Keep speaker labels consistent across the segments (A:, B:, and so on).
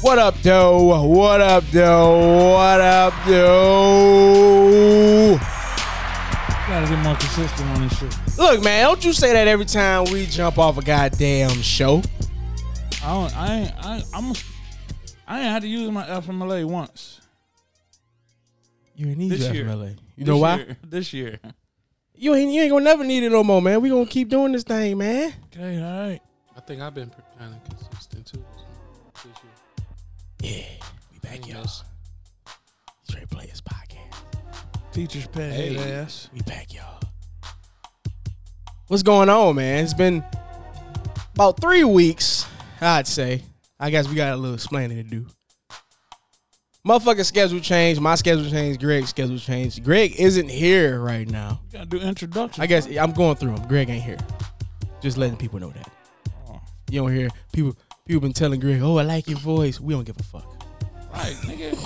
A: What up, doe? What up, doe? What up, doe?
B: Gotta get more consistent on this shit.
A: Look, man, don't you say that every time we jump off a goddamn show.
B: I don't. I ain't. I. I'm. I ain't had to use my FMLA once
A: You ain't need
B: This
A: your
B: year.
A: FMLA. You
B: This
A: know why?
B: year- This year.
A: You ain't you ain't gonna never need it no more, man. We gonna keep doing this thing, man.
B: Okay. All right.
C: I think I've been kind of consistent too this year.
A: Yeah, we back,
C: Ain't
A: y'all.
C: missed.
A: Straight Players Podcast.
B: Teachers pay.
C: Hey.
B: Hey. Ass.
A: We back, y'all. What's going on, man? It's been about three weeks, I'd say. I guess we got a little explaining to do. Motherfucking schedule changed. My schedule changed. Greg's schedule changed. Greg isn't here right now.
B: You gotta do introduction.
A: I guess I'm going through him. Greg ain't here. Just letting people know that.
B: Oh,
A: You don't hear people people been telling Greg, oh, I like your voice. We don't give a fuck.
B: right, nigga.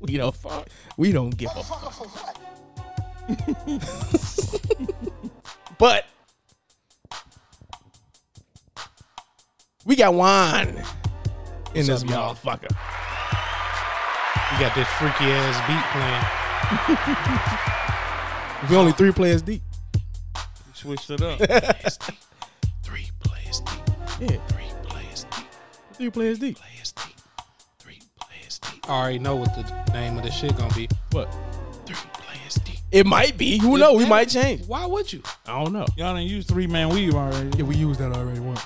A: We don't fuck. We don't give a fuck. but we got wine in
C: What's
A: this
C: up, y'all?
A: motherfucker.
C: You got this freaky ass beat playing.
A: We only three players deep.
B: Switched it up.
C: Players deep. Three players deep.
A: Yeah,
C: Three players deep.
A: three players deep.
C: Players deep. Three players deep. I already know what the name of the shit gonna be.
A: What?
C: Three players deep.
A: It might be. Who knows? We might change.
C: Why would you?
A: I don't know.
B: Y'all done used three man weave already.
A: Yeah, we used that already once.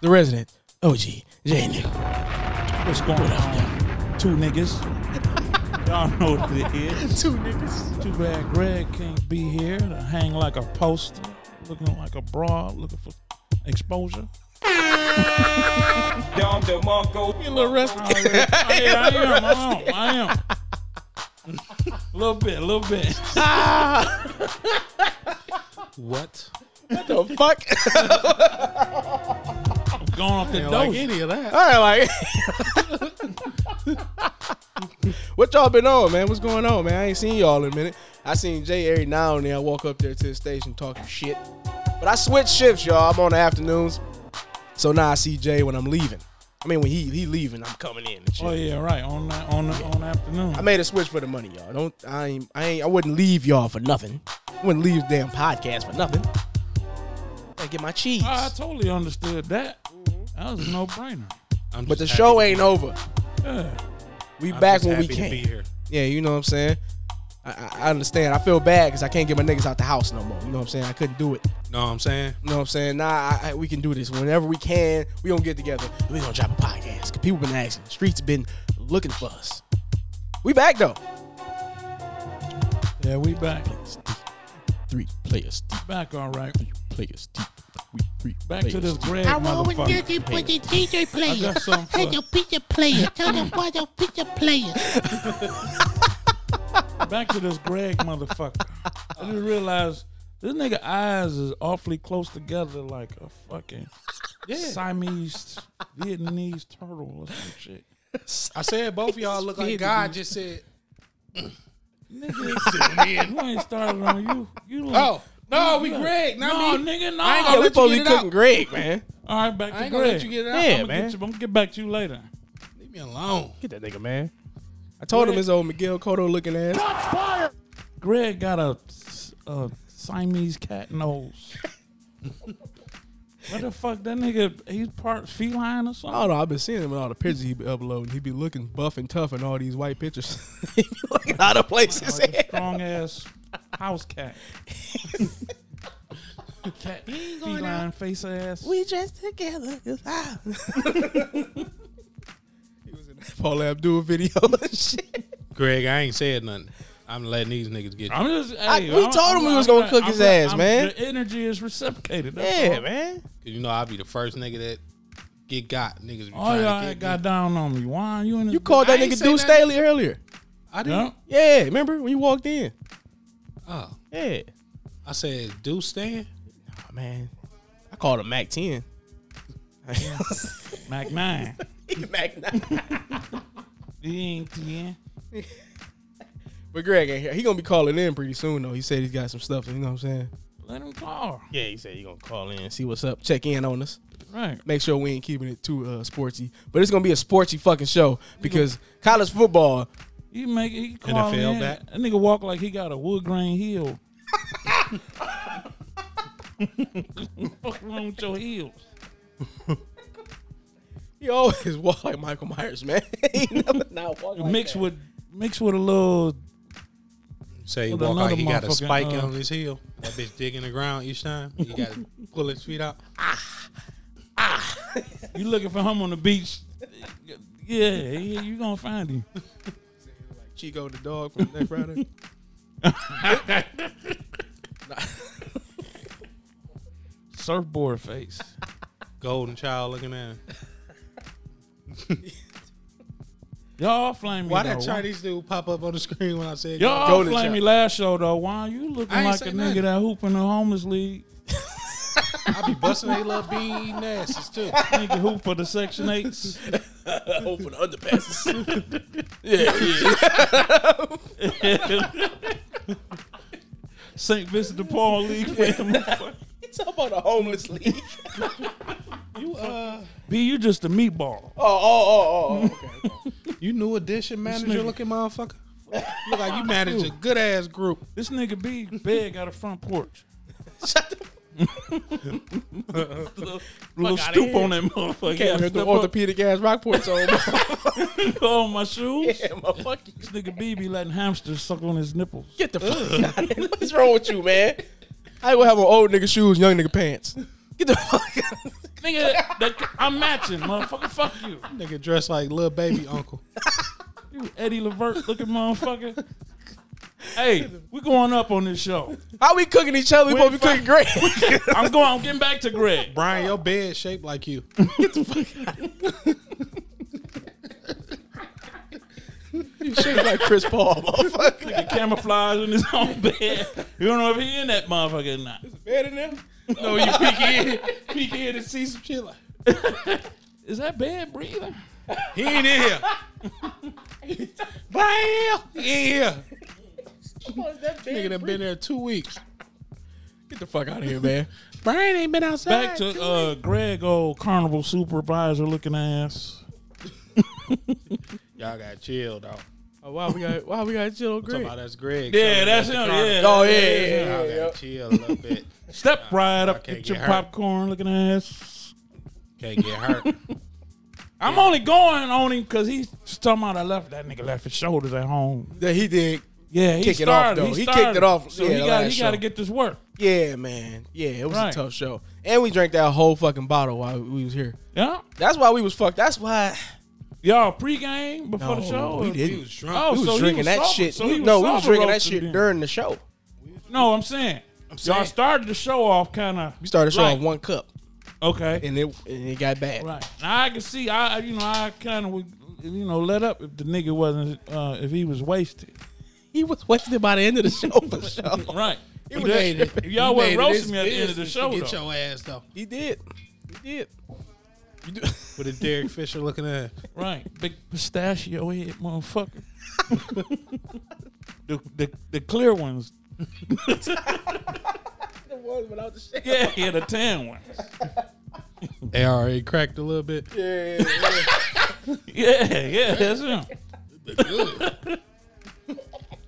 A: The resident, OG, J nigga.
B: What's going on? Two niggas. Y'all know what it is.
A: Two niggas.
B: Too bad Greg can't be here to hang like a poster, looking like a broad, looking for exposure.
D: Dom DeMarco.
A: A little rusty.
B: I am, Oh, I am, I am. A little bit, a little bit.
C: What?
A: what the fuck?
B: Going off the
C: Ain't
B: dose.
C: like any of that.
A: All right, like. what y'all been on, man? What's going on, man? I ain't seen y'all in a minute. I seen Jay every now and then. I walk up there to the station talking shit. But I switch shifts, y'all. I'm on the afternoons. So now I see Jay when I'm leaving. I mean, when he he leaving, I'm coming in and shit.
B: Oh yeah, right. On that, on the, on the afternoon.
A: I made a switch for the money, y'all. Don't I ain't I ain't I wouldn't leave y'all for nothing. wouldn't leave damn podcast for nothing. I get my cheese.
C: Ah,
B: I totally understood that.
C: Mm-hmm.
B: That was a no-brainer.
C: I'm
A: But the
C: just
A: show
C: happy-
A: ain't over.
B: Yeah.
A: We
C: I'm
A: back
C: just
A: when we
C: happy
A: can.
C: To be here.
A: Yeah, you know what I'm saying? I, I- I understand. I feel bad because I can't get my niggas out the house no more. You know what I'm saying? I couldn't do it.
C: Know what I'm saying?
A: You know what I'm saying? Nah, I, I, we can do this. Whenever we can, we gonna get together. We gonna drop a podcast. 'Cause people been asking. The streets been looking for us. We back though.
B: Yeah, we back,
A: Three players deep.
B: back all right.
A: Players deep. We three
B: Back to this Greg
E: I always
B: motherfucker.
E: get it with the DJ
B: I
E: player.
B: got something for-
E: Hey, the pizza player. Tell them why the pizza player.
B: Back to this Greg motherfucker. I just realized this nigga eyes is awfully close together, like a fucking Siamese Vietnamese turtle or some shit.
C: I said both of y'all look like God just said.
B: Nigga, you ain't started on you. You like,
C: Oh no, we Greg. Not
B: no,
C: me.
B: nigga, no.
C: I ain't
A: Yeah,
C: I'll
A: we
C: let
A: supposed
C: you
A: to be
C: get it
A: cooking
C: out.
A: Greg, man.
B: All right, back
C: I
B: to
C: ain't gonna
B: Greg.
C: let you get it out.
A: Yeah,
B: I'm gonna,
A: man.
B: get you, I'm gonna get back to you later.
C: Leave me alone.
A: Get that nigga, man. I told him his old Miguel Cotto looking ass.
B: Greg got a, a Siamese cat nose. what the fuck? That nigga, he's part feline or
A: I
B: something?
A: don't know. I've been seeing him in all the pictures he be uploading. He be looking buff and tough in all these white pictures. he be looking out of places.
B: Like a strong ass house cat. cat feline face ass.
A: we dressed together. It's hot. he was in that Paul Abdul video and Oh, shit.
C: Greg, I ain't said nothing. I'm letting these niggas get you.
B: I'm just. Hey,
A: I- we
B: I'm-
A: told him we was gonna cook his ass, man.
B: The energy is reciprocated. That's all.
A: Yeah, man.
C: You know, I'll be the first nigga that get got. Niggas be
B: All
C: trying
B: y'all
C: to
B: ain't
C: get
B: Oh, got
C: me.
B: down on me. Why you in this?
A: You called that
C: I ain't
A: nigga
C: say
A: Deuce
C: nothing.
A: Staley earlier.
C: I didn't.
B: Yeah.
A: Yeah, remember when you walked in?
C: Oh,
A: Yeah.
C: I said, do stand.
A: Oh, man. I called him Mac 10.
B: Mac 9.
A: Mac 9.
B: He ain't 10.
A: But Greg ain't here. He gonna be calling in pretty soon though. He said he's got some stuff. You know what I'm saying?
B: Let him call.
A: Yeah, he said he gonna call in, see what's up, check in on us.
B: Right.
A: make sure we ain't keeping it too uh, sportsy. But it's gonna be a sportsy fucking show because college football.
B: He make he call
C: NFL
B: in.
C: back.
B: That nigga walk like he got a wood grain heel. What's wrong with your heels?
A: He always walk like Michael Myers, man. he never not walk like
B: Mixed
A: that.
B: with mixed with a little.
C: Say he
B: With
C: walk
B: another
C: out, he got a
B: motherfucking,
C: spike
B: uh,
C: on his heel. That bitch digging the ground each time. He got to pull his feet out.
B: You looking for him on the beach? Yeah, yeah you gonna find him.
A: Chico the dog from Neck Rider.
B: Surfboard face.
C: Golden child looking at him.
B: Y'all flame me.
C: Why
B: though.
C: that Chinese dude pop up on the screen when I said
B: Y'all
A: Golden
B: flame
A: child.
B: me last show though. Why you looking
C: I ain't
B: like a
C: say
B: nigga
C: nothing.
B: that hoop in the homeless league?
C: I be busting they little bean eating asses too.
B: Nigga hoop for the section eights.
A: Open underpasses. yeah, yeah.
B: St. Vincent de Paul league.
A: It's about a homeless league.
C: You uh,
B: B, you just a meatball.
A: Oh, oh, oh, oh. Okay.
C: you new edition manager looking motherfucker. You like you manage a good ass group.
B: This nigga B big out of front porch. Shut the little, little stoop on that motherfucker. Yeah,
A: Can't wear the
B: step
A: orthopedic ass Rockport's on.
B: up on my shoes.
A: yeah, motherfucker.
B: This nigga B be letting hamsters suck on his nipples.
A: Get the fuck out of here. What's wrong with you, man? I will have on old nigga shoes, young nigga pants. Get the fuck out of here.
B: Nigga, that, I'm matching, motherfucker. Fuck you.
C: Nigga dressed like little baby uncle.
B: You Eddie Levert looking motherfucker. Hey, we going up on this show.
A: How we cooking each other? We supposed to be cooking great.
B: I'm going. I'm getting back to Greg.
C: Brian, your bed shaped like you.
A: you shaped like Chris Paul, motherfucker.
B: Nigga camouflage in his own bed. You don't know if he in that motherfucker or not.
A: Bad in there?
C: No, you peek in, peek in and see some shit. Like,
B: Is that bad breathing?
C: he ain't in here. Brian, he ain't here. Nigga done been there two weeks.
A: Get the fuck out of here, man.
C: Brian ain't been outside.
B: Back to uh, Greg, old carnival supervisor looking ass.
C: y'all got chill though.
A: Oh, wow, we got wow, we got Jill
C: Talking
A: Green.
C: about that's Greg.
B: Yeah,
C: coming
B: that's
C: at
B: him.
C: the carnival.
B: Yeah.
A: Oh yeah, yeah, yeah,
C: Y'all
A: yeah.
C: gotta chill a little bit.
B: Step right
C: I
B: up,
C: can't
B: get
C: get
B: your
C: hurt.
B: popcorn looking ass.
C: Can't get hurt.
B: I'm only going on him because he's talking about I left that nigga left his shoulders at home.
A: That he did.
B: Yeah, he
A: Kick it off,
B: started.
A: though.
B: He,
A: He
B: started.
A: kicked it off,
B: So
A: yeah,
B: he
A: the
B: got
A: last
B: he got to
A: show.
B: get this work.
A: Yeah, man. Yeah, it was
B: Right.
A: a tough show, and we drank that whole fucking bottle while we was here.
B: Yeah,
A: That's why we was fucked. That's why.
B: y'all pregame before the
A: No,
B: show.
A: we didn't.
C: he was drunk.
B: Oh,
A: we was
B: so he
A: drinking
B: was
A: that
B: sober-
A: shit.
B: so he was
A: no, we was
B: sober
A: drinking that
B: roasted
A: shit
B: then.
A: during the show.
B: No, I'm saying. Y'all
C: saying.
B: started the show off kind of.
A: We started the show
B: Right.
A: off one cup,
B: Okay.
A: and it and it got bad.
B: Right. Now I can see. I I- you know I kind of would you know let up if the nigga wasn't uh if he was wasted.
A: He was wasted by the end of the show for sure.
B: Right.
A: was
B: But that-
A: made it.
B: if y'all wasn't roasting me at the end of the show
C: Get
B: though.
C: your ass though.
A: He did. He did. You do-
C: With a Derek Fisher looking at.
B: Right. Big pistachio head motherfucker. the, the the clear ones.
A: the ones without the shit.
B: Yeah, yeah, the tan ones.
C: ARA cracked a little bit.
A: Yeah, yeah, yeah.
B: Yeah, yeah, that's him.
C: Good,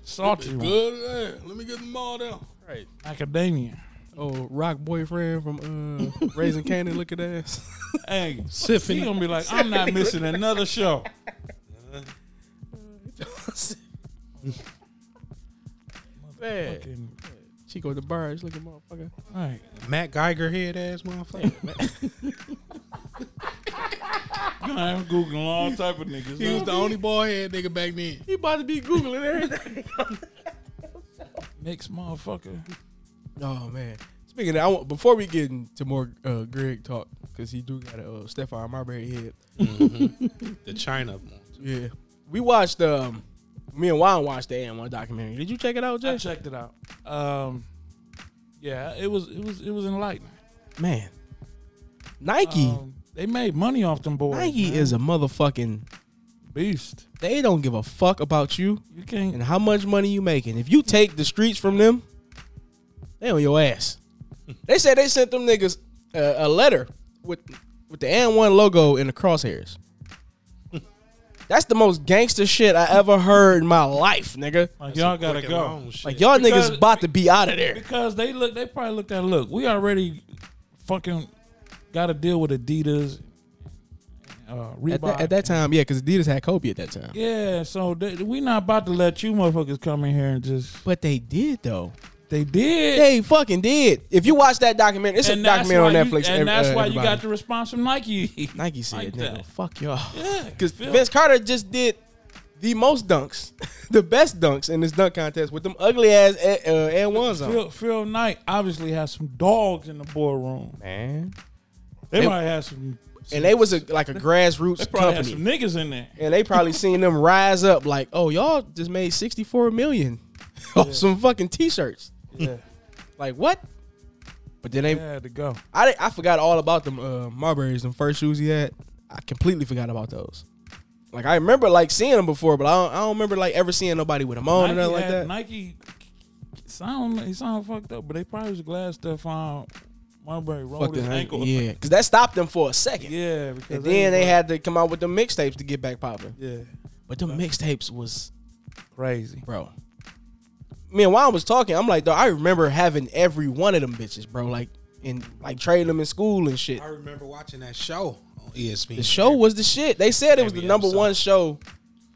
B: Salty one.
C: good. Let me get them all down. Right.
B: Macadamia.
A: Oh, rock boyfriend from uh, Raising Canaan, looking ass.
B: Hey,
C: Sipping.
B: he gonna be like, I'm not missing another show.
A: Man,
B: Fucking-
A: Chico the Barge, looking motherfucker.
B: Right.
C: Matt Geiger head ass motherfucker.
B: You know, I'm googling all type of niggas.
C: he was the only boy head nigga back then.
A: He about to be googling everything.
B: next motherfucker.
A: oh man. Speaking of, that, I want, before we get into more uh, Greg talk, because he do got a uh, Stefan Marbury head.
C: The China one.
A: Yeah, we watched. Um, me and Juan watched the AM one documentary. Did you check it out,
B: I
A: Jay?
B: checked it out. Um, yeah, it was it was it was enlightening.
A: Man, Nike,
B: Um, they made money off them boys.
A: Nike
B: man.
A: is a motherfucking.
B: beast.
A: They don't give a fuck about you.
B: You can't.
A: and how much money you making. If you take the streets from them, they on your ass. They said they sent them niggas uh, a letter with with the and one logo in the crosshairs. That's the most gangster shit I ever heard in my life, nigga.
B: Like, y'all gotta
C: Fucking
B: go.
C: long shit.
A: Like y'all
B: Because-
A: niggas about to be out of there.
B: Because they look, they probably looked at look. We already fucking got to deal with Adidas, uh, Reebok.
A: At that, at that time, yeah, because Adidas had Kobe at that time.
B: yeah. So they, we not about to let you motherfuckers come in here and just.
A: But they did though.
B: They did.
A: They fucking did. If you watch that documentary, it's a
B: and that's
A: documentary on
B: why
A: Netflix.
B: You, and
A: ev-
B: that's
A: uh,
B: why you
A: everybody.
B: got the response from Nike.
A: Nike said,
B: like
A: nigga,
B: that.
A: fuck y'all.
B: Yeah,
A: Because
B: Phil.
A: Vince Carter just did the most dunks, the best dunks in this dunk contest with them ugly ass uh, Air Ones on.
B: Phil, Phil Knight obviously has some dogs in the boardroom.
A: Man.
B: They,
A: They-
B: probably had some.
A: And they was a, like a
B: they
A: grassroots company.
B: probably had some niggas in there.
A: and they probably seen them rise up like, oh, y'all just made 64 million off some fucking t shirts.
B: Yeah,
A: Like, what? But then they,
B: they had to go.
A: I, di- I forgot all about them uh, Marbury's, them first shoes he had. I completely forgot about those. Like, I remember like seeing them before, but I don't, I don't remember like ever seeing nobody with them on or
B: Nike
A: nothing Oh, like
B: had-
A: that.
B: Nike sound he sound fucked up, but they probably was glad Stephon Marbury rolled
A: Fuck
B: his
A: the
B: ankle.
A: ankle. Yeah, because that stopped them for a second.
B: yeah, because
A: And then they
B: was-
A: had to come out with the mixtapes to get back popping.
B: yeah
A: But the mixtapes was,
B: crazy.
A: bro. Man, while I was talking, I'm like, though, I remember having every one of them bitches, bro. Like, and like trading them in school and shit.
C: I remember watching that show on E ESPN.
A: The show was the shit. They said it was the
C: Every
A: number
C: episode.
A: one show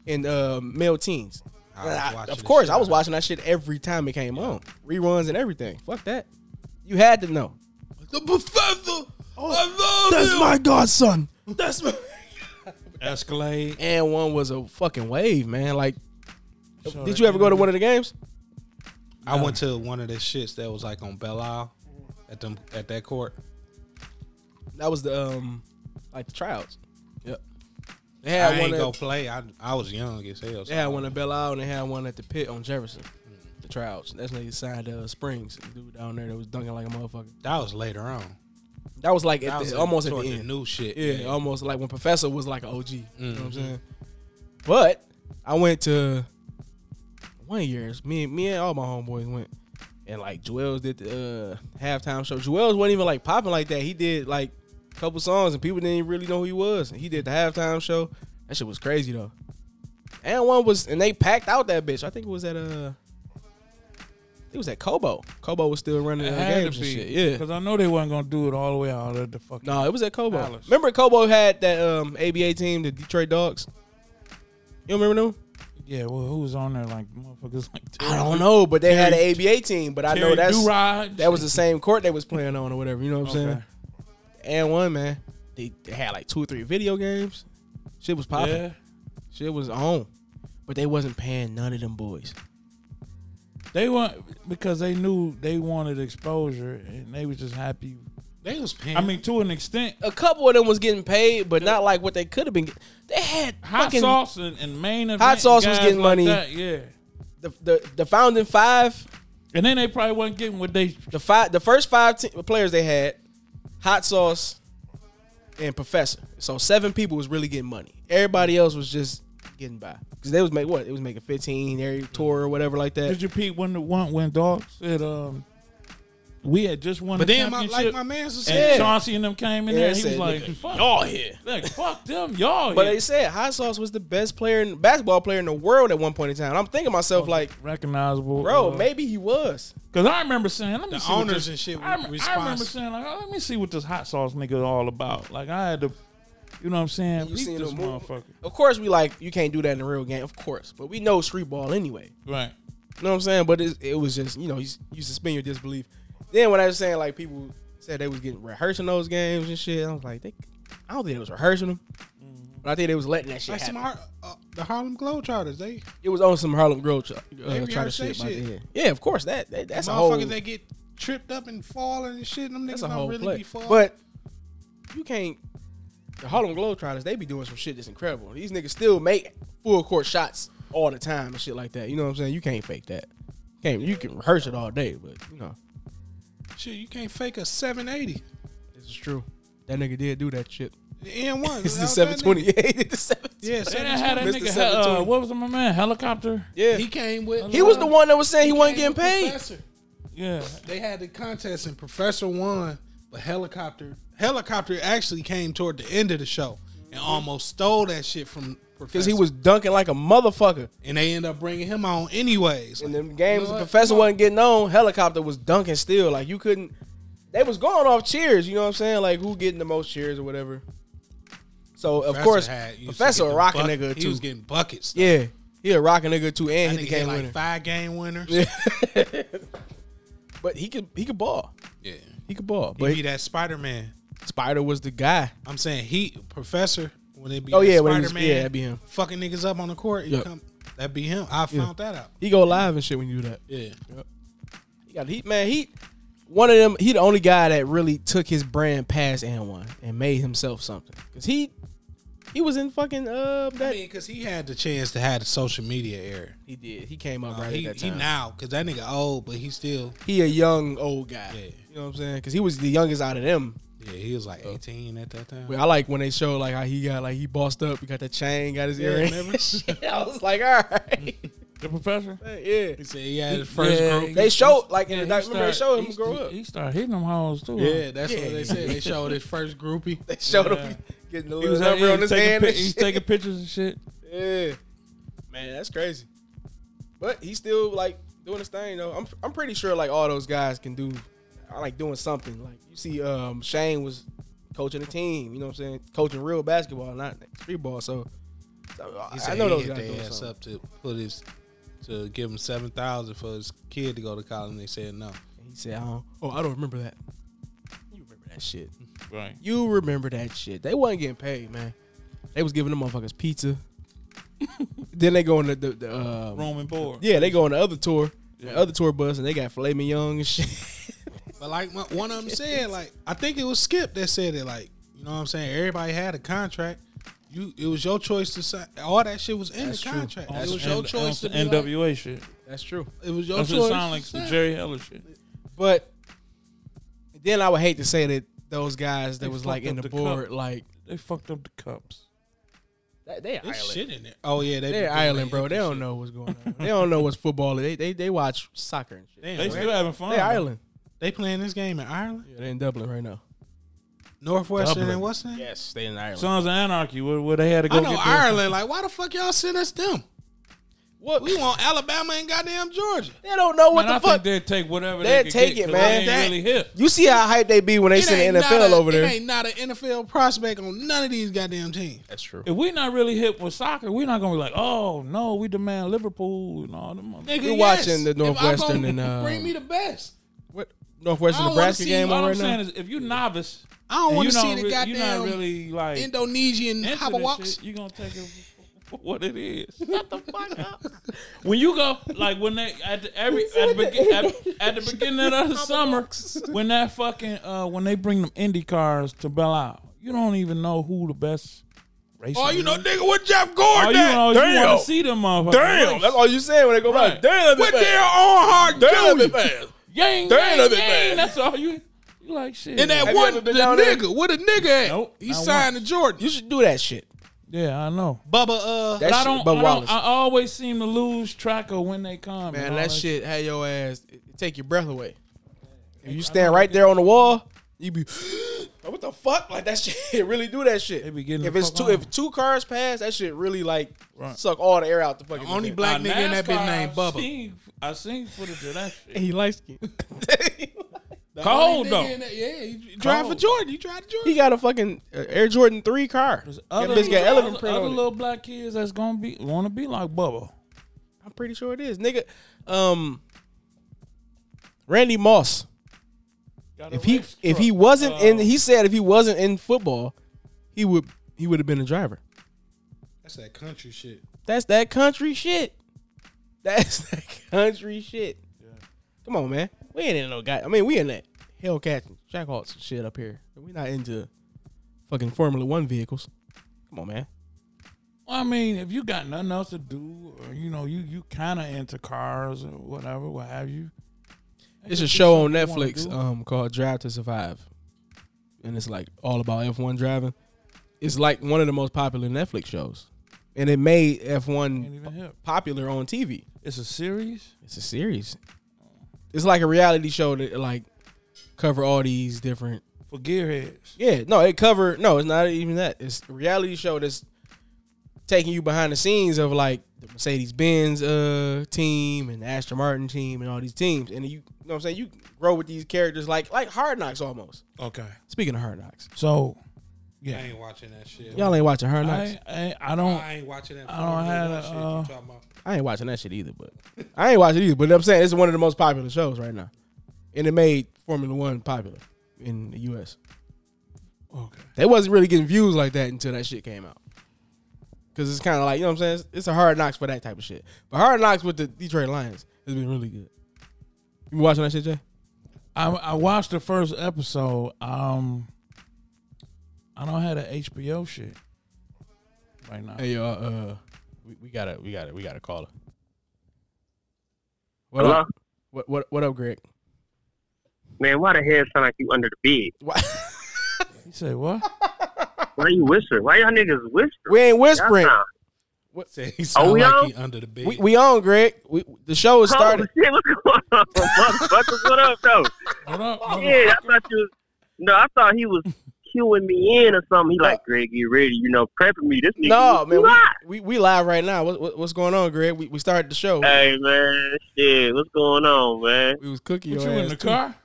A: in uh, male teens.
C: I was
A: And I-
C: watching
A: of
C: the
A: course,
C: shit
A: I was
C: out of
A: watching that shit every time it came on, reruns and everything. Fuck that. You had to know.
C: it. The professor. I love you.
A: Oh, my godson. That's my.
B: Escalade.
A: And one was a fucking wave, man. Like, did you ever go to one of the games?
C: I went to one of the shits that was like on Belle Isle at them at that court.
A: That was the um like the tryouts. Yep. They
C: I
A: had
C: ain't
A: one
C: go
A: at,
C: play. I I was young as hell.
A: they had one at Belle Isle and they had one at the pit on Jefferson. The tryouts. That's when they signed uh, Springs. The dude down there that was dunking like a motherfucker.
C: That was later on.
A: That was like
C: That
A: at
C: was
A: the, almost at the
C: toward
A: end.
C: new shit.
A: yeah, almost like when Professor was like an OG. You know what I'm saying? But I went to one year's. Me and me and all my homeboys went. And like Joel's did the uh, halftime show. Joel's wasn't even like popping like that. He did like a couple songs and people didn't really know who he was. And he did the halftime show. That shit was crazy though. And one was and they packed out that bitch. I think it was at uh it was at Kobo. Kobo was still running the games and shit. Yeah.
B: because I know they weren't gonna do it all the way out of the fucking.
A: No, it was at Cobo.
B: Dallas.
A: Remember Cobo had that um, ABA team, the Detroit Dogs. You don't remember them?
B: Yeah, well, who was on there? Like motherfuckers, like
A: I don't know, but they had an ABA team. But I know that's
B: Durod.
A: that was the same court they was playing on or whatever. You know what I'm
B: Okay.
A: saying? And one man, they, they had like two or three video games. Shit was popping.
B: Yeah,
A: Shit was on, but they wasn't paying none of them boys.
B: they want because they knew they wanted exposure, and they was just happy.
C: They was paying.
B: I mean, to an extent,
A: A couple of them was getting paid, but not like what they could have been. Get- they had
B: hot
A: fucking
B: sauce and, and main event
A: Hot Sauce was
B: guys
A: getting
B: like
A: money.
B: that, yeah.
A: the, the the founding five.
B: And then they probably wasn't getting what they.
A: the five the first five te- players they had hot sauce and professor so seven people was really getting money everybody else was just getting by because they was make what it was making 15 every tour or whatever like that
B: Did you peep when the one when dog said um we had just won
C: but
B: the
C: then my, like
B: championship
C: my man's was
B: and
C: saying,
A: Yeah.
B: Chauncey and them came in
A: Yeah,
B: there
A: they
B: and he was
A: said,
B: like
A: "Nigga,
B: fuck
A: y'all here
B: like, fuck them y'all
A: but
B: here.
A: they said hot sauce was the best player in basketball player in the world at one point in time i'm thinking to myself
B: Oh,
A: like
B: recognizable uh,
A: bro maybe he was
B: because I remember saying let me
C: The
B: see what
C: owners
B: this-
C: and shit
B: I, rem- I remember
C: response.
B: saying like oh, let me see what this hot sauce nigga all about like I had to you know what I'm saying
A: you
B: peep
A: seen
B: this
A: the movie?
B: motherfucker
A: of course we like you can't do that in the real game of course but we know street ball anyway
B: right
A: You know what I'm saying? But it, it was just, you know, you, s- you suspend your disbelief. Then when I was saying, like, people said they was getting rehearsing those games and shit, I was like, they, I don't think they was rehearsing them. But I think they was letting that shit
C: Mm-hmm. like some
A: happen.
C: Har- uh, the Harlem Globetrotters. They
A: it was on some Harlem Grove try, uh,
C: rehearsed
A: try to
C: that
A: shit. by
C: shit.
A: then. Yeah, of course. That, that That's a whole,
C: motherfuckers that get tripped up and falling and shit. Them niggas
A: that's a
C: don't
A: whole
C: really
A: play.
C: be falling.
A: But you can't, the Harlem Globetrotters, they be doing some shit that's incredible. These niggas still make full court shots all the time and shit like that. You know what I'm saying? You can't fake that. Can't, you can rehearse it all day, but, you know.
C: shit, you can't fake a seven eighty.
A: This is true. That nigga did do that shit.
C: The N one.
A: It's the 720. Yeah, he did the 720.
C: Yeah,
B: they done had that
A: 720. Mr.
B: nigga uh,
A: 720.
B: what was my man helicopter
A: Yeah.
C: He
A: He,
C: came with.
A: was the one that was saying he, wasn't
C: came
A: getting
C: with
A: paid.
C: Professor.
B: yeah
C: They had the contest and Professor won But helicopter, helicopter actually came toward the end of the show and almost stole that shit from
A: because he was dunking like a motherfucker.
C: and they end up bringing him on anyways.
A: In
C: Like,
A: them games,
C: you know
A: the
C: what?
A: professor wasn't getting on. Helicopter was dunking still. Like you couldn't. They was going off cheers. You know what I'm saying? Like who getting the most cheers or whatever. So of
C: Professor
A: course,
C: had- used to
A: professor
C: get
A: a
C: the
A: rocking
C: bucket-
A: nigga
C: He
A: too.
C: was getting buckets. though.
A: yeah, he a rocking nigga too, and
C: That
A: he the
C: nigga had
A: game
C: like
A: winner.
C: five game winners. Yeah,
A: Yeah. but he could he could ball. He could ball. But
C: he be that Spider Man.
A: Spider was the guy.
C: I'm saying he professor when it be
A: Oh, yeah, when he
C: Spider
A: was-
C: Man.
A: yeah, that'd be him.
C: Fucking niggas up on the court. you
A: Yep.
C: Come, that'd be him. I found that out.
A: He go live and shit when you do that.
C: Yeah,
A: He got he man he one of them he the only guy that really took his brand past and one and made himself something because he he was in fucking uh
C: I
A: that
C: mean, because he had the chance to have the social media era.
A: he did he came up
C: Uh,
A: right
C: he,
A: at that
C: he
A: time. He,
C: now because that nigga old, but he still
A: a young old guy.
C: Yeah.
A: You know what I'm saying? Because he was the youngest out of them.
C: yeah. He was like 18 at that time.
A: But I like when they show like how he got like he bossed up. He got the chain, got his
C: Yeah,
A: earring.
C: remember?
A: Shit, I was like, all right,
B: The professor.
A: yeah.
C: He said he had his first
B: Yeah,
C: group.
A: They showed like in the
B: he
A: doc- remember they showed him
B: he-
A: grow up.
B: He started hitting them hoes too.
C: Yeah, that's
A: Yeah.
C: what they said. They showed his first groupie.
A: They showed
B: Yeah.
A: him getting the
B: He
A: little
B: was out
A: number
B: here
A: on his
B: taking
A: hand.
B: pic-
A: and
B: He's
A: shit.
B: taking pictures and shit.
A: Yeah, man, that's crazy. But he's still like doing his thing though. I'm I'm pretty sure like all those guys can do, I like doing something. Like you see, um, Shane was coaching a team. You know what I'm saying? Coaching real basketball, not street ball. So, so I-
C: He
A: I
C: said
A: know
C: he
A: those
C: hit
A: guys doing
C: their ass
A: something.
C: up to put his to give him seven thousand for his kid to go to college. and They said no.
A: And he said, I don't, "Oh, I don't remember that." You remember that shit?
B: Right.
A: You remember that shit? They wasn't getting paid, man. They was giving them motherfuckers pizza. then they go in the, the, the um,
B: Roman board.
A: Yeah, they go on the other tour, the other tour bus, and they got filet mignon and shit.
C: But like my, one of them said, like I think it was Skip that said it. Like you know what I'm saying? Everybody had a contract. You it was your choice to sign. All that shit was in
A: That's
C: the
A: true.
C: contract.
B: On
C: it
B: some
C: was your
B: N- on
C: choice to
B: some
C: be like,
B: NWA shit.
A: That's true.
C: It was your
B: That
C: choice.
B: shit sound like some Jerry Heller shit.
A: But then I would hate to say that those guys that
B: They
A: was like
B: fucked
A: in
B: up
A: the,
B: the
A: board, like
B: They fucked up the cups.
A: they, they
C: There's shit in there. Oh yeah, they
A: They're Ireland, bro. They don't know what's going on. they don't know what's football. They they, they watch soccer and shit.
C: Damn,
B: They
C: they,
B: still having fun.
A: They
B: though.
A: Ireland.
C: they playing this game in Ireland,
A: Yeah, they're in Dublin right now.
C: Northwestern
B: Dublin.
C: and what's that?
A: Yes, they in Ireland.
B: Sons of Anarchy. Where, where they had to go
C: I know
B: get their-
C: Ireland. Like why the fuck y'all send us them?
A: what
C: We want Alabama and goddamn Georgia.
A: they don't know what
B: Man, I
A: the fuck.
B: think they'd take whatever
A: They'd
B: they could
A: take
B: get,
A: it,
B: 'cause
A: man.
B: They
C: That-
B: ain't really hip.
A: You see how hype they be when they
C: It
A: send the
C: ain't
A: NFL
C: not a-
A: over there.
C: It ain't not an NFL prospect on none of these goddamn teams.
A: That's true.
B: If we not really hip with soccer, we're not gonna be like, oh no, we demand Liverpool and all them. other-
C: Nigga,
A: We're
C: yes.
A: watching the
C: If I'm
A: Northwestern
C: gonna
A: and, uh,
C: bring me the best.
A: What Northwestern
C: I don't wanna
A: Nebraska
C: see-
A: game
B: All
A: on
B: I'm
A: right
B: saying
A: now?
B: is, if you novice,
C: I don't
B: and
C: want
B: you
C: to see the
B: not re- you
C: goddamn
B: not really like into
C: Indonesian
B: this
C: hopperwalks.
B: shit, You gonna take it for what it is? Shut the fuck up. When you go, like when they at the, every at the, begin, at, at the beginning of the summer, when that fucking uh when they bring them Indy cars to Belle Isle, you don't even know who the best racer.
C: Oh, you
B: is.
C: know, nigga, with Jeff
B: All
C: Gordon,
B: you know is you
A: Damn.
B: want to see them motherfuckers.
A: Damn,
B: race.
A: that's all you saying when they go back.
B: Right.
A: Damn,
C: with
A: that bitch.
C: Dale Earnhardt
A: Damn, that
C: Jr.
A: bitch.
B: Yang,
A: Damn,
B: yang,
A: that bitch
B: yang.
A: bad.
B: That's all you. You like shit.
C: and that
A: Have you
C: one,
A: ever
C: the
A: been down there?
C: nigga, where the nigga at?
B: Nope,
C: he
B: not
C: signed to Jordan.
A: You should do that shit.
B: yeah, I know.
C: Bubba, uh,
A: That
B: But I
A: shit,
B: don't.
A: Bubba
B: I,
A: Wallace.
B: don't I always seem to lose track of when they come.
A: man,
B: and all
A: that shit had your ass it- it take your breath away. If you
B: know
A: stand right there on the wall, you be like, what the fuck? Like that shit it really do that shit.
B: They be getting
A: if
B: the
A: it's
B: fuck
A: two
B: on.
A: if two cars pass, that shit really like
B: Right.
A: suck all the air out the fucking.
C: only
A: event.
C: black
B: Now,
C: nigga in that
B: NASCAR,
C: bitch named
B: I've
C: Bubba.
B: Seen, I seen footage of that shit.
A: he likes skin.
C: The
B: Cold,
C: only nigga
B: though.
C: in that- Yeah, he drive for
B: Cold.
C: Jordan. You drive for Jordan.
A: he got a fucking uh, Air Jordan three car.
B: There's
A: That
B: other,
A: bitch got elephant
B: other-
A: print
B: other
A: on it.
B: little black kids that's gonna be wanna be like Bubba.
A: I'm pretty sure it is, nigga. Um, Randy Moss.
B: Got a
A: if he
B: race
A: if
B: truck.
A: he wasn't
B: Uh,
A: in he said if he wasn't in football, he would he would have been a driver.
C: That's that country shit.
A: That's that country shit. That's that country shit. Come on, man. We ain't in no guy. I mean, we in that Hellcats and Jackhawks and shit up here. We not into fucking Formula One vehicles. Come on, man.
B: I mean, if you got nothing else to do, or you know, you you kind of into cars or whatever, what have you.
A: It's a show on
B: something you wanna
A: Netflix
B: do.
A: um, called Drive to Survive, and it's like all about F1 driving. It's like one of the most popular Netflix shows, and it made
B: Ain't
A: F1
B: even hip.
A: popular on TV.
B: It's a series.
A: It's a series. It's like a reality show that like cover all these different
B: for gearheads.
A: Yeah, no, it covered. No, it's not even that. It's a reality show that's taking you behind the scenes of like the Mercedes Benz uh team and the Aston Martin team and all these teams, and you, you know what I'm saying. You grow with these characters like like Hard Knocks almost.
B: Okay.
A: Speaking of Hard Knocks,
B: So,
C: I
B: yeah,
C: ain't watching that shit.
A: y'all ain't watching Hard Knocks. I
B: I
A: ain't,
B: I, I don't.
C: I ain't watching that.
B: I don't have
C: that
B: a,
C: shit you
B: uh,
C: talking about.
A: watching that shit either, but I ain't watching it either. But I'm saying it's one of the most popular shows right now, and it made Formula One popular in the U.S.
B: Okay.
A: They wasn't really getting views like that until that shit came out. Cause it's kind of like you know what I'm saying. It's, it's a hard knocks for that type of shit. But hard knocks with the Detroit Lions has been really good. You been watching that shit, Jay?
B: I I watched the first episode. Um, I don't have the HBO shit right now.
A: Hey, y'all. Uh, we, we gotta, we gotta, we gotta call her. What
D: Hello?
A: up? What what what up, Greg?
D: Man, why the hell sound like you under the
A: Why-
B: He said what?
D: bed? Why you whispering? Why y'all niggas whispering?
A: we ain't
D: Y'all
A: whispering.
D: sound-
C: Said he sound
D: Oh, we
C: like
D: on?
C: he under the bed.
A: We, we on, Greg. We, the show is
D: Oh,
A: started.
D: shit, what's going on? Motherfuckers, what up, though?
B: What up?
D: Yeah, I thought you was, no, I thought he was cueing me in or something. He like, Greg, get ready, you know, prepping me. This nigga
A: No,
D: was
A: man.
D: hot.
A: We, we we live right now. What, what what's going on, Greg? We we started the show.
D: Hey, man, shit, what's going on, man?
A: We was cooking
B: What
A: your
B: you in
A: ass,
B: the
A: too.
B: car?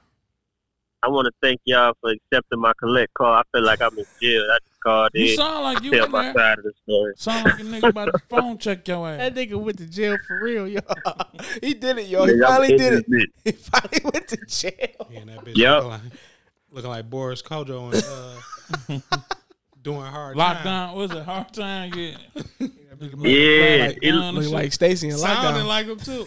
D: I want to thank y'all for accepting my collect call. I feel like I'm in jail. I just called
B: You
D: in.
B: sound like you
D: Tell
B: in
D: my
B: there.
D: side of the story.
B: Sound like a nigga about to phone check your ass.
A: That nigga went to jail for real, yo. he did it, yo. He
D: Nigga, I'm
A: finally
D: in
A: did it.
D: this bitch.
A: He finally went to jail.
C: Yeah, and that bitch
D: Yup.
C: looking, like, looking like Boris Kojo and uh, doing hard time.
B: Lockdown was a hard time. Yeah.
D: Yeah,
B: Like,
D: it-
B: down and
A: Look
B: shit.
A: like Stacy in
C: Sounding
A: lockdown.
C: like him too.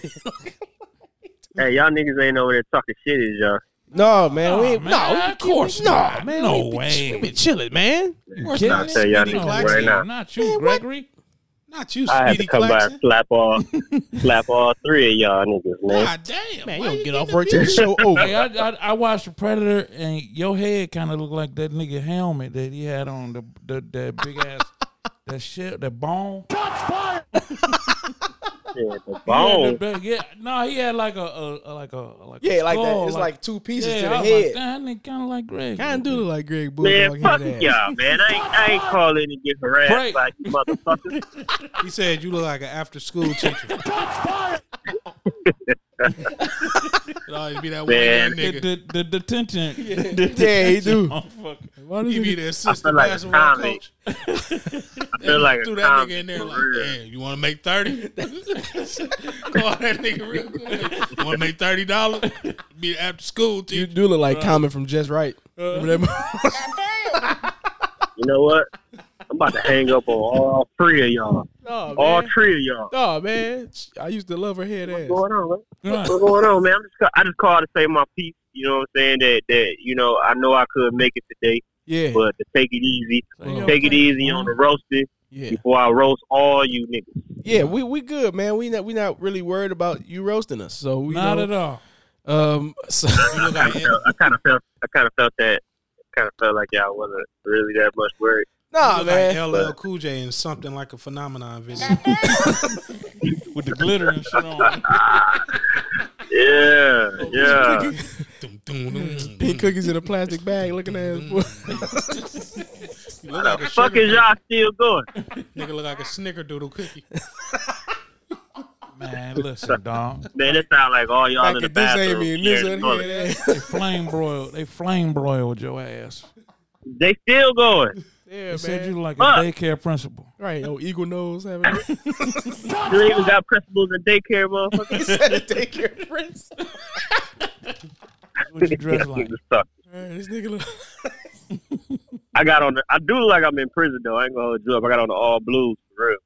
D: Hey, y'all niggas ain't over there talking shit, is y'all?
A: no, man. We
B: Nah,
A: ain't, no,
B: Oh, man,
A: we
B: of
A: keep-
B: course
A: No,
B: not.
A: man.
B: No
A: we be-
B: way.
A: We been chilling, man.
B: Of course
A: kidding
D: I'll
B: not.
D: tell y'all
C: Speedy
D: niggas
B: No,
C: Claxton.
D: right now.
B: Not you, Gregory.
C: Not you,
D: I had
C: Speedy
D: to come by
C: Claxton.
D: and slap all, slap all three of y'all niggas, man.
C: God damn,
A: Man,
C: why
A: you don't get
C: getting
A: off work till the
C: abused?
A: show over.
B: Hey, I, I I watched the Predator, and your head kind of looked like that nigga helmet that he had on the the that big ass that shit that bone.
D: Shit, the
B: Yeah,
D: bone.
B: the- the- yeah, no, he had like a, a, a- like a Oh, like a
A: Oh. Yeah, like that.
B: skull,
A: It's like two pieces
B: yeah,
A: to
B: I
A: the
B: was like,
A: head.
B: Damn, that nigga kind of like Greg.
A: Kind of do look like Greg Bulldog.
D: Man, fuck
A: head ass.
D: y'all, man. I ain't, I ain't call in and get harassed
B: Right.
D: by you motherfuckers.
C: He said you look like an after school teacher. It always be that one young
D: Man.
B: The,
C: nigga.
B: the, the detention.
A: Yeah, Oh, he do.
B: Motherfucker.
A: Why does
C: He be
A: he-
C: the
D: I
C: assistant
D: feel like a
C: basketball
D: comic.
C: coach.
D: I feel like a
C: Threw that
D: comic
C: nigga in there
D: for
C: like,
D: real.
C: damn, you want to make 30? Call that nigga real quick. Want to make $30? Be the after school
A: You
C: teacher.
A: do look
B: Uh,
A: like Common from Just Right. Remember that movie?
D: You know what? I'm about to hang up on all three of y'all.
A: no,
D: All
A: man.
D: three of y'all.
A: No, man. I used to love her head ass.
D: What's going on, man?
B: Right.
D: What's going on, man? I'm just, ca- I just called to say my piece. You know what I'm saying? That that you know, I know I could make it today,
A: Yeah,
D: but to take it easy,
B: Say your
D: take it
B: thing,
D: easy
B: man.
D: on the roasting
A: yeah.
D: before I roast all you niggas.
A: Yeah, we we good, man. We not we not really worried about you roasting us. So we
B: Not
A: know-
B: at all.
A: Um, so
C: You look like
D: I kind of felt, I kind of felt that, kind of felt like y'all wasn't really that much worried.
A: nah,
C: look like
A: man.
C: LL Cool J in something like a phenomenon video.
B: With the glitter and shit on.
D: Yeah, yeah.
C: Dum, dum, dum,
A: Pink
C: dum.
A: cookies in a plastic bag, looking at his boy.
C: You look
D: How
C: like
D: the
C: a
D: fuck
C: sugar,
D: is y'all still going?
C: nigga look like a snickerdoodle cookie.
B: Man, listen, dog.
D: Man, it sound like all y'all
A: Back
D: in the
A: at this
D: bathroom.
A: Amy and
D: here
A: this
D: in the
A: other
D: toilet.
A: head ass.
B: They flame broiled. They flame broiled your ass.
D: They still going.
A: Yeah,
B: They said you
A: man.
B: like a
D: Fuck.
B: daycare principal.
A: Right, oh eagle nose having
D: You ain't even got principals in daycare, motherfucker.
A: take care of Prince.
B: What you dress like?
A: Man, this nigga, look-
D: I got on. The, I do look like I'm in prison though. I ain't gonna hold you up. I got on the all blues for real.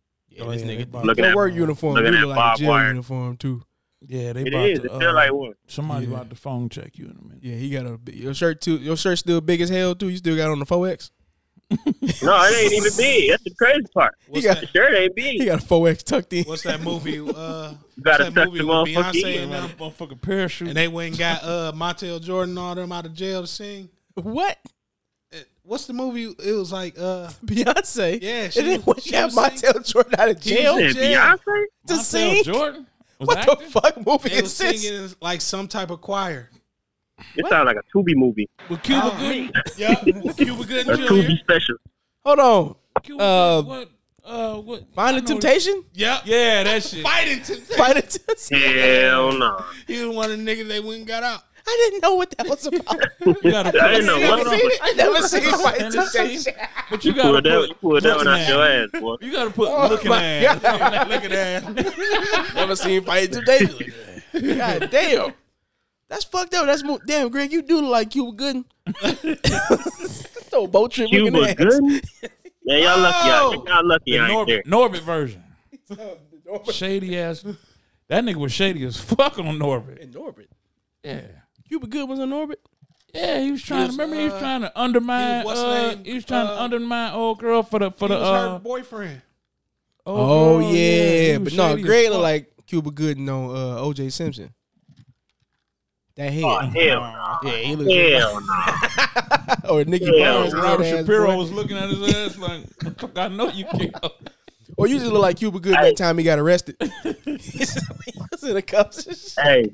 A: Oh, yeah, this
B: yeah, they
A: nigga,
B: about-
D: Looking
A: your
D: at-
A: work uniform, you
D: looking at
A: look like a
D: barbed
A: jail
D: wire.
A: uniform too.
B: Yeah, they
D: It
B: about
D: is.
B: to.
D: It feel
B: uh,
D: like one.
B: Somebody
A: Yeah.
B: about to phone check you in a minute.
A: Yeah, he got a big- your shirt too. Your shirt still big as hell too. You still got on the four X.
D: No, it ain't even big. That's the crazy part.
C: What's
A: got-
C: that?
D: The shirt ain't
A: He
D: big.
A: got a four X tucked in.
C: What's that movie? Uh,
D: gotta
C: what's that
D: tuck
C: movie
D: the
C: with
D: motherfucker
C: Beyonce
D: in,
C: and
D: man.
C: them,
B: Motherfucking parachute.
C: and they went and got uh Montel Jordan and all them out of jail to sing.
A: What?
C: Uh, What's the movie? It was like uh,
A: Beyonce.
C: Yeah,
A: and
C: she
A: then
C: was-
A: when
C: she
A: that
C: was singing-
A: Montel Jordan out of
C: She was
A: jail
C: in
D: Shit,
C: jail.
D: Beyonce?
A: to
B: Montel
A: sing.
B: Jordan was
A: What
B: acting?
A: the fuck movie
C: they was
A: is this?
C: singing in, like some type of choir.
D: It sounds like a Tubi movie,
B: With Cuba
C: Oh.
B: Gooding,
C: Yeah, Cuba
D: a
C: Gooding Jr.
D: Tubi special.
A: Hold on.
B: Cuba
A: Uh,
B: Gooding, what? Uh, what?
A: Find
B: I
A: the
B: know-
A: temptation?
C: Yep.
B: Yeah, that shit.
C: Fighting to
A: Find the temptation?
D: Hell no.
C: He was one of the niggas they went and got out.
A: I didn't know what that was about.
B: You gotta
D: I didn't know
B: put-
D: what
A: seen it. I never seen it. Find the
B: And it's-
A: temptation.
B: But you
D: Pull
B: gotta
D: that, you
B: put.
D: pulled that one out
B: looking
D: your ass, boy.
B: You gotta put
A: Oh
B: looking
A: my
B: ass.
A: God.
B: looking ass.
A: Never seen Fight Temptation. God damn. That's fucked up. That's mo- damn, Greg. You do look like Cuba Gooden. so boat trip looking
D: Cuba
A: ass.
D: good? Man, y'all lucky.
A: Oh.
D: out- Y'all lucky I ain't there.
B: Norbit, Norbit version. Shady ass. That nigga was shady as fuck on Norbit.
A: In orbit.
B: Yeah.
A: Cuba Gooden was in orbit.
B: Yeah, he was trying
C: was,
B: to remember he was
C: uh,
B: trying to undermine
C: he was- what's
B: uh,
C: name?
B: he was trying to
C: Uh,
B: undermine old girl for the for
C: He
B: the
C: was her
B: uh,
C: boyfriend.
B: old
A: Oh,
B: girl.
A: yeah,
B: he was
A: but no,
B: shady as
A: Greg look
B: fuck.
A: like Cuba Gooden on uh, OJ Simpson. That head.
D: Oh, hell
A: yeah, he
D: no.
A: looks
D: Hell no.
A: or Nicky
D: Yeah,
A: Barnes.
B: Robert
A: head ass
B: Shapiro
A: boy.
B: was looking at his ass like, I know you can't.
A: Or you just look like Cuba Gooden that time he got arrested. he was in the cups. and shit.
D: Hey,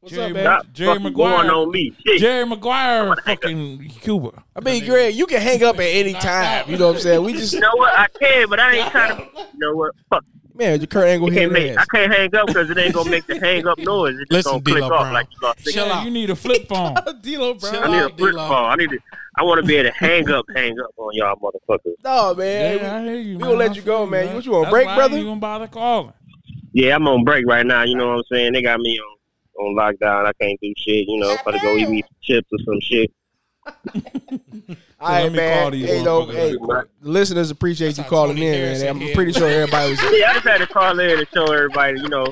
A: What's
B: Jerry
A: up, man?
B: Brown.
D: stop
B: Jerry
D: fucking
B: Maguire.
D: going on me. Shit.
B: Jerry Maguire, fucking Cuba.
A: I mean, Greg, you can hang up at any time. You know what I'm saying? We just
D: You know what? I can, but I ain't trying to. You know what? Fuck.
A: man, the Kurt Angle
D: Can't
A: head
D: make, I
A: ass.
D: can't hang up because it ain't gonna make the hang up noise. It's just
F: Listen,
D: gonna click
F: D-Lo
D: off
F: Brown.
D: like you lost.
B: yeah,
C: out.
B: you need a flip phone.
A: D'Lo
C: Chill
D: I need a
C: out,
D: brick
C: D-Lo.
D: ball. I need to. I want to be able to hang up, hang up on y'all motherfuckers.
A: No, man.
B: yeah, I hear
A: we
B: you. man.
A: gonna let
B: I
A: you
B: feel
A: go, man. You- what you on,
B: That's
A: break,
B: why
A: brother?
B: I ain't even bother calling.
D: Yeah, I'm on break right now. You know what I'm saying? They got me on on lockdown. I can't do shit. You know, if I to go eat me some chips or some shit.
A: All right,
B: Let me call
A: man.
B: these
A: Hey, no,
B: motherfuckers
A: hey,
D: real quick.
A: the listeners appreciate you
F: how
A: calling in,
F: Tony
A: man.
F: Harrison
A: I'm
F: is.
A: pretty sure everybody was.
D: Yeah, I just had to call in and show everybody. You know,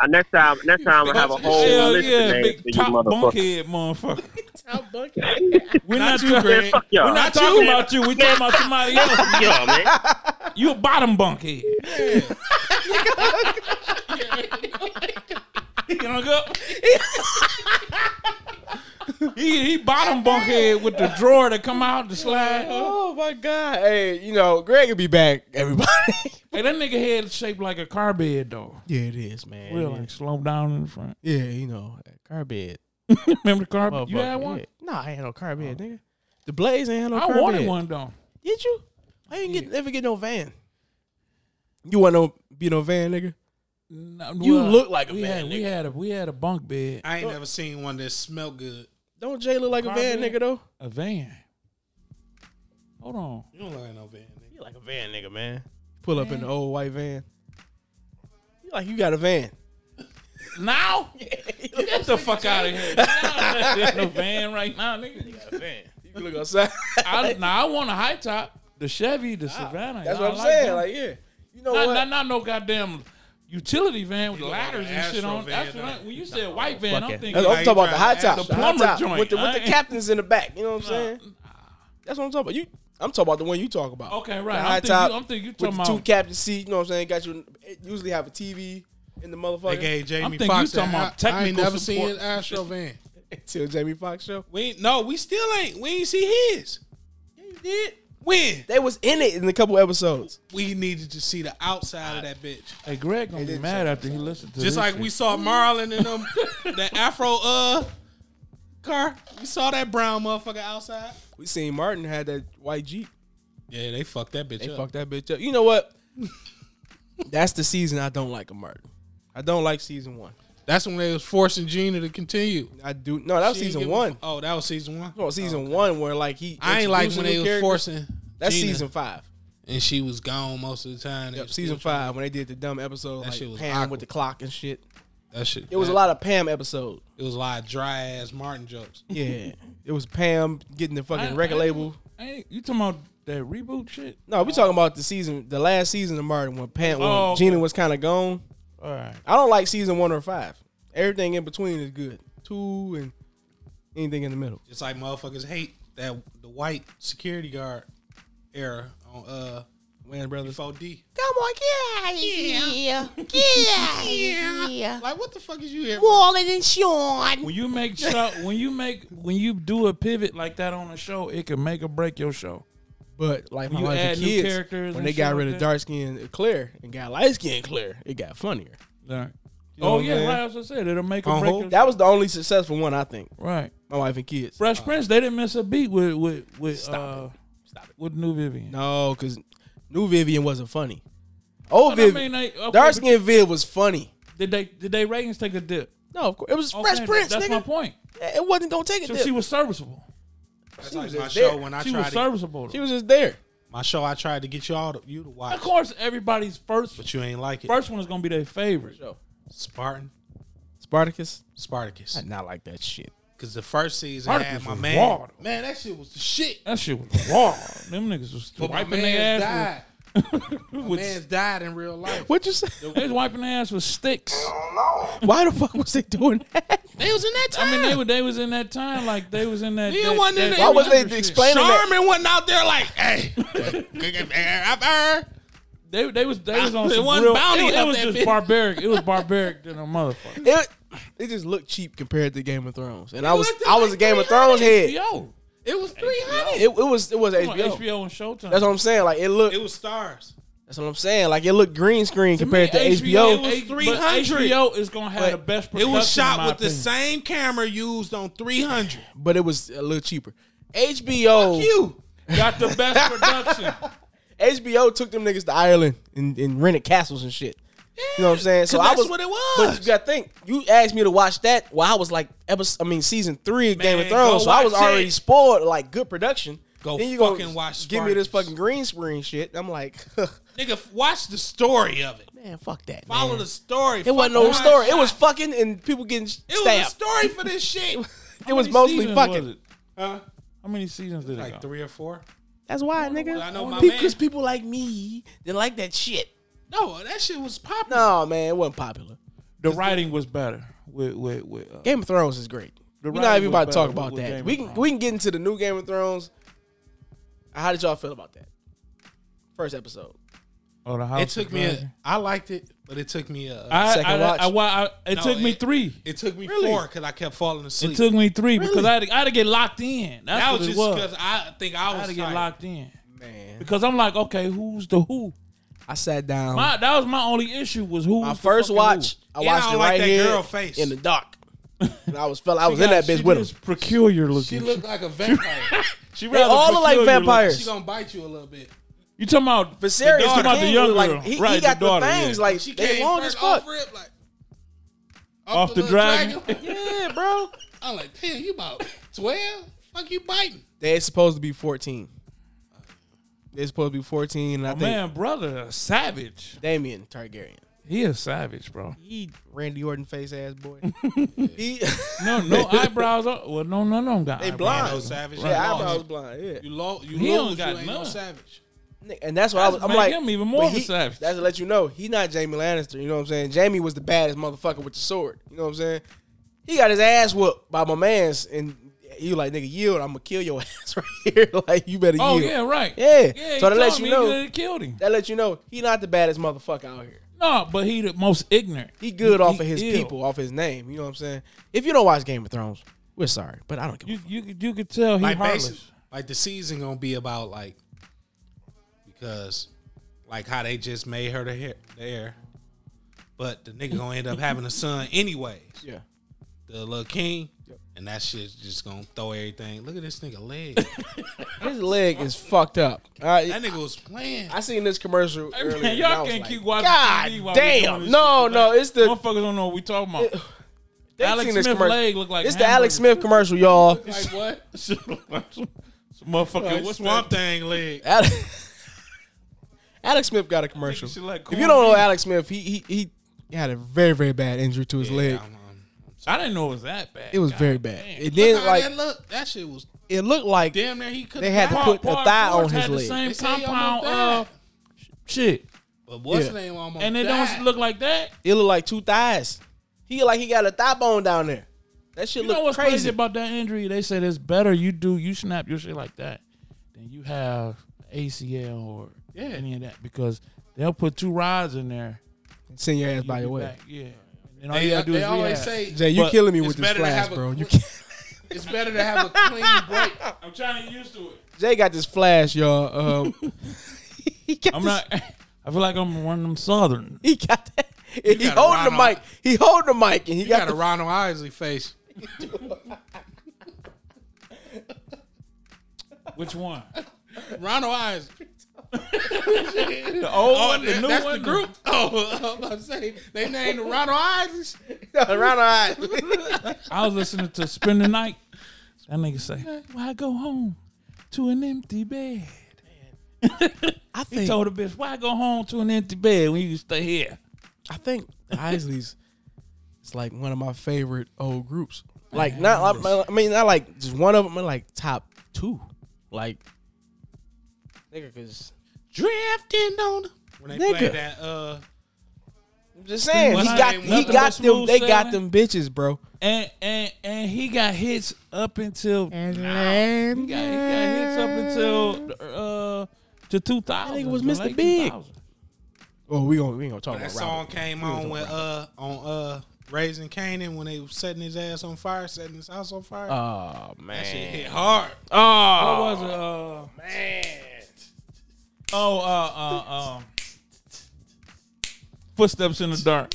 D: uh, next time, next time I have a
A: Oh,
D: whole
B: Hell
D: list
B: yeah,
D: of names
B: big
D: for you
B: top
D: motherfuckers.
B: bunkhead motherfucker. We're
C: Not
B: not,
C: you,
B: talking-
C: Greg.
D: Fuck y'all.
B: We're not talking about you. We're talking about somebody else.
D: Fuck y'all, man.
B: You a bottom bunkhead. he gonna go. he, he bottom bunkhead with the drawer that come out the slide. up.
A: Oh my god! Hey, you know, Greg will be back. Everybody.
B: Hey, that nigga head shaped like a car bed though.
A: yeah, it is, man.
B: Real like slow down in the front.
A: Yeah, you know, car bed.
B: Remember the car bed? You
A: Motherfucker,
B: had one?
A: yeah. Nah, I ain't had Oh. no car bed, nigga. The Blaze ain't had no
B: I
A: car
B: wanted
A: bed.
B: one though.
A: Did you? I didn't get never get no van. You want no be no van, nigga?
B: No,
A: You look like a
B: we
A: man,
B: Had, we
A: nigga.
B: had a we had a bunk bed,
C: I ain't never seen one that smelled good.
A: Don't Jay look like a
B: Car
A: van,
B: bed?
A: nigga though?
B: a van. Hold on.
C: You don't like no van, nigga.
A: You like a van, nigga, man. Pull up in the old white van. You like you got a van.
B: Now? Get the fuck out of here. Get in the van right now, nigga.
A: You look outside.
B: I, now, I want a high top. The Chevy, the Savannah.
A: That's
B: I
A: what I'm
B: like
A: saying.
B: them.
A: Like, yeah. You know
B: not,
A: what?
B: not, not no goddamn utility van with
C: You look like
B: ladders
C: an
B: and shit
C: Astro
B: on.
C: van,
B: That's what
C: though.
B: I, when you said white van, I'm thinking.
A: That's what I'm
C: Like,
A: talking about the high
C: the
A: top. high
B: plumber
A: top
B: joint,
A: with the, with the
B: huh?
A: captains in the back. You know what I'm saying?
B: Nah.
A: That's what I'm talking about. You I'm talking about the one you talk about.
B: Okay, right.
A: The
B: I'm
A: high
B: thinking you-
A: top
B: I'm thinking you
A: with
B: talking
A: the two
B: about-
A: captain seat, you know what I'm saying? Got you it usually have a TV in the motherfucker.
C: They gave
B: I'm
C: Jamie
B: thinking
C: Foxx.
B: you talking
C: that.
B: about
C: I- I ain't
B: technical
C: never
B: support.
C: seen an Astro van.
A: Till Jamie Foxx show.
C: We ain't- no, we still ain't. We ain't see his.
A: Yeah, you did.
C: When
A: They was in it in a couple episodes.
C: we needed to see the outside of that bitch,
B: Hey, Greg gonna be mad after he listened to this.
C: just like we
B: shit.
C: saw Marlon and them, that Afro uh car. We saw that brown motherfucker outside.
A: We seen Martin had that white Jeep.
C: Yeah, they fucked that bitch
A: They
C: up.
A: fucked that bitch up. You know what? That's the season I don't like of Martin. I don't like season one.
C: That's when they was forcing Gina to continue.
A: I do no, that was
C: She didn't
A: season
C: give a-
A: one.
C: oh, that was season one.
A: No, season one where like he
C: I ain't like
A: introduced
C: when
A: a
C: they
A: new
C: was
A: character.
C: forcing.
A: That's
C: Gina,
A: season five.
C: and she was gone most of the time. They
A: Yep,
C: was
A: season
C: still-
A: five when they did the dumb episode
C: That
A: like
C: shit was
A: Pam
C: awkward.
A: with the clock and shit.
C: That shit.
A: It was a lot of Pam episode.
C: It was a lot of dry ass Martin jokes.
A: Yeah, it was Pam getting the fucking
B: I-
A: record
B: I-
A: label.
B: Hey, you talking about that reboot shit?
A: No, we talking about the season, the last season of Martin when Pam, when
B: Oh, okay.
A: Gina was kind of gone.
B: All right.
A: I don't like season one or five. Everything in between is good. Two and anything in the middle.
C: Just like motherfuckers hate that the white security guard era on uh
A: Man, brothers.
C: 4D.
G: Come on, get out of here. Get out of here.
C: Like what the fuck is you here? for?
G: Wallet and Sean.
B: When you make show, when you make when you do a pivot like that on a show, it can make or break your show.
A: But like my
B: When you
A: life
B: add
A: and
B: new
A: kids,
B: characters
A: when
B: and
A: they
B: shit
A: got
B: like
A: rid of
B: that.
A: dark skin Claire and got light skin Claire, it got funnier. Uh-huh.
B: All right.
C: You know
B: Oh
C: what I'm
B: yeah,
C: saying?
B: right. As I said, it'll make
C: On
B: a break.
C: hold?
B: it.
A: That was the only successful one, I think.
B: Right.
A: My wife and kids.
B: Fresh Prince, they didn't miss a beat with with with uh,
A: Stop it.
B: with New Vivian.
A: No, because new Vivian wasn't funny. Old
B: But I
A: Vivian,
B: mean, they, okay,
A: dark
B: but
A: skinned Viv was funny.
B: Did they did they ratings take a dip?
A: No, of course it was
B: Okay,
A: Fresh Prince,
B: That's
A: nigga.
B: my point.
A: Yeah, It wasn't gonna take it.
B: So she
A: She,
B: was serviceable.
C: That's
A: She
C: like
A: was
C: my
A: just
C: show
A: there.
C: when I
B: she was
C: tried to,
B: serviceable.
A: she was just there.
C: my show. I tried to get you all to, you to watch,
B: of course, everybody's first
C: but you ain't like it.
B: first one is gonna be their favorite.
C: Spartan,
A: Spartacus,
C: Spartacus,
A: I did not like that shit.
C: because the first season
B: Spartacus
C: had my
B: was
C: man.
B: raw.
C: Man, that shit was the shit.
B: That shit was raw. Them niggas was
C: But my
B: wiping
C: man's
B: their ass.
C: died.
B: With,
C: My man's
B: with,
C: died in real life.
A: What you say?
B: they was wiping their ass with sticks.
A: Why the fuck was they doing that?
C: They was in that time.
B: I mean, they were they was in that time like they was in that.
C: He
B: that,
C: wasn't in
B: that
C: there. Why
A: was they
B: shit.
A: explaining-
C: Charmin wasn't out there like, hey, I've heard.
B: They, they was they was on
C: It
B: some
C: wasn't
B: real.
C: bounty
B: It, it
C: out
B: was
C: that
B: just
C: bitch.
B: barbaric. It was barbaric than a motherfucker.
A: It, it just looked cheap compared to Game of Thrones, and I was
C: looked at
A: I was
C: like
A: a Game of
C: 300
A: Thrones head. It,
B: Yo,
C: It was three hundred.
A: it was it was
B: come on,
A: HBO.
B: HBO and Showtime.
A: That's what I'm saying. Like it looked.
C: It was stars.
A: That's what I'm saying. Like it looked green screen compared to
B: it
A: HBO.
B: was
C: But
B: 300. HBO is gonna have
A: But
B: the best
C: It
B: production.
C: was shot
B: in my
C: with the
B: opinion.
C: same camera used on three hundred.
A: but it was a little cheaper. HBO
C: You.
B: Got the best production.
A: HBO took them niggas to Ireland and, and rented castles and shit. you know what I'm saying? So
C: 'cause
A: I
C: that's
A: was,
C: what it
A: But you
C: was.
A: gotta think. You asked me to watch that while I was like, episode, I mean, season three of Game of
C: Man,
A: Thrones. So
C: go
A: I was
C: watch
A: already
C: it.
A: spoiled like good production.
C: Go
A: Then you
C: fucking
A: gonna
C: watch
A: Give me this
C: Spartacus.
A: fucking green screen shit. I'm like,
C: Nigga, f- watch the story of it.
A: man, fuck that.
C: Follow
A: man.
C: the story.
A: It wasn't no story. It was fucking and people getting
C: It was a
A: stabbed.
C: story for this shit.
A: it was
B: How many
A: mostly
B: seasons
A: fucking.
B: was it?
C: huh?
B: How many seasons did it
C: Like
B: go?
C: three or four.
A: That's why, nigga.
C: I know my man-
A: Because people like me that like that shit.
C: No, that shit was popular.
A: No, man, it wasn't popular.
B: The writing was better. With with with. Uh,
A: Game of Thrones is great.
B: The
A: We're
B: writing
A: not even
B: was
A: about to
B: better
A: talk
B: with-
A: about
B: with Game
A: that.
B: of
A: We can
B: Thrones.
A: we can get into the new Game of Thrones. How did y'all feel about that? First episode.
B: oh, the house
C: It took
B: of
C: me.
B: Dragon.
C: A, I liked it, but it took me a.
B: I,
A: Second
B: I,
A: watch.
B: I, I, I, it
C: No,
B: took me
C: it-
B: three.
C: it took me four because I kept falling asleep.
B: It took me three because I had, to, I had to get locked in. That's
C: that
B: what
C: was
B: it
C: just
B: was.
C: because I think I
B: I
C: was
B: had to get
C: tired.
B: locked in
A: Man,
B: because I'm like, okay, who's the who?
A: I sat down. My,
B: My that was my only issue was who. was the
A: first
B: fucking
A: watch,
B: who.
A: I
C: Yeah, I
A: watched
C: don't
A: it
C: like
A: right
C: that
A: here
C: girl face.
A: in the dark. And I was felt I was in
B: Yeah,
A: that bitch
B: she
A: with
B: is
A: him.
B: peculiar looking.
C: She looked like a vampire.
B: She
A: They
B: rather
A: all look like
B: peculiar looking.
A: vampires.
C: she gonna bite you a little bit.
B: You talking about
A: Viserys
B: the daughter,
A: the
B: about the
A: king,
B: young
A: like
B: girl.
A: he, he
B: Right, the
A: got the,
B: daughter,
A: things
B: yeah.
A: like
C: She
A: they
C: came
A: long as
C: first
A: fuck.
C: off rip like
B: Off the
C: little
B: dragon.
A: Yeah, bro.
C: I'm like, damn, you about twelve? Fuck you biting?
A: They're supposed to be fourteen. They're supposed to be fourteen, and I
B: Oh,
A: think
B: man, brother, a savage.
A: Damien Targaryen.
B: He a savage, bro.
A: He Randy Orton face ass boy. he
B: No, no eyebrows. Are, well, no, no, no. Got
A: They
B: eyebrows.
A: blind.
C: No savage.
A: Yeah,
C: you
A: eyebrows
C: lost.
A: blind. Yeah.
C: You lo- you
B: He
C: lose.
B: don't got
C: you ain't no
B: none.
C: savage.
A: Nick, And that's why I was.
B: That's
A: I'm
B: make
A: like
B: him even more
A: but
B: of a
A: he-
B: savage.
A: That's to let you know he not Jamie Lannister. You know what I'm saying? Jamie was the baddest motherfucker with the sword. You know what I'm saying? He got his ass whooped by my man's, and he was like, "Nigga, yield! I'm gonna kill your ass right here. like you better
B: Oh
A: yield."
B: yeah, right.
A: Yeah.
B: yeah
A: So
B: he
A: to let
B: told
A: you
B: me
A: know-
B: he could've killed him.
A: That lets you know he not the baddest motherfucker out here.
B: No, but he the most ignorant.
A: He good off
B: he
A: of his
B: ill.
A: people, off his name. You know what I'm saying? If you don't watch Game of Thrones, we're sorry, but I don't give. a
B: You you could- you could tell he
C: Like basically,
B: heartless.
C: like the season gonna be about like because like how they just made her the hair there, but the nigga gonna end up having a son anyway.
A: Yeah.
C: The little king. And that shit's just gonna throw everything. Look at this nigga leg.
A: His leg is fucked up. All right,
C: That nigga was playing.
A: I seen this commercial.
B: Hey, man,
A: earlier, and I
B: y'all
A: was
B: can't
A: like,
B: keep watching
A: God
B: TV while we doing
A: damn!
B: this
A: No,
B: shit.
A: no,
B: Like,
A: it's the
B: motherfuckers don't know what we talking about.
A: they've
B: Alex
A: seen this
B: Smith
A: commercial.
B: leg look like
A: It's the Alex Smith commercial, y'all.
C: Like what?
B: motherfucker.
C: What's
B: What's
C: Swamp
B: that?
C: Thing leg?
A: Alex, Alex Smith got a commercial. If
B: should let
A: you don't know Alex Smith, he he he had a very very bad injury to his leg.
C: Yeah, I'm- I'm-
B: I didn't know it was that bad.
A: It was
B: God
A: very bad.
B: damn.
A: It
C: Look
A: didn't
C: how
A: like
C: that look. That shit was
A: it looked like
C: damn near he could.
A: They had to
B: Paul-
A: put a
B: Paul
A: thigh
B: George
A: on his leg.
B: had The
C: They
B: same
C: say he
B: compound uh,
C: almost died.
B: shit,
C: but what's
A: Yeah.
C: name almost
B: and it
C: died.
B: don't look like that.
A: it looked like two thighs. He like he got a thigh bone down there. That shit
B: You know
A: looked
B: what's
A: crazy.
B: crazy. about that injury? They said it's better you do you snap your shit like that than you have ACL or
C: Yeah.
B: any of that because they'll put two rods in there.
A: Send your ass
B: You
A: by
B: be
A: your way.
B: back. yeah. And all
C: They,
B: you gotta do
C: they
B: is
C: always
B: rehab.
C: say
A: Jay, you
B: But
A: killing me
C: it's
A: with this
C: better to
A: flash,
C: have a-
A: bro. You can't.
C: it's better to have a clean break.
B: I'm trying to get used to it.
A: Jay got this flash, y'all. Um, he got
B: I'm
A: this-
B: not. I feel like I'm one of them southern.
A: He got that. he
C: gotta
A: holding the
C: ride
A: mic. He holding the mic, and he
C: You
A: got,
C: got a Ronald Isley face.
B: Which one?
C: Ronald Isley.
B: The old
C: Oh,
B: one, the
C: that-
B: new
C: that's
B: one,
C: the group. Oh, I'm about to say they named the Ronald Isleys.
A: the around the eyes.
B: I was listening to Spend the Night. That nigga say, "Why go home to an empty bed?"
A: I
B: He
A: think.
B: told the bitch, "Why go home to an empty bed when you can stay here?"
A: I think the Isleys. It's like one of my favorite old groups. Like not. I, I mean, not like just one of them. But like top two. Like. Nigga, cause
C: Drifting on them. When they
A: Nigga.
C: played that, uh,
A: I'm just saying he
B: Nothing-
A: got he
B: nothing
A: got
B: but
A: them. They
B: smooth
A: got them
B: sailing.
A: bitches, bro.
B: And and and he got hits up until he got, he got hits up until uh to two thousand.
A: That nigga was Mr. Big. Oh, we gonna we ain't gonna talk
C: that
A: about
C: song
A: Robert.
C: came
A: We was
C: on when
A: Robert.
C: uh on uh Raising Canaan when they was setting his ass on fire, setting his house on fire.
A: Oh
C: that shit
A: man.
C: hit hard.
A: Oh.
B: What was it? Uh, man. Oh, uh, uh, um, footsteps in the dark.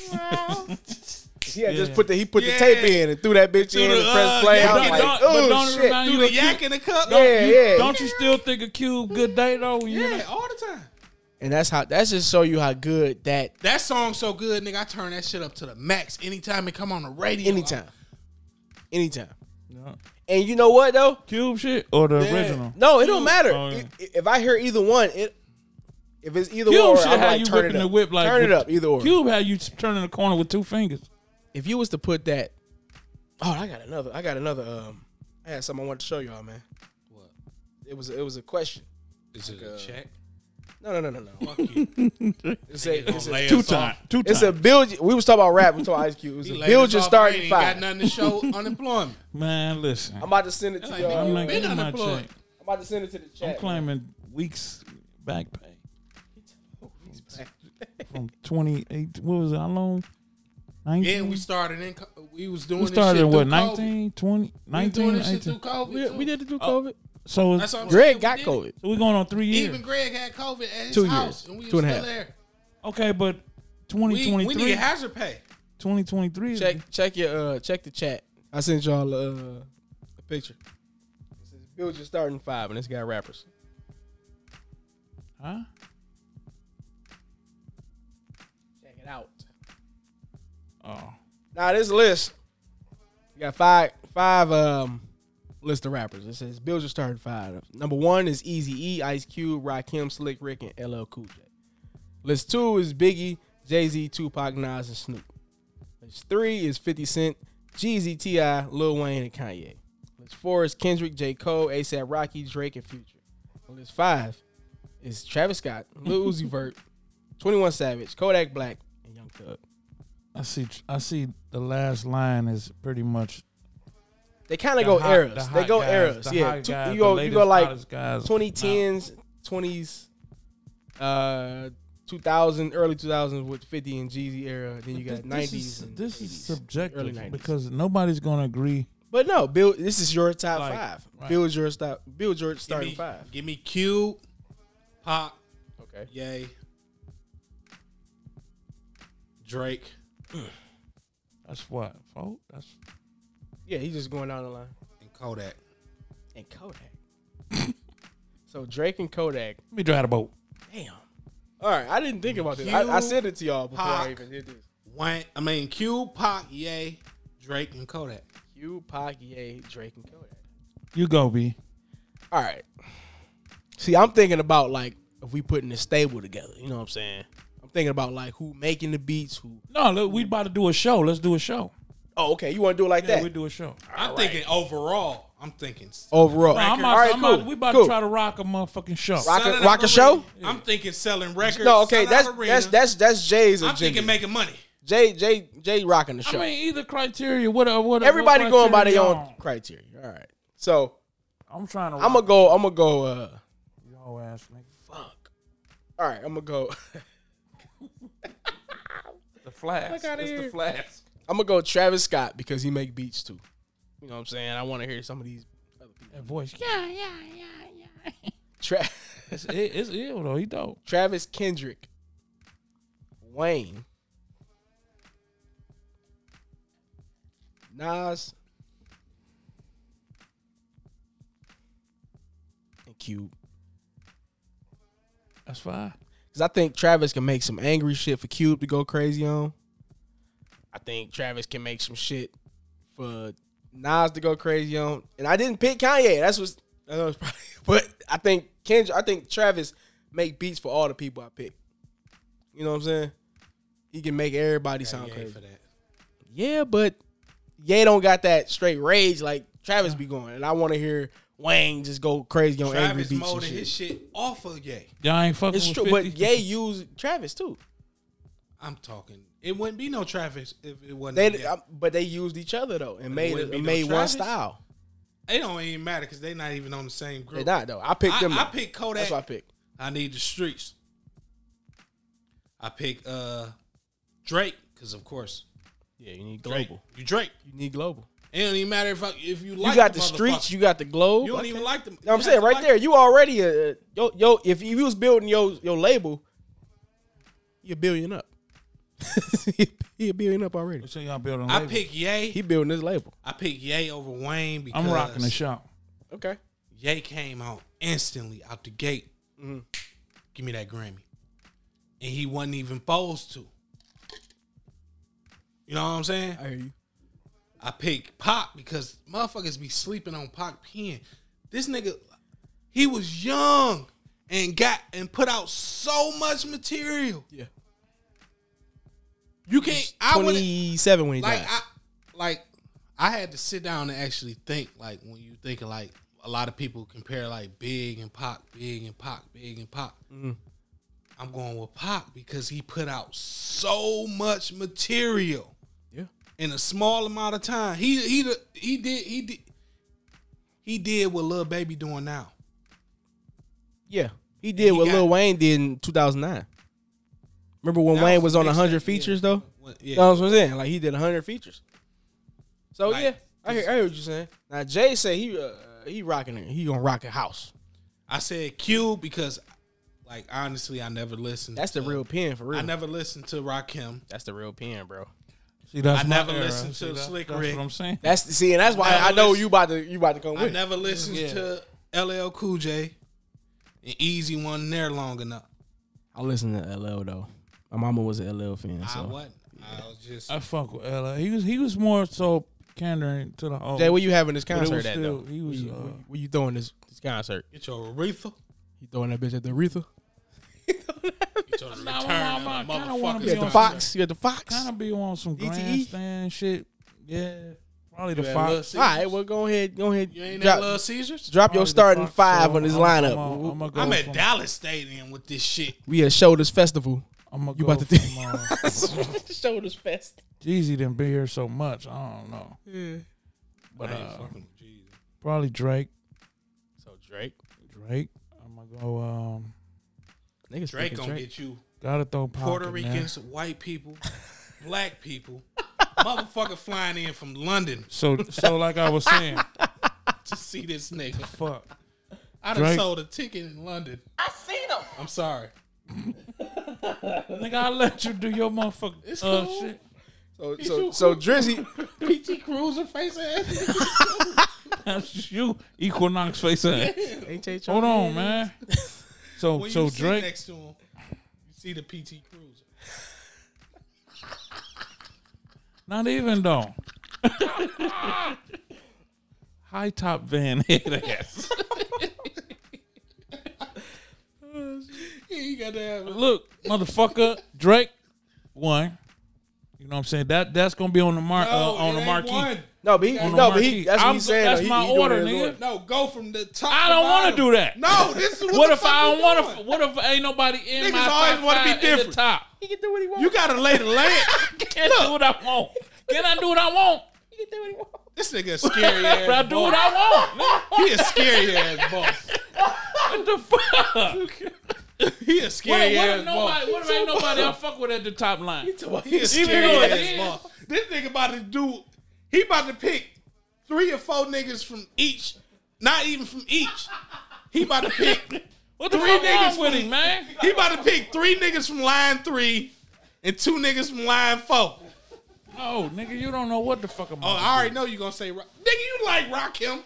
A: He had just
B: Yeah.
A: put the he put
C: Yeah.
A: the tape in and threw that bitch in
C: the,
A: and pressed
C: uh,
A: play.
C: yeah,
A: I was
C: but
A: like,
B: don't- but
A: oh
B: don't it
A: shit.
B: remind
C: Through
B: you
C: the
B: of
C: yak in the cup.
A: yeah, yeah.
B: Don't you still think of Cube Good Day though? When you
C: Yeah, all the time.
A: and that's how that's just show you how good that
C: That song so good, nigga. I turn that shit up to the max anytime it come on the radio.
A: anytime, anytime.
B: Yeah.
A: And you know what though?
B: Cube shit or the
C: Yeah.
B: original?
A: No, it don't matter.
B: Oh, yeah.
A: I- If I hear either one, it if it's either
B: Cube
A: one,
B: shit
A: I'm
B: how
A: like
B: you
A: turn
B: whipping
A: it
B: the
A: up,
B: whip like
A: turn it
B: with-
A: up either or.
B: Cube how you turning the corner with two fingers?
A: If you was to put that, oh, I got another. I got another. Um, I had something I wanted to show y'all, man.
C: What?
A: It was it was a question.
C: Is it a check?
A: No, no, no, no, no.
C: Fuck you.
A: It's a, it's a,
B: Two times. Two times.
A: it's a build. We was talking about rap. We was talking about Ice Cube. It was a build your starting
C: Got
A: five.
C: nothing to show unemployment.
B: Man, listen.
A: I'm about to send it to
C: Like,
A: y'all.
B: I'm
A: I'm,
B: not
C: been
B: getting my
C: unemployed.
B: check.
A: about to send it to the
B: I'm
A: chat.
B: claiming weeks back pay. From 28, what was it? How long? 19?
C: Yeah, we started in. co- We was doing.
B: We started in
C: this shit
B: what,
C: through
B: 19, 20,
C: COVID. We was doing
B: 19,
C: this shit through
B: 18?
C: COVID.
A: We,
C: too.
A: we did it through
B: Oh.
A: COVID.
B: So,
C: That's
B: it's,
C: what I'm saying,
A: Greg
C: we
A: got
C: did it.
A: COVID.
B: so we're going on three years.
C: Even Greg had COVID at his
A: Two years.
C: house, and we
A: Two
C: was
A: and a
C: still
A: half.
C: there.
B: okay, but
C: We,
B: 2023,
C: we need hazard pay.
B: 2023
A: Check check your uh check the chat. I sent y'all uh, a picture. It says build your starting five, and it's got rappers.
B: Huh?
A: Check it out.
B: Oh.
A: Now this list, you got five five um list of rappers. It says build your starting five. Number one is Easy E, Ice Cube, Rakim, Slick Rick, and LL Cool J. List two is Biggie, Jay Z, Tupac, Nas, and Snoop. List three is Fifty Cent, Jeezy, Ti, Lil Wayne, and Kanye. List four is Kendrick, J Cole, ASAP Rocky, Drake, and Future. List five is Travis Scott, Lil Uzi Vert, Twenty One Savage, Kodak Black, and Young Thug.
B: I see. I see. The last line is pretty much.
A: They kind of
B: the
A: go
B: hot-
A: eras.
B: the
A: they
B: hot
A: go
B: guys,
A: eras.
B: the
A: yeah,
B: hot
A: Two-
B: guys,
A: you
B: the
A: go you
B: latest,
A: go like
B: hottest guys.
A: twenty tens, twenties, uh, two thousand, early two thousands with fifty and Jeezy era. Then you
B: This-
A: got
B: this
A: nineties.
B: is- This is
A: early
B: subjective
A: 90s.
B: because nobody's going to agree.
A: But no, build. This is your top
B: Like,
A: five.
B: right.
A: Build your stop. Build your starting
C: give me,
A: five.
C: Give me Cube, Pop,
A: Okay.
C: Yay, Drake.
B: That's what. Oh, that's
A: Yeah, he's just going down the line.
C: and Kodak.
A: And Kodak. so Drake and Kodak.
B: let me drive the boat.
A: Damn. All right, I didn't think about this. I, I said it to y'all before I
C: Tupac.
A: even did this.
C: Wayne, I mean Q, Pac, Yay, Drake, and Kodak.
A: Q, Pac, Ye, Drake, and Kodak.
B: You go, B.
A: All right. See, I'm thinking about like if we putting the stable together. You know what I'm saying? I'm thinking about like who making the beats, who.
B: No, look, we about to do a show. Let's do a show.
A: Oh, okay. You want to do it like
B: Yeah,
A: that?
B: we do a show.
C: I'm thinking overall. I'm thinking
A: Overall.
B: Nah, I'm
A: All
B: about,
A: right,
B: I'm
A: cool.
B: about, we about
A: cool.
B: to try to rock a motherfucking show.
A: Rock a-
C: selling out
A: rock a
C: arena.
A: show?
C: I'm thinking selling records.
A: No, okay.
C: selling
A: That's
C: out
A: that's
C: arena.
A: that's that's Jay's
C: I'm
A: agenda.
C: thinking making money.
A: Jay Jay Jay rocking the
B: I
A: show.
B: mean, either criteria. What? What? what
A: Everybody
B: what
A: going by their
B: criteria
A: own
B: y'all on?
A: criteria. All right. So
B: I'm trying to.
A: I'm gonna go. I'm gonna go. uh
B: Y'all ass nigga.
A: Fuck. All right. I'm gonna go.
B: The flask.
A: outta
B: It's
A: here.
B: the flask.
A: I'm gonna go Travis Scott because he make beats too. You know what I'm saying? I want to hear some of these.
B: That voice.
E: Yeah, yeah, yeah, yeah.
A: Tra-
B: It's, it, it's ill though. He dope.
A: Travis Kendrick, Wayne, Nas, and Cube.
B: That's fine.
A: Because I think Travis can make some angry shit for Cube to go crazy on. I think Travis can make some shit for Nas to go crazy on. And I didn't pick Kanye. That's what's I know it's probably, but I think Kendrick, I think Travis make beats for all the people I pick. You know what I'm saying? He can make everybody sound
C: Kanye
A: crazy.
C: for that.
A: Yeah, but Ye don't got that straight rage like Travis be going. And I want to hear Wang just go crazy on angry
C: Travis
A: beats and
C: molded
A: shit.
C: his shit off of Ye.
B: Y'all ain't fucking
A: It's
B: with
A: true,
B: 50.
A: but Ye used Travis too.
C: I'm talking. It wouldn't be no Travis if it wasn't.
A: They,
C: Ye.
A: uh, but they used each other though, and made
C: wouldn't
A: it,
C: be no
A: made one
C: Travis.
A: style.
C: It don't even matter because they not even on the same
A: They
C: group.
A: not though. I picked
C: I,
A: them.
C: I
A: though.
C: picked Kodak.
A: That's what I picked.
C: I need the streets. I pick uh Drake because of course
A: Yeah, you need
C: Drake. You Drake.
A: You need global.
C: It don't even matter if I, if you
A: you
C: like.
A: got the,
C: motherfucker.
A: streets. You got the globe.
C: You don't
A: Okay.
C: even like them.
A: You know what I'm saying right there, you already a, a- yo yo. If you was building your your label, you're billion up. he a billion up already.
B: So y'all building
C: I
B: labels.
C: pick Ye.
A: He building his label.
C: I pick Ye over Wayne because
B: I'm rocking the shop.
A: Okay.
C: Ye came out instantly out the gate.
A: Mm-hmm.
C: Give me that Grammy, and he wasn't even supposed to. You know what I'm saying?
A: I hear you.
C: I pick Pop because motherfuckers be sleeping on Pop pen. This nigga, he was young and got and put out so much material.
A: Yeah.
C: You can't. I would not
A: 27 when he
C: like
A: died.
C: I like I had to sit down and actually think. Like when you think of like a lot of people compare like Big and Pop, Big and Pop, Big and Pop.
A: Mm-hmm.
C: I'm going with Pop because he put out so much material.
A: Yeah.
C: in a small amount of time. He he the- he did he did he did what Lil Baby doing now.
A: yeah. He did what
C: got-
A: Lil Wayne did in 2009. Remember when
C: That
A: Wayne was
C: was the
A: on
C: mixtape,
A: 100
C: yeah.
A: features though? Um,
C: What-
A: You
C: Yeah,
A: know what I'm saying? Like he did 100 features. So
C: Like,
A: yeah, I hear, I hear what you're saying. Now Jay say he uh, he rocking it. He gonna rock a house.
C: I said Q because, like honestly, I never listened.
A: That's the
C: to-
A: real pin for real.
C: I never listened to Rakim.
A: That's the real pin, bro.
B: See, that's
C: I
B: my
C: never
B: era.
C: listened
B: See,
C: to
B: that-
C: Slick
B: that's
C: Rick.
B: what I'm saying.
A: That's the, see, and that's why
C: Never
A: I know
C: listen-
A: you about to you about to come
C: I
A: with. it.
C: never listened to LL Cool J. An easy one there long enough.
A: I listen to LL though. My mama was an LL fan.
C: I wasn't. I was just.
B: I fuck with Ella. He was he was more so pandering to the whole.
A: Jay, where you having this
B: was
A: concert at
B: still-
A: though?
B: he was,
A: where, you,
B: uh,
A: where you- where you throwing this this concert?
C: Get your Aretha.
A: You throwing that bitch at the Aretha?
C: Get your return.
B: I- I- I
C: of the
B: kinda wanna
C: motherfuckers.
A: You at the
B: Yeah.
A: Fox? You at the Fox?
B: kind of be on some
A: DTE?
B: grandstand shit. Yeah, probably the
C: E You had Lil
B: Fox.
C: Caesars?
A: All right, well go ahead, go ahead.
C: You ain't at Lil
A: Drop,
C: Caesars?
A: drop your
B: Probably the
A: starting
B: Fox,
A: five
B: so
A: on this
B: I'm-
A: lineup.
B: I'm a- I'm a go
C: I'm at
B: from-
C: Dallas Stadium with this shit.
A: we at Shoulders Festival.
B: I'm a
A: You
B: go
A: about to
B: from, uh,
A: Shoulders Fest.
B: Jeezy didn't be here so much. I don't know,
A: Yeah.
B: but
C: I ain't
B: uh,
C: fucking with Jesus.
B: probably Drake.
A: So Drake,
B: Drake. I'm gonna go. Um,
A: niggas
C: Drake
A: think it's
C: gonna get you
B: gotta throw Pac
C: Puerto
B: in there.
C: Ricans, white people, black people, motherfucker flying in from London
B: So so like I was saying,
C: to see this nigga.
B: fuck.
C: I done
B: Drake.
C: sold a ticket in London. I seen him. I'm sorry.
B: Nigga, I let you do your motherfucking uh, shit.
A: So so so Drizzy,
C: PT Cruiser face ass.
B: That's you, Equinox face ass.
A: H
B: Hold on, man. So
C: When
B: so
C: you sit
B: Drake.
C: next to him, you see the PT Cruiser.
B: Not even though. High top van head ass.
C: Yeah, you got to have it.
B: Look, motherfucker, Drake one. You know what I'm saying? That that's gonna be on the mar-
C: No,
B: uh, on
C: it
B: the
C: ain't
B: marquee.
C: one.
A: No, but he,
B: On the
A: no, but he.
B: marquee.
A: That's what
B: I'm-
A: he's saying.
B: that's
A: though. He-
B: my
A: he doing his
B: order, nigga.
C: No, go from the top.
B: I don't
C: want
B: want to do that.
C: No, this is what,
B: What,
C: the
B: if
C: fuck
B: I
C: we
B: don't want to?
C: doing.
B: What if ain't nobody in
C: Niggas
B: my
C: always
B: top
C: wanna be
B: five in the
C: different.
B: top?
A: He can do what he wants.
C: You gotta lay the land.
B: Can I do what I want? Can I do what I want?
A: he can do what he wants.
C: This nigga a scary
B: Can I
C: ass.
B: do what I want?
C: He a scary ass boss.
B: What the fuck?
C: He a
B: What,
C: scary
B: what
C: ass
B: if
C: boss.
B: nobody? What if ain't nobody I fuck with at the top line?
C: He a
B: though it
C: scary
B: is.
C: ass boss. This nigga about to do. He about to pick three or four niggas from each. Not even from each. He about to pick.
B: What the
C: Three
B: fuck
C: niggas
B: wrong with
C: from-
B: him, man?
C: He about to pick three niggas from line three, and two niggas from line four.
B: No, Oh, nigga, you don't know what the fuck I'm.
C: Oh, I already know you gonna say Rock. Nigga, you like Rakim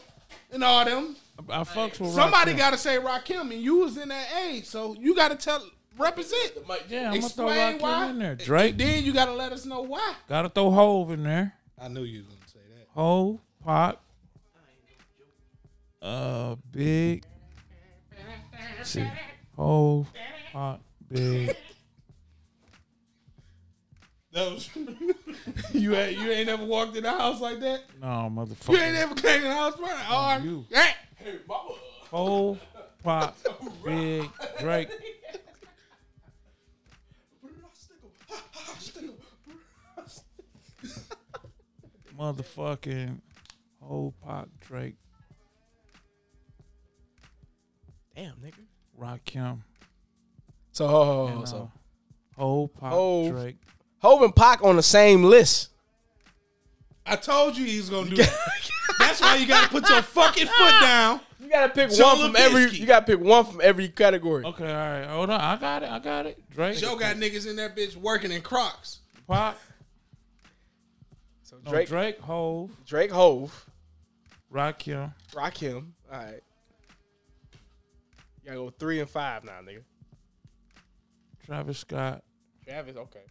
C: and all them.
B: I fucks with
C: Somebody
B: Rakim.
C: got to say Rakim, and you was in that age, so you got to tell, represent.
B: Yeah, I'm gonna throw
C: Explain
B: Rakim
C: why.
B: in there.
C: And
B: Drake
C: then you got to let us know why.
B: gotta throw Hove in there.
C: I knew you was gonna say that.
B: Hove, Pop, uh, Big. Let's see, Hove, Pop, Big.
C: That was you. Ain't, you ain't never walked in the house like that.
B: No, motherfucker.
C: You ain't ever came in the house first. Oh,
B: you.
C: yeah.
B: Hove, Pop, Big, Drake. Motherfucking Hove, Pop, Drake,
A: Damn, nigga.
B: Rakim.
A: So, oh,
B: and,
A: so
B: uh, Hove, Pop,
A: Hov.
B: Drake.
A: Hov and Pac on the same list.
C: I told you he was gonna do that. That's why you got to put your fucking foot down.
A: You gotta pick
C: Joe
A: one from every.
C: Lipinski.
A: You gotta pick one from every category.
B: Okay, all right. Hold on. I got it. I got it. Drake.
C: Joe got niggas in that bitch working in Crocs.
B: Pop.
A: So
B: No,
A: Drake,
B: Drake. Hove.
A: Drake, Hove,
B: Rakim.
A: Rock him. All right. You gotta go three and five now, nigga.
B: Travis Scott.
A: Travis, okay.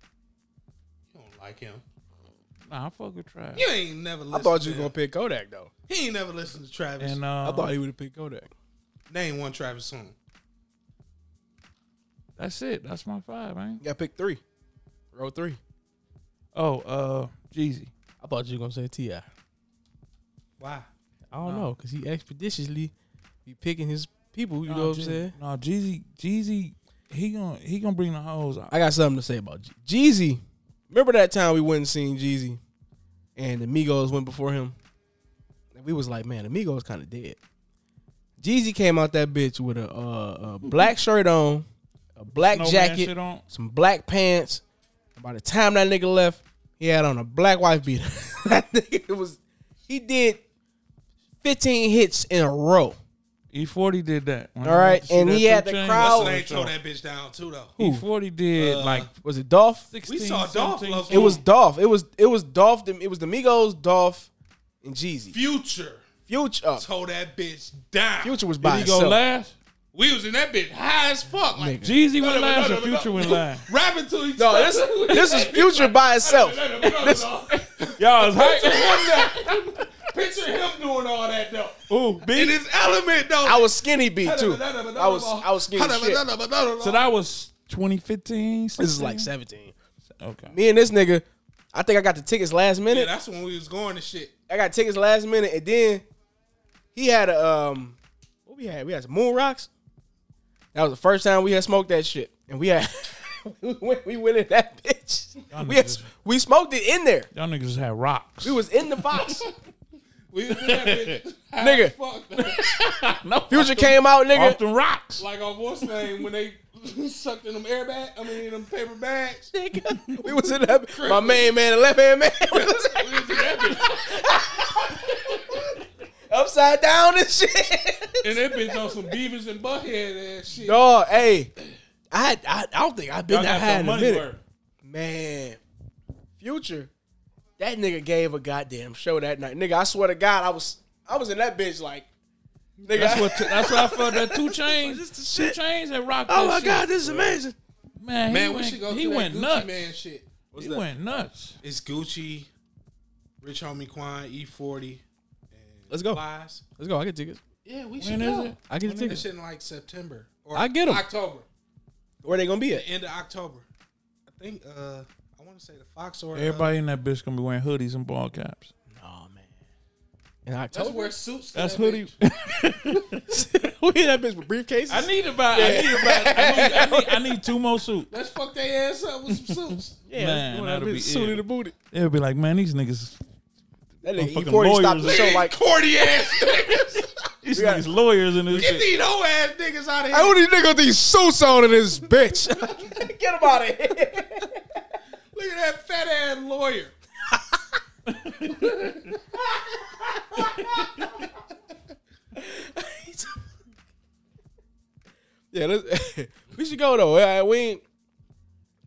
C: You don't like him.
B: Nah, I fuck with Travis.
C: You ain't never. Listened
A: I thought you
C: to
A: were gonna
C: him.
A: pick Kodak though.
C: He ain't never listened to Travis.
B: And uh,
A: I thought he would have picked Kodak.
C: Name one Travis song.
B: that's it. That's my five, man.
A: You gotta pick three. Row three.
B: Oh, uh, Jeezy.
A: I thought you were gonna say Ti. I
C: Why?
A: don't know, cause he expeditiously be picking his people. You
B: Nah,
A: know what I'm
B: Jeezy-
A: saying?
B: Nah, Jeezy. Jeezy. He gonna he gonna bring the hoes out.
A: I got something to say about Jeezy. Jeezy. Remember that time we went and seen Jeezy, and the Migos went before him. And we was like, man, the Migos kind of dead. Jeezy came out that bitch with a, uh, a black shirt on, a black
B: Snowman
A: jacket,
B: shit on.
A: some black pants. And by the time that nigga left, he had on a black wife beater. that nigga was he did 15 hits in a row.
B: E40 E did that. When
A: All
B: I
A: right,
B: went to
A: and
B: see
A: he
B: that
A: had
B: Two
A: the
B: Chainz
A: crowd-
C: They
B: show.
C: tore that bitch down too though.
B: E40 did
C: Uh,
B: like
A: Was it Dolph?
B: 16.
C: We saw Dolph
B: 17
C: Love
A: It was Dolph. It was it was Dolph. the- It was the Migos, Dolph, and Jeezy.
C: Future
A: Future, uh,
C: tore that bitch down.
A: Future was by
B: Did he go
A: himself.
B: last?
C: We was in that bitch high as fuck. Like,
A: Nigga.
B: Jeezy
C: No,
B: went
C: no, no,
B: last
C: no,
B: or
C: no, no.
B: Future went last?
C: rapping to each
A: No,
C: other.
A: this this is Future by itself.
C: No, no, no, no, no.
B: Y'all was hype.
C: Picture him doing all that though.
B: Ooh,
C: In
B: big.
C: his element though.
A: I was skinny beat too. I was I was skinny as shit.
B: So that was 2015.
A: This is like seventeen.
B: Okay.
A: Me and this nigga, I think I got the tickets last
C: Yeah,
A: minute.
C: that's when we was going to shit.
A: I got tickets last minute, and then he had a um, what we had? We had some Moon Rocks. That was the first time we had smoked that shit, and we had we went, we went in that bitch. We had,
B: niggas-
A: we smoked it in there.
B: Y'all niggas had rocks.
A: We was in the box.
C: We was in that bitch high
A: Nigga.
C: as fuck. though.
A: Future came out,
B: off
A: nigga.
B: the rocks.
C: Like on what's name when they sucked in them air bag, I mean in them paper bags. We
A: We was in that. My main man, the left hand man, was
C: was in that bitch.
A: upside down and shit.
C: And that bitch on some beavers and butthead ass shit.
A: Dog, hey, I, had- I I don't think I've been
B: Y'all
A: that
B: got
A: high
B: some
A: in a
B: money
A: minute.
B: worth.
A: Man, Future, that nigga gave a goddamn show that night. Nigga, I swear to God, I was I was in that bitch like, nigga.
B: That's what. That's what I felt. That two
A: This the
B: chains. Two
A: shit.
B: chains and rock.
A: oh
B: that
A: my
B: shit.
A: God, this is amazing.
B: man. He
C: Man,
B: went,
C: we should go
B: He
C: through that
B: went
C: Gucci
B: nuts.
C: man shit.
B: he went nuts.
C: It's Gucci, Rich Homie Quan, E E40.
A: Let's go.
C: Lies.
A: Let's go. I get tickets.
C: Yeah, we
B: When
C: should
B: is
C: go.
B: it?
A: I get the
C: This shit in like September. Or
A: I get 'em.
C: October.
A: Where they gonna be at?
C: The end of October. I think, uh, I want to say the Fox or. uh,
B: Everybody in that bitch gonna be wearing hoodies and ball caps.
A: Oh man. In
C: Let's
A: October.
C: wear suits. to
B: That's
C: that
B: hoodie.
C: bitch.
A: we in that bitch with briefcases.
B: I need about. I need about. I need, I need, I need two more suits.
C: Let's fuck their ass up with some suits.
A: yeah,
B: Man, that'll be
A: suited
B: it.
A: and booted.
B: They'll be like, man, these niggas,
A: That nigga
B: Motherfucking
A: E40 stopped the
B: lawyers.
A: show like,
C: corny ass niggas.
B: these
A: We got-
B: niggas lawyers in this
C: Get
B: shit.
C: these whole ass niggas out of
A: I
C: here.
A: want these nigga with these suits on in this bitch. Get him out of here.
C: Look at that fat ass lawyer.
A: Yeah, let's, we should go though. I, we ain't.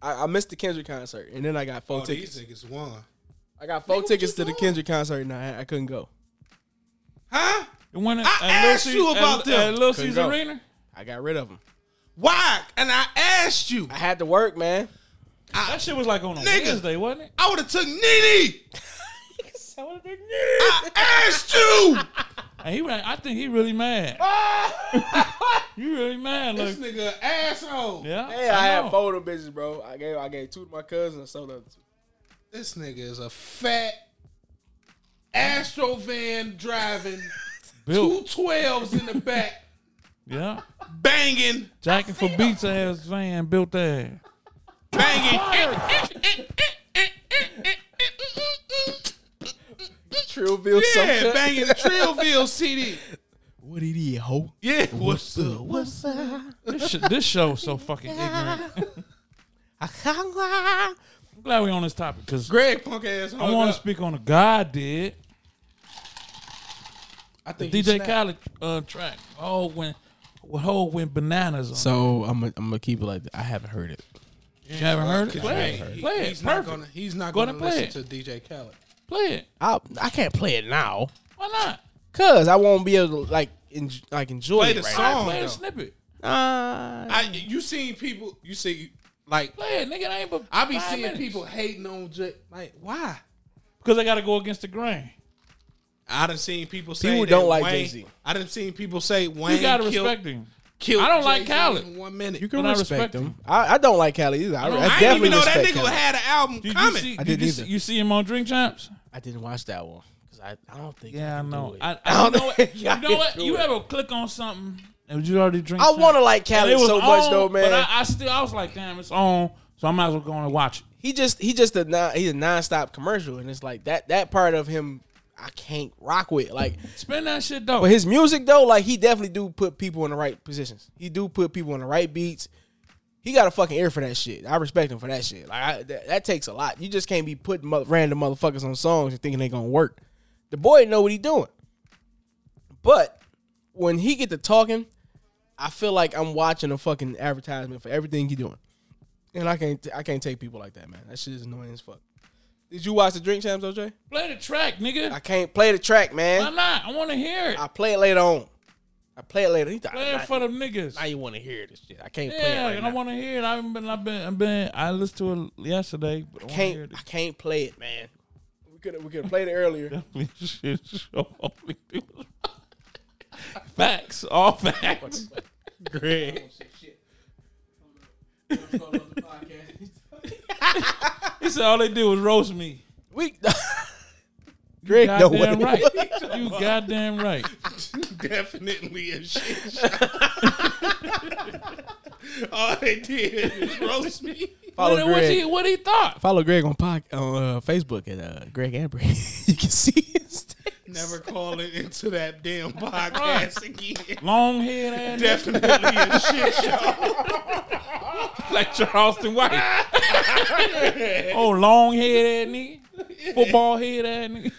A: I, I missed the Kendrick concert, and then I got four
C: Oh,
A: tickets.
C: these niggas won.
A: I got four tickets to the Kendrick concert now. I, I couldn't go.
C: Huh?
B: The one at,
C: I
B: at Lil
C: asked
B: Cee-
C: you
B: at-
C: about them.
B: At Lil
A: Couldn't
B: C's
A: go.
B: Arena.
A: I got rid of them.
C: Why? And I asked you.
A: I had to work, man.
B: That shit was like on a
C: Nigga.
B: Wednesday, wasn't it?
C: I would have took Nene. I asked you.
B: And he, ran- I think he really mad. you really mad?
C: this
B: Like,
C: nigga an asshole.
B: yeah.
A: Hey, I,
B: know.
A: had four of them bitches, bro. I gave I gave two to my cousin. I sold the other two.
C: This nigga is a fat Astro van driving, two
B: Built.
C: 12s in the back,
B: Yeah.
C: banging,
B: Jacking for beats ass van built ass.
C: banging.
A: Trillville
C: Yeah,
A: Soca.
C: banging the Trillville CD.
A: What it is, ho?
C: Yeah, what's up?
G: What's up?
B: This, sh- this show is so fucking ignorant.
G: Hungry.
B: I'm glad we on this topic because
C: Greg punk ass.
B: I want to speak on a God did.
C: I think he
B: DJ
C: snapped.
B: Khaled uh, track. Oh, when whole went bananas on. So,
A: So I'm gonna I'm keep it like that. I haven't heard it.
B: you haven't heard it? Play
C: Hey,
B: it.
C: he-
B: Play it.
C: He's
B: Perfect.
C: not gonna. He's not
B: Go
C: gonna,
B: ahead and
C: listen to DJ Khaled.
B: Play it.
A: I I can't play it now,
B: Why not?
A: cause I won't be able to like en- like enjoy
C: Play
A: it
C: the
A: right
C: song.
A: now.
B: Play
C: though.
B: a snippet.
C: I, you seen people? You see, like
B: Play it, nigga. It ain't but
C: I be seeing people hating on J. Like why?
B: because they got to go against the grain.
C: I done seen people say
A: People
C: that
A: don't like
C: Wayne-
A: Jay-Z.
C: I done seen people say Wayne.
B: You gotta
C: killed-
B: respect him.
C: killed
B: I don't like
C: Jay-Z
B: Khaled.
C: in One minute.
A: You can
B: But I
A: respect,
B: respect
A: them.
B: him.
A: I, I don't like Cali either. I, I,
B: don't- I ain't
C: I didn't
A: definitely
C: even know that
A: respect
C: nigga
A: Cali.
C: had an album
B: Did you
C: coming.
B: see?
A: I
B: did
A: didn't
B: you
A: either.
B: see, you see him on Drink Champs?
A: I didn't watch that one because I, I don't think.
B: Yeah, I
A: can
B: know.
A: do it.
B: I, I you know what.
A: I
B: You know
A: can
B: what?
A: do
B: You
A: it.
B: ever click on something and you already drink?
A: I
B: Champs?
A: want to like
B: And
A: Cali so much
B: on,
A: though, man.
B: But I, I still, I was like, damn, it's on. So I might as well go on and watch it.
A: he just he just a non, he's a nonstop commercial, and it's like that that part of him I can't rock with. Like,
B: Spin that shit though.
A: but his music though, like he definitely do put people in the right positions. He do put people in the right beats. He got a fucking ear for that shit. I respect him for that shit. Like I, that, that takes a lot. You just can't be putting mo- random motherfuckers on songs and thinking they gonna work. The boy know what he doing. But when he get to talking, I feel like I'm watching a fucking advertisement for everything he doing. And I can't I can't take people like that, man. That shit is annoying as fuck. Did you watch the Drink Champs, OJ?
B: Play the track, nigga.
A: I can't play the track,
B: Why
A: man.
B: not? I want to hear it.
A: I play it later on. I play it later. He thought,
B: Play it for them niggas.
A: now you want to hear this shit. I can't play it
B: yeah,
A: right
B: and
A: now.
B: I want to hear it. I've been, I've been, I've been. I listened to it yesterday. But I wanna hear
A: can't
B: it
A: I can't play it, man. We could we could have played it earlier.
B: definitely shit show all we do. Facts, all facts. Greg, he said all they did was roast me.
A: we Greg know what
B: Goddamn
A: it
B: right.
A: was.
B: You goddamn right.
C: Definitely a shit shot. All they did is roast me.
A: Follow
B: what, what he,
A: Greg.
B: what he thought?
A: Follow Greg on pod, on uh, Facebook at uh, Greg Amber. you can see his.
C: Never calling into that damn podcast again.
B: Long head ass, nigga
C: Definitely a shit shot.
B: like Charleston White. oh, long head ass nigga, football head ass nigga.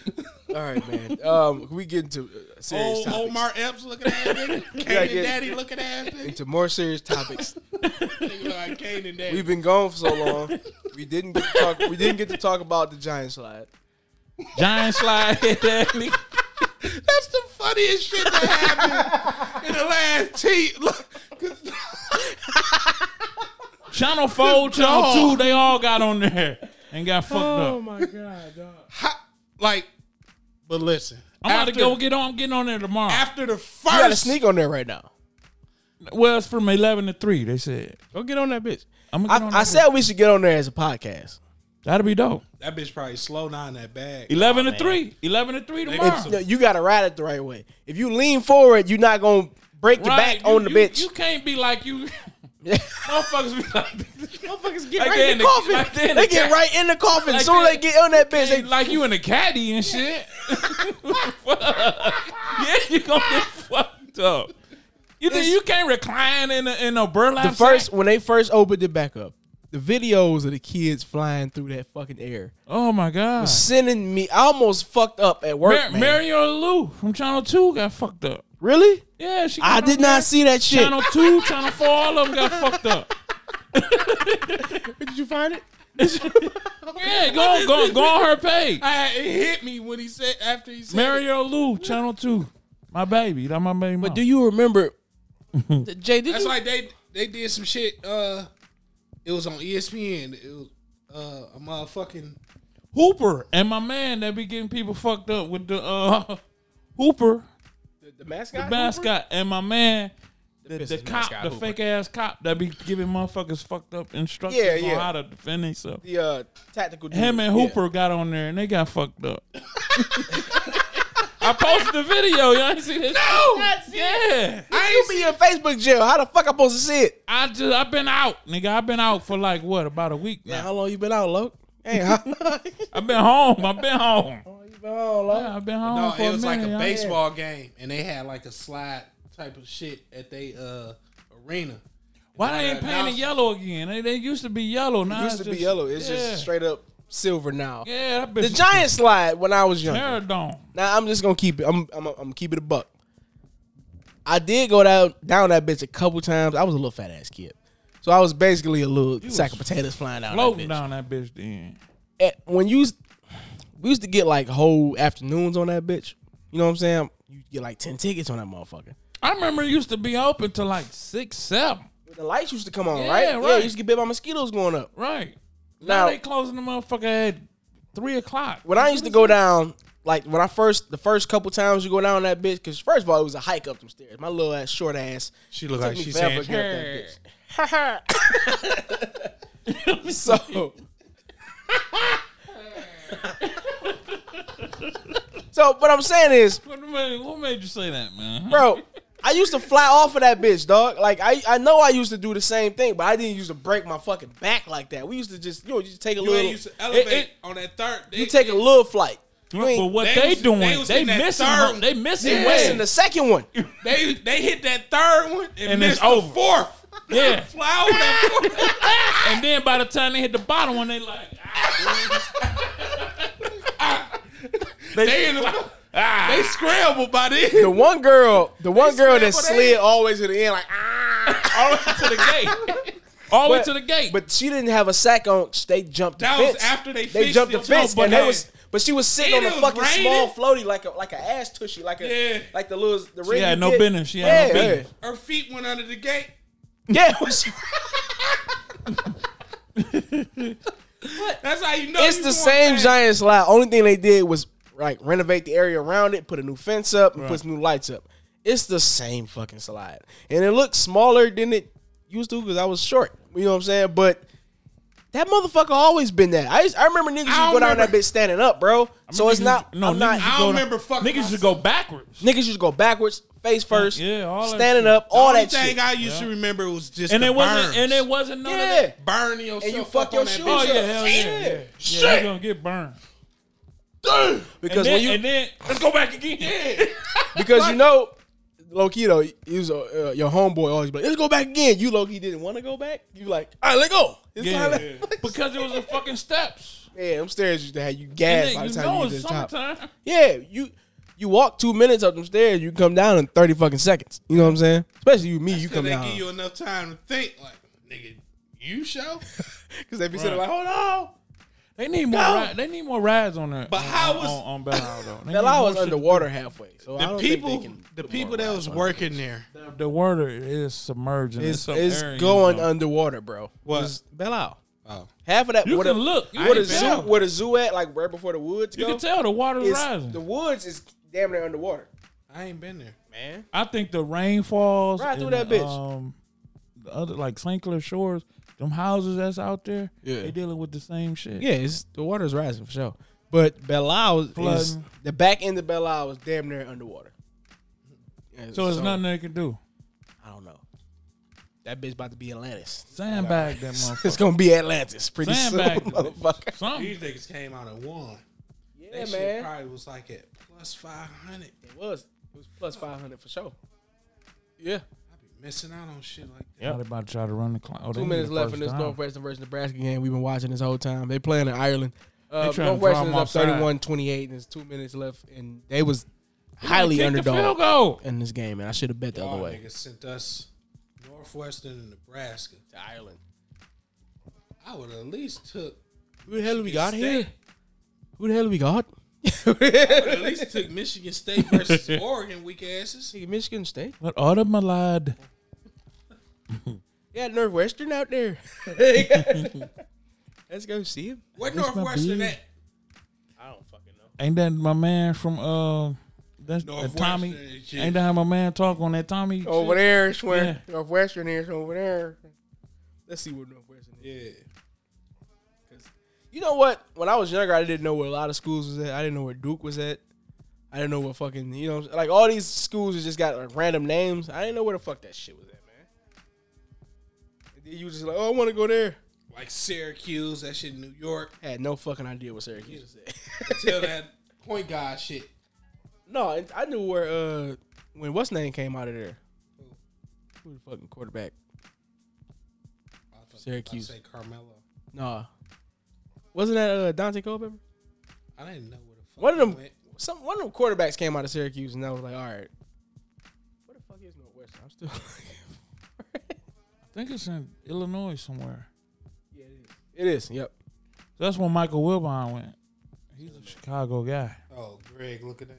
A: All right, man. Um, we get into uh, serious
C: Old
A: topics.
C: Oh, Omar Epps looking ass nigga.
A: gotta
C: Kane
A: get-
C: and Daddy looking ass nigga.
A: Into more serious topics.
C: Nigga look like Kane and Daddy.
A: We've been gone for so long. We didn't get to talk. We didn't get to talk about the giant slide.
B: Giant slide head ass nigga.
C: That's the funniest shit that happened in the last T. Look, 'cause-
B: Channel four, channel two, they all got on there and got fucked up.
A: Oh my god, dog.
C: how- like, but listen.
B: I'm about to go get on. I'm getting on there tomorrow.
C: After the
A: You gotta
C: first
A: sneak on there right now.
B: Well, it's from eleven to three. They said.
A: Go get on that bitch.
B: I'm gonna get
A: I,
B: on
A: I
B: that
A: said we should get on there as a podcast.
B: bitch. that'll be dope.
A: Oh,
C: That bitch probably slow down that bag.
B: Eleven to three. Eleven to three tomorrow.
A: If, you gotta ride it the right way. If you lean forward, you're not gonna break your
B: Right,
A: back
B: you-
A: on the
B: you-
A: bitch.
B: You can't be like you. Motherfuckers be like,
A: Motherfuckers get
B: Like
A: right
B: they
A: in
B: in
A: the
B: the-
A: coffin.
B: like they
A: they
B: in the
A: get
B: ca-
A: right in the coffin.
B: like
A: As soon as
B: they-
A: they get on that bitch, they
B: like you in a caddy and shit. Fuck. yeah, you gonna get fucked up. You think you can't recline in a, in a burlap?
A: the
B: sack?
A: first when they first opened it back up, the videos of the kids flying through that fucking air,
B: Oh my god.
A: sending me I almost fucked up at work.
B: Mar-
A: man.
B: Mario Lou from Channel Two got fucked up.
A: really?
B: Yeah, she.
A: I
B: got
A: did
B: on
A: not
B: there.
A: see that shit.
B: Channel Two, Channel Four, all of them got fucked up.
A: Did you find it?
B: Yeah, go on, go on, go on her page.
C: I, it hit me when he said after he said
B: Mario Lou, Channel Two. My baby, that my baby.
A: But do you remember, Jay? Did
C: That's
A: you?
C: like they they did some shit. Uh, it was on E ESPN. It was uh, a motherfucking
B: Hooper and my man that be getting people fucked up with the uh Hooper
A: the, mascot.
B: mascot and my man the, the
A: business
B: cop,
A: mascot,
B: the
A: Hooper.
B: fake ass cop that be giving motherfuckers fucked up instructions
A: Yeah,
B: on
A: yeah.
B: how to defend themselves.
A: The uh, tactical. Dude.
B: Him and
A: Yeah.
B: Hooper got on there and they got fucked up. I posted the video. Y'all ain't see this? No. Yeah.
A: You be in Facebook jail. How the fuck I supposed to see it?
B: I just I've been out, nigga. I've been out for like what about a week
A: Man,
B: now.
A: how long you been out, Loke? Hey, how long you
B: I've been home. I've been home.
A: been out, Loke?
B: Yeah, I've been home.
C: no.
B: for
C: It was like
B: minute, Oh,
C: a
B: y'all.
C: baseball game, and they had like a slide type of shit at they uh arena.
B: Why they ain't painting
C: Announce-
B: yellow again? They, they used to be yellow. Now
A: used
B: it's
A: to be yellow. It's
B: yeah.
A: just straight up silver now.
B: Yeah, that bitch
A: The
B: is
A: giant slide when I was younger.
B: Maradon.
A: Now I'm just gonna keep it. I'm I'm I'm keep it a buck. I did go down down that bitch a couple times. I was a little fat ass kid, so I was basically a little sack of potatoes flying out. That
B: Floating
A: bitch.
B: down that bitch then.
A: At- when you used, we used to get like whole afternoons on that bitch. You know what I'm saying? You get like ten tickets on that motherfucker.
B: I remember it used to be open to like six, seven.
A: The lights used to come on,
B: Yeah,
A: right? Yeah,
B: right.
A: you used to get bit by mosquitoes going up.
B: Right.
A: Now-
B: Now, they closing the motherfucker at three o'clock.
A: When I used to go down, like when I first the first couple times you go down that bitch, because first of all it was a hike up them stairs. My little ass short ass
C: She looked
A: Took
C: like
A: me
C: she
A: forever
C: saying,
A: to get up that bitch. so. so what I'm saying is,
B: What made, what made you say that, man?
A: bro, I used to fly off of that bitch, dog. Like I, I know I used to do the same thing, but I didn't used to break my fucking back like that. We used to just, you know, you just take a
C: You
A: little,
C: ain't used to elevate
B: it-
C: on that third. They,
A: you take a little flight. You
B: But
A: ain't,
B: what
C: They
B: they,
C: was-
B: doing?
C: they
B: They,
C: was in that
B: missing.
C: third-
B: her- They missing.
A: you
C: Yeah.
A: missing
B: legs.
A: the second one.
C: they they hit that third one and,
B: And it's
C: missed the
B: over.
C: fourth.
B: Yeah.
C: Fly over that fourth.
B: And then by the time they hit the bottom one, they like
C: They, in the, they scrambled by this.
A: The one girl, the one girl that
C: scrambled
A: slid always to the end, like ah,
B: all the way to the gate. All the way
A: But-
B: to the gate.
A: But she didn't have a sack on. They jumped the
C: That was
A: fence.
C: after they
A: they
C: fixed
A: jumped the
C: it.
A: fence,
B: No,
A: but
B: but
A: they
B: hey,
A: was but she was sitting
C: and
A: on a
C: it was
A: fucking small
C: raining.
A: floaty like a like a ass tushy like a
C: Yeah.
A: like the little the ring.
B: She had
A: you
B: no
A: get.
B: business. She had no
A: Yeah,
B: business.
C: Her feet went under the gate.
A: Yeah, yeah. when she-
C: That's how you know.
A: it's
C: you
A: the
C: going
A: same
C: fast.
A: giant slide. Only thing they did was like renovate the area around it, put a new fence up, and put some new lights up. It's the same fucking slide, and it looks smaller than it used to because I was short. You know what I'm saying? But that motherfucker always been that. I used, I remember niggas used
C: I
A: to go down that
C: remember-
A: bitch standing up, bro. So it's
B: Niggas-
A: not.
B: No,
A: I'm
B: niggas
A: not.
B: should
C: I
B: go
C: don't
B: down-
C: remember fucking
B: Niggas should go backwards.
A: Niggas used to go backwards, face first,
B: Yeah, all that
A: standing
B: shit.
A: up,
C: The
A: all
C: only
A: that
C: thing
A: shit.
C: I used to remember was just
B: And
C: the
B: it wasn't.
C: burns.
B: And it wasn't none of
A: yeah,
B: that.
C: burning yourself
A: and you
C: up
A: fuck your
C: on that
A: shoes.
B: Oh
C: bitch.
B: yeah,
A: up.
B: hell yeah, yeah. yeah.
C: Shit.
B: you gonna get burned.
A: because
B: And then,
A: when you
B: and then let's go back again.
A: Because you know, Loki though, he was uh, uh, your homeboy always be like, let's go back again. You Loki didn't want to go back. You like, all right, let go. It's
B: Yeah.
A: time to-
B: because it was the fucking steps.
A: yeah, them stairs used to have you
B: And
A: gas
B: then
A: by the
B: you
A: time
B: know
A: you get
B: it's
A: to the top.
B: summertime.
A: Yeah, you you walk two minutes up them stairs, you come down in thirty fucking seconds. You know what I'm saying? Especially you, me, you
C: Cause
A: come
C: they
A: down
C: give you enough time to think. Like nigga, you show.
A: because they be sitting like, hold on.
B: They need more.
A: No.
B: Ri- they need more rides on that.
C: But
B: on,
C: how
B: on-
C: was-
B: on, on Bell though? They
A: Hell,
B: need
A: I
B: more
A: was
B: shit.
A: underwater halfway, so I
C: The
A: don't think they
C: people,
A: can.
C: the people that was working there.
B: The water is submerging.
A: It's,
B: some
A: it's
B: areas,
A: going
B: though.
A: underwater, bro.
C: What?
A: It's Bell out.
C: Oh,
A: Half of that.
B: You
A: where
B: can
A: the-
B: look. You
A: Where the
B: can
A: zoo?
B: tell.
A: Where the zoo at? Like right before the woods.
B: You
A: go?
B: can tell the water is
A: It's-
B: rising.
A: the woods is damn near underwater.
C: I ain't been there, man.
B: I think the rainfalls
A: Ride through that
B: and,
A: bitch.
B: Um, the other like St. Clair Shores, them houses that's out there,
A: Yeah.
B: they dealing with the same shit.
A: Yeah, it's the water's rising for sure. But Belisle is
B: Flooding.
A: the back end of Belisle was damn near underwater. Yeah,
B: So it's nothing they can do.
A: I don't know. That bitch about to be Atlantis.
B: Sandbag that
A: It's
B: motherfucker.
A: gonna be Atlantis pretty soon,
B: Sandbag the bitch.
A: motherfucker.
B: Something.
C: These niggas came out and won.
A: Yeah,
C: that shit
A: man.
C: probably was like at plus five hundred.
A: It was it was plus five hundred for sure. Yeah.
C: I be missing out on shit like that.
B: Yep. They about to try to run the clock. Oh, they
A: Two
B: need
A: minutes
B: the
A: left
B: first
A: in this
B: down.
A: Northwestern versus Nebraska game we've been watching this whole time. They playing in Ireland. Uh,
B: They trying to draw
A: Northwestern is
B: them
A: up
B: offside.
A: 31-28 and there's two minutes left and they was
B: Kick
A: highly
B: the
A: underdog
B: field goal.
A: in this game and I should have bet the
C: Y'all
A: other way.
C: niggas sent us Northwestern and Nebraska.
A: to Ireland.
C: I would at least took
A: Who the hell do we got
C: State.
A: here? Who the hell do we got?
C: At least took Michigan State versus Oregon weak asses.
A: Michigan State.
B: What order, my lad?
A: Yeah, Northwestern out there. Let's go see him.
C: Where
B: Where's my
C: Northwestern
B: beard?
C: at?
A: I don't fucking know.
B: Ain't that my man from uh? That's uh,
C: Northwestern
B: Tommy.
C: and shit.
B: Ain't that how my man talk on that Tommy?
A: Over
B: shit?
A: there, it's where Northwestern is. Over there. Let's see where Northwestern is.
C: Yeah.
A: You know what? When I was younger, I didn't know where a lot of schools was at. I didn't know where Duke was at. I didn't know what fucking you know like all these schools has just got like random names. I didn't know where the fuck that shit was at, man. And then You was just like, oh, I want to go there.
C: Like Syracuse, that shit in New York.
A: I had no fucking idea what Syracuse was at.
C: Tell that point guard shit.
A: No, it- I knew where uh when what's name came out of there. Who the fucking quarterback?
C: I was about to
A: Syracuse.
C: Say Carmelo.
A: Nah, wasn't that uh, Dante Culpepper?
C: I didn't know where the fuck
A: One of
C: he
A: them,
C: went.
A: some one of them quarterbacks came out of Syracuse, and I was like, all right, what the fuck is Northwestern? I'm still.
B: I think it's in Illinois somewhere.
A: yeah, it is. It is. Yep.
B: That's when Michael Wilbon went. He's a Chicago guy.
C: Oh, Greg, look at that.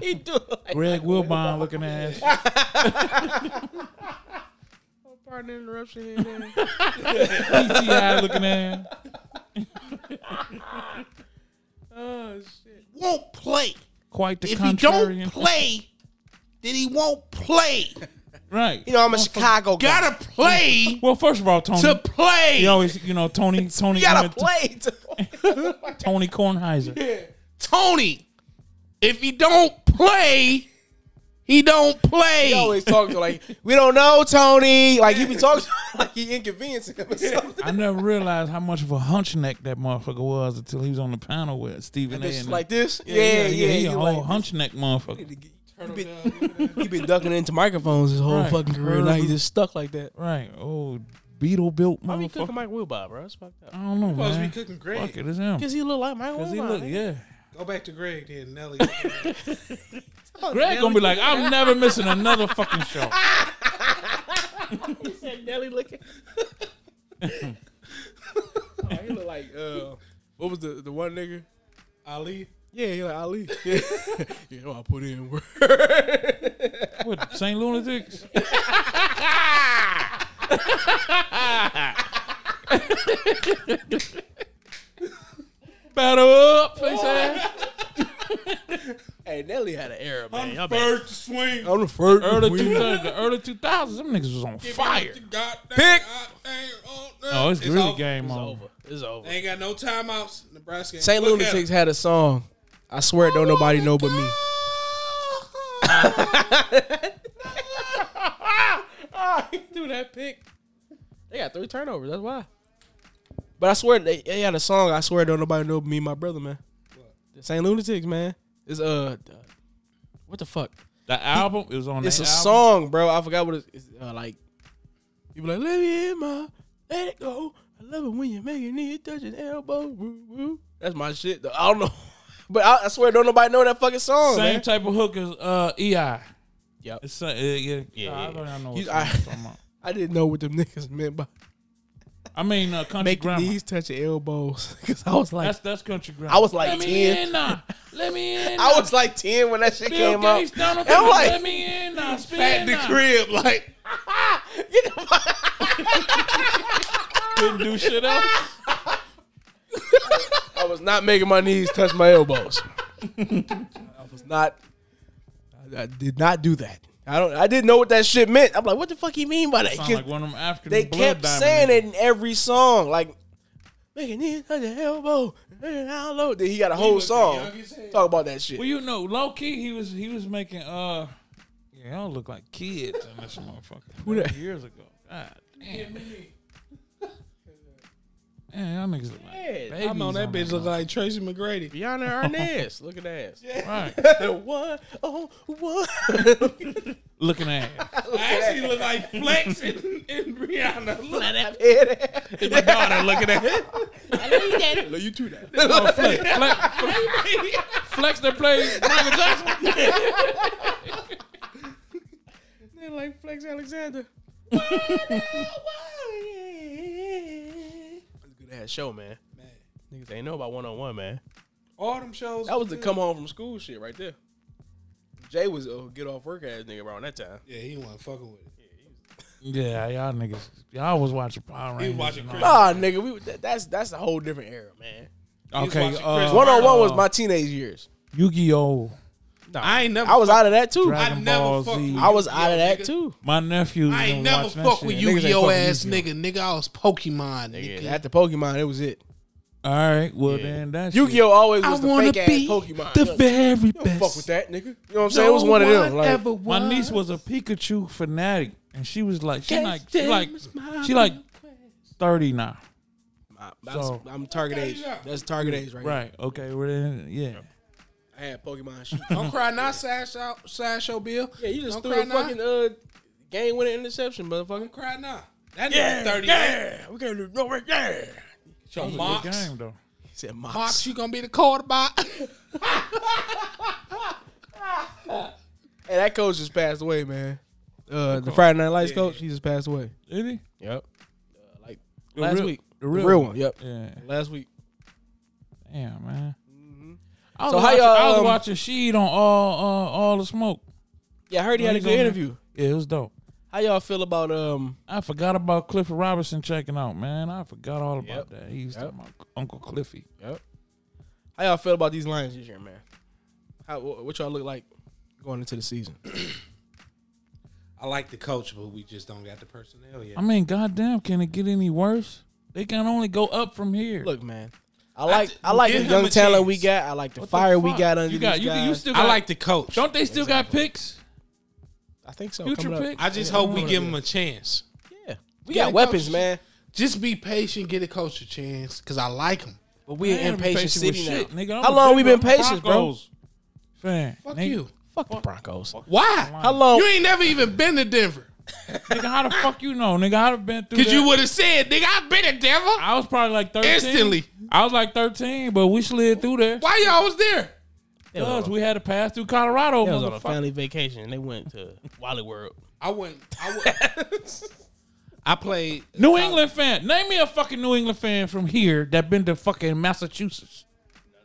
A: he do. Like,
B: Greg Wilbon looking ass.
A: Oh, pardon the interruption. Here, and there.
B: PTI looking ass.
A: oh shit.
C: Won't play.
B: Quite the
C: If he
B: contrarian.
C: don't play, then he won't play.
B: Right.
A: You know I'm a Chicago guy.
C: Gotta play
B: well, first of all, Tony.
C: to play.
B: You always, you know, Tony, Tony,
A: You gotta
B: uh,
A: play.
B: Tony Kornheiser.
C: Tony, if he don't play, he don't play.
A: He always talks to like we don't know Tony. Like he be talking to him like he inconveniencing him or something.
B: I never realized how much of a hunchneck that motherfucker was until he was on the panel with Stephen A.
A: Bitch
B: and-
A: like this. Yeah, yeah.
B: he
A: you
B: a whole
A: like,
B: hunchneck motherfucker.
A: he been, he been ducking into microphones his whole
B: Right.
A: fucking career. Now he's just stuck like that.
B: Right. Oh, beetle built
A: Why we
B: motherfucker.
A: cooking Mike Wilbon, bro? That's fucked up.
B: I don't know,
C: supposed to be
B: man.
C: cooking
B: Fuck
C: Greg.
B: it, it's him.
A: Cause he look like Mike
B: Cause
A: Wilbon.
B: he look, yeah.
C: Go back to Greg then, Nelly.
B: Greg gonna be like, I'm never missing another fucking show.
A: Nelly looking. Oh, he Oh, look like uh, what was the the one nigga?
C: Ali.
A: Yeah, he like Ali. Yeah, yeah well, I put in work.
B: What St. Lunatics? Battle up, face ass.
A: hey, Nelly had an era, man. Y'all Oh, bad.
C: First swing.
A: I'm the first.
B: Early two thousands, the early two thousands, them niggas was on fire.
C: Pick.
B: Oh, it's, really game
A: It's
B: on.
A: over. It's over.
C: They ain't got no timeouts. Nebraska. ain't
A: St.
C: look at
A: Lunatics had a song. I swear, don't nobody know but me. Do that pick. They got three turnovers. That's why. But I swear they, they had a song. I swear, don't nobody know but me, and my brother, man. The St. Lunatics, man. It's uh, uh, what the fuck?
B: The album is on.
A: It's
B: that
A: a
B: album.
A: song, bro. I forgot what it's, it's uh, like. You be like, let me in my, let it go. I love it when you make your knee touch your elbow. Woo, woo. That's my shit. Though. I don't know, but I, I swear, don't nobody know that fucking song.
B: Same
A: man.
B: type of hook as uh, EI.
A: Yep.
B: It's, uh, yeah, yeah, I don't know what
A: You-
B: you,
A: I-
B: I, talking about.
A: I didn't know what them niggas meant by
B: I mean, uh, country
A: make your
B: grammar.
A: knees touch your elbows. Cause I was like,
B: That's that's country grammar.
A: I was like
B: Let me
A: 10.
B: in now. Let me in.
A: I was like ten when that shit
B: Bill
A: came out.
B: Gates, Donald
A: And I'm
B: Trump,
A: like-
B: let me in now. Spin
C: At the
B: now.
C: crib, like
B: Couldn't do shit else.
A: I was not making my knees touch my elbows. I was not. I, I did not do that. I don't. I didn't know what that shit meant. I'm like, what the fuck he mean by that?
B: Sound
A: 'Cause
B: like one of them African
A: they
B: blood
A: kept
B: diamond
A: saying
B: niggas.
A: it in every song, like making knees touch your elbow. and I don't know. Then he got a whole
C: was the
A: song
C: youngest head.
A: talk about that shit.
B: Well, you know, low key, he was he was making uh, yeah, y'all look like kids in this motherfucker.
A: Who that?
B: Years ago, God damn. Yeah, y'all niggas look like babies.
C: I'm on that bitch look like Tracy McGrady.
A: Beyonce Arnaz, look at that.
B: right,
A: What? Oh, what?
B: looking at. it.
C: I actually look like Flex and, and Rihanna. Look at that.
B: It's my daughter looking at. it.
A: Look, you too. Now.
B: Oh, flex, flex, flex, flex that plays Michael Jackson.
A: They like Flex Alexander. ass show, man. Niggas ain't know about one on one, man.
C: All them shows.
A: That was the
C: good.
A: come home from school shit right there. Jay was a get off work ass nigga around that time.
C: Yeah, he wasn't fucking with it.
B: Yeah, y'all niggas. Y'all was watching Power Rangers.
C: He was watching
B: and
C: Chris.
B: all
A: Nah, nigga, we that, that's that's a whole different era, man.
B: that.
C: He was
B: Okay,
C: watching Chris.
A: One on one Oh, was
B: uh,
A: my teenage years.
B: Yu-Gi-Oh.
C: I ain't never.
A: I was out of that too.
B: Dragon
C: I never
B: Ball
C: fucked
B: Z.
C: with
A: I was
C: Yu-Gi-Oh,
A: out of that
C: nigga.
A: too.
B: My nephews.
C: I ain't
B: been
C: never
B: watching that
C: fuck
B: shit.
C: with
B: Niggas ain't
C: Yu-Gi-Oh
B: fuck with
C: ass
B: Yu-Gi-Oh.
C: nigga. Nigga, I was Pokemon
A: Yeah,
C: nigga.
A: after Pokemon, it was it.
B: All right, well
A: Yeah.
B: then that's
A: Yu Gi Oh always
C: I
A: was the
C: wanna
A: fake ass
C: be
A: Pokemon.
B: the
A: Look,
B: very
A: you don't
B: best.
A: fuck with that, nigga. You know what I'm saying? It was one of them. Like,
B: My niece was a Pikachu fanatic, and she was like, she like, she like, she like thirty now.
A: I, I was-
B: So-
A: I'm target age. That's target age right,
B: Right? Okay. We're in. Yeah.
A: now. I had Pokemon. Shoot.
C: Don't cry now, Sideshow, Sideshow Bill.
A: yeah, you just
C: Don't
A: threw
C: cry
A: a
C: now.
A: fucking uh, game winning interception, motherfucker.
C: Don't cry now. That nigga
A: Yeah,
C: 38.
A: yeah, we can't do no right there.
B: That was a
C: Mox.
B: good game though.
A: He said
C: Mox, you gonna be the quarterback.
A: Hey, that coach just passed away, man. Uh, the Friday Night Lights coach, he just passed away.
B: Did he?
A: Yep. Uh, like
B: The
A: last
B: real-
A: week,
B: the real
A: real
B: one.
A: one. Yep.
B: Yeah.
A: Last week.
B: Damn, man.
A: Mm-hmm.
B: I was,
A: So how
B: watching,
A: y'all,
B: I was
A: um,
B: watching Sheed on all uh, all the smoke.
A: Yeah, I heard he
B: Well,
A: had a
B: he's
A: good
B: on there.
A: interview.
B: Yeah, it was dope.
A: How y'all feel about um?
B: I forgot about Clifford Robinson checking out, man. I forgot all about that. He was
A: Yep.
B: talking about Uncle Cliffy.
A: How y'all feel about these Lions this year, man? How wh- what y'all look like going into the season?
C: I like the coach, but we just don't got the personnel yet.
B: I mean, goddamn, can it get any worse? They can only go up from here.
A: Look, man, I like
C: just-
A: I, like
C: give
A: the
C: him
A: young
C: a
A: talent
C: chance.
A: we got. I like the
B: What the
A: fire we
B: fuck?
A: got under
B: you got,
A: these
B: you,
A: guys.
B: you still got,
C: I like the coach.
B: Don't they still got picks?
A: I think so.
B: Future
A: coming up.
B: picks.
C: I just hope we
A: Yeah.
C: give him a chance.
A: Yeah, we
C: Get
A: got
C: a
A: weapons,
C: coach.
A: man.
C: Just be patient, get a coach a chance, cause I like him.
A: But we
B: I
A: an
B: ain't been
A: impatient
B: patient with
A: city now.
B: shit, nigga. I'm
A: How
B: a
A: long we
B: Denver
A: been patient, bro?
B: Broncos Fan.
C: Fuck
B: nigga.
C: you.
A: Fuck the Broncos.
C: Why?
A: How long?
C: You ain't never even been to Denver,
B: Nigga, how the fuck you know, nigga? I've been through
C: cause
B: that.
C: you would have said, "Nigga, I've been to Denver."
B: I was probably like 13.
C: Instantly.
B: I was like 13, but we slid through there.
C: Why y'all was there?
B: Because we had to pass through Colorado,
A: They was on a
B: motherfucker.
A: family vacation and they went to Wally World.
C: I went. I went. I played.
B: New England fan. Name me a fucking New England fan from here that been to fucking Massachusetts.
A: I'm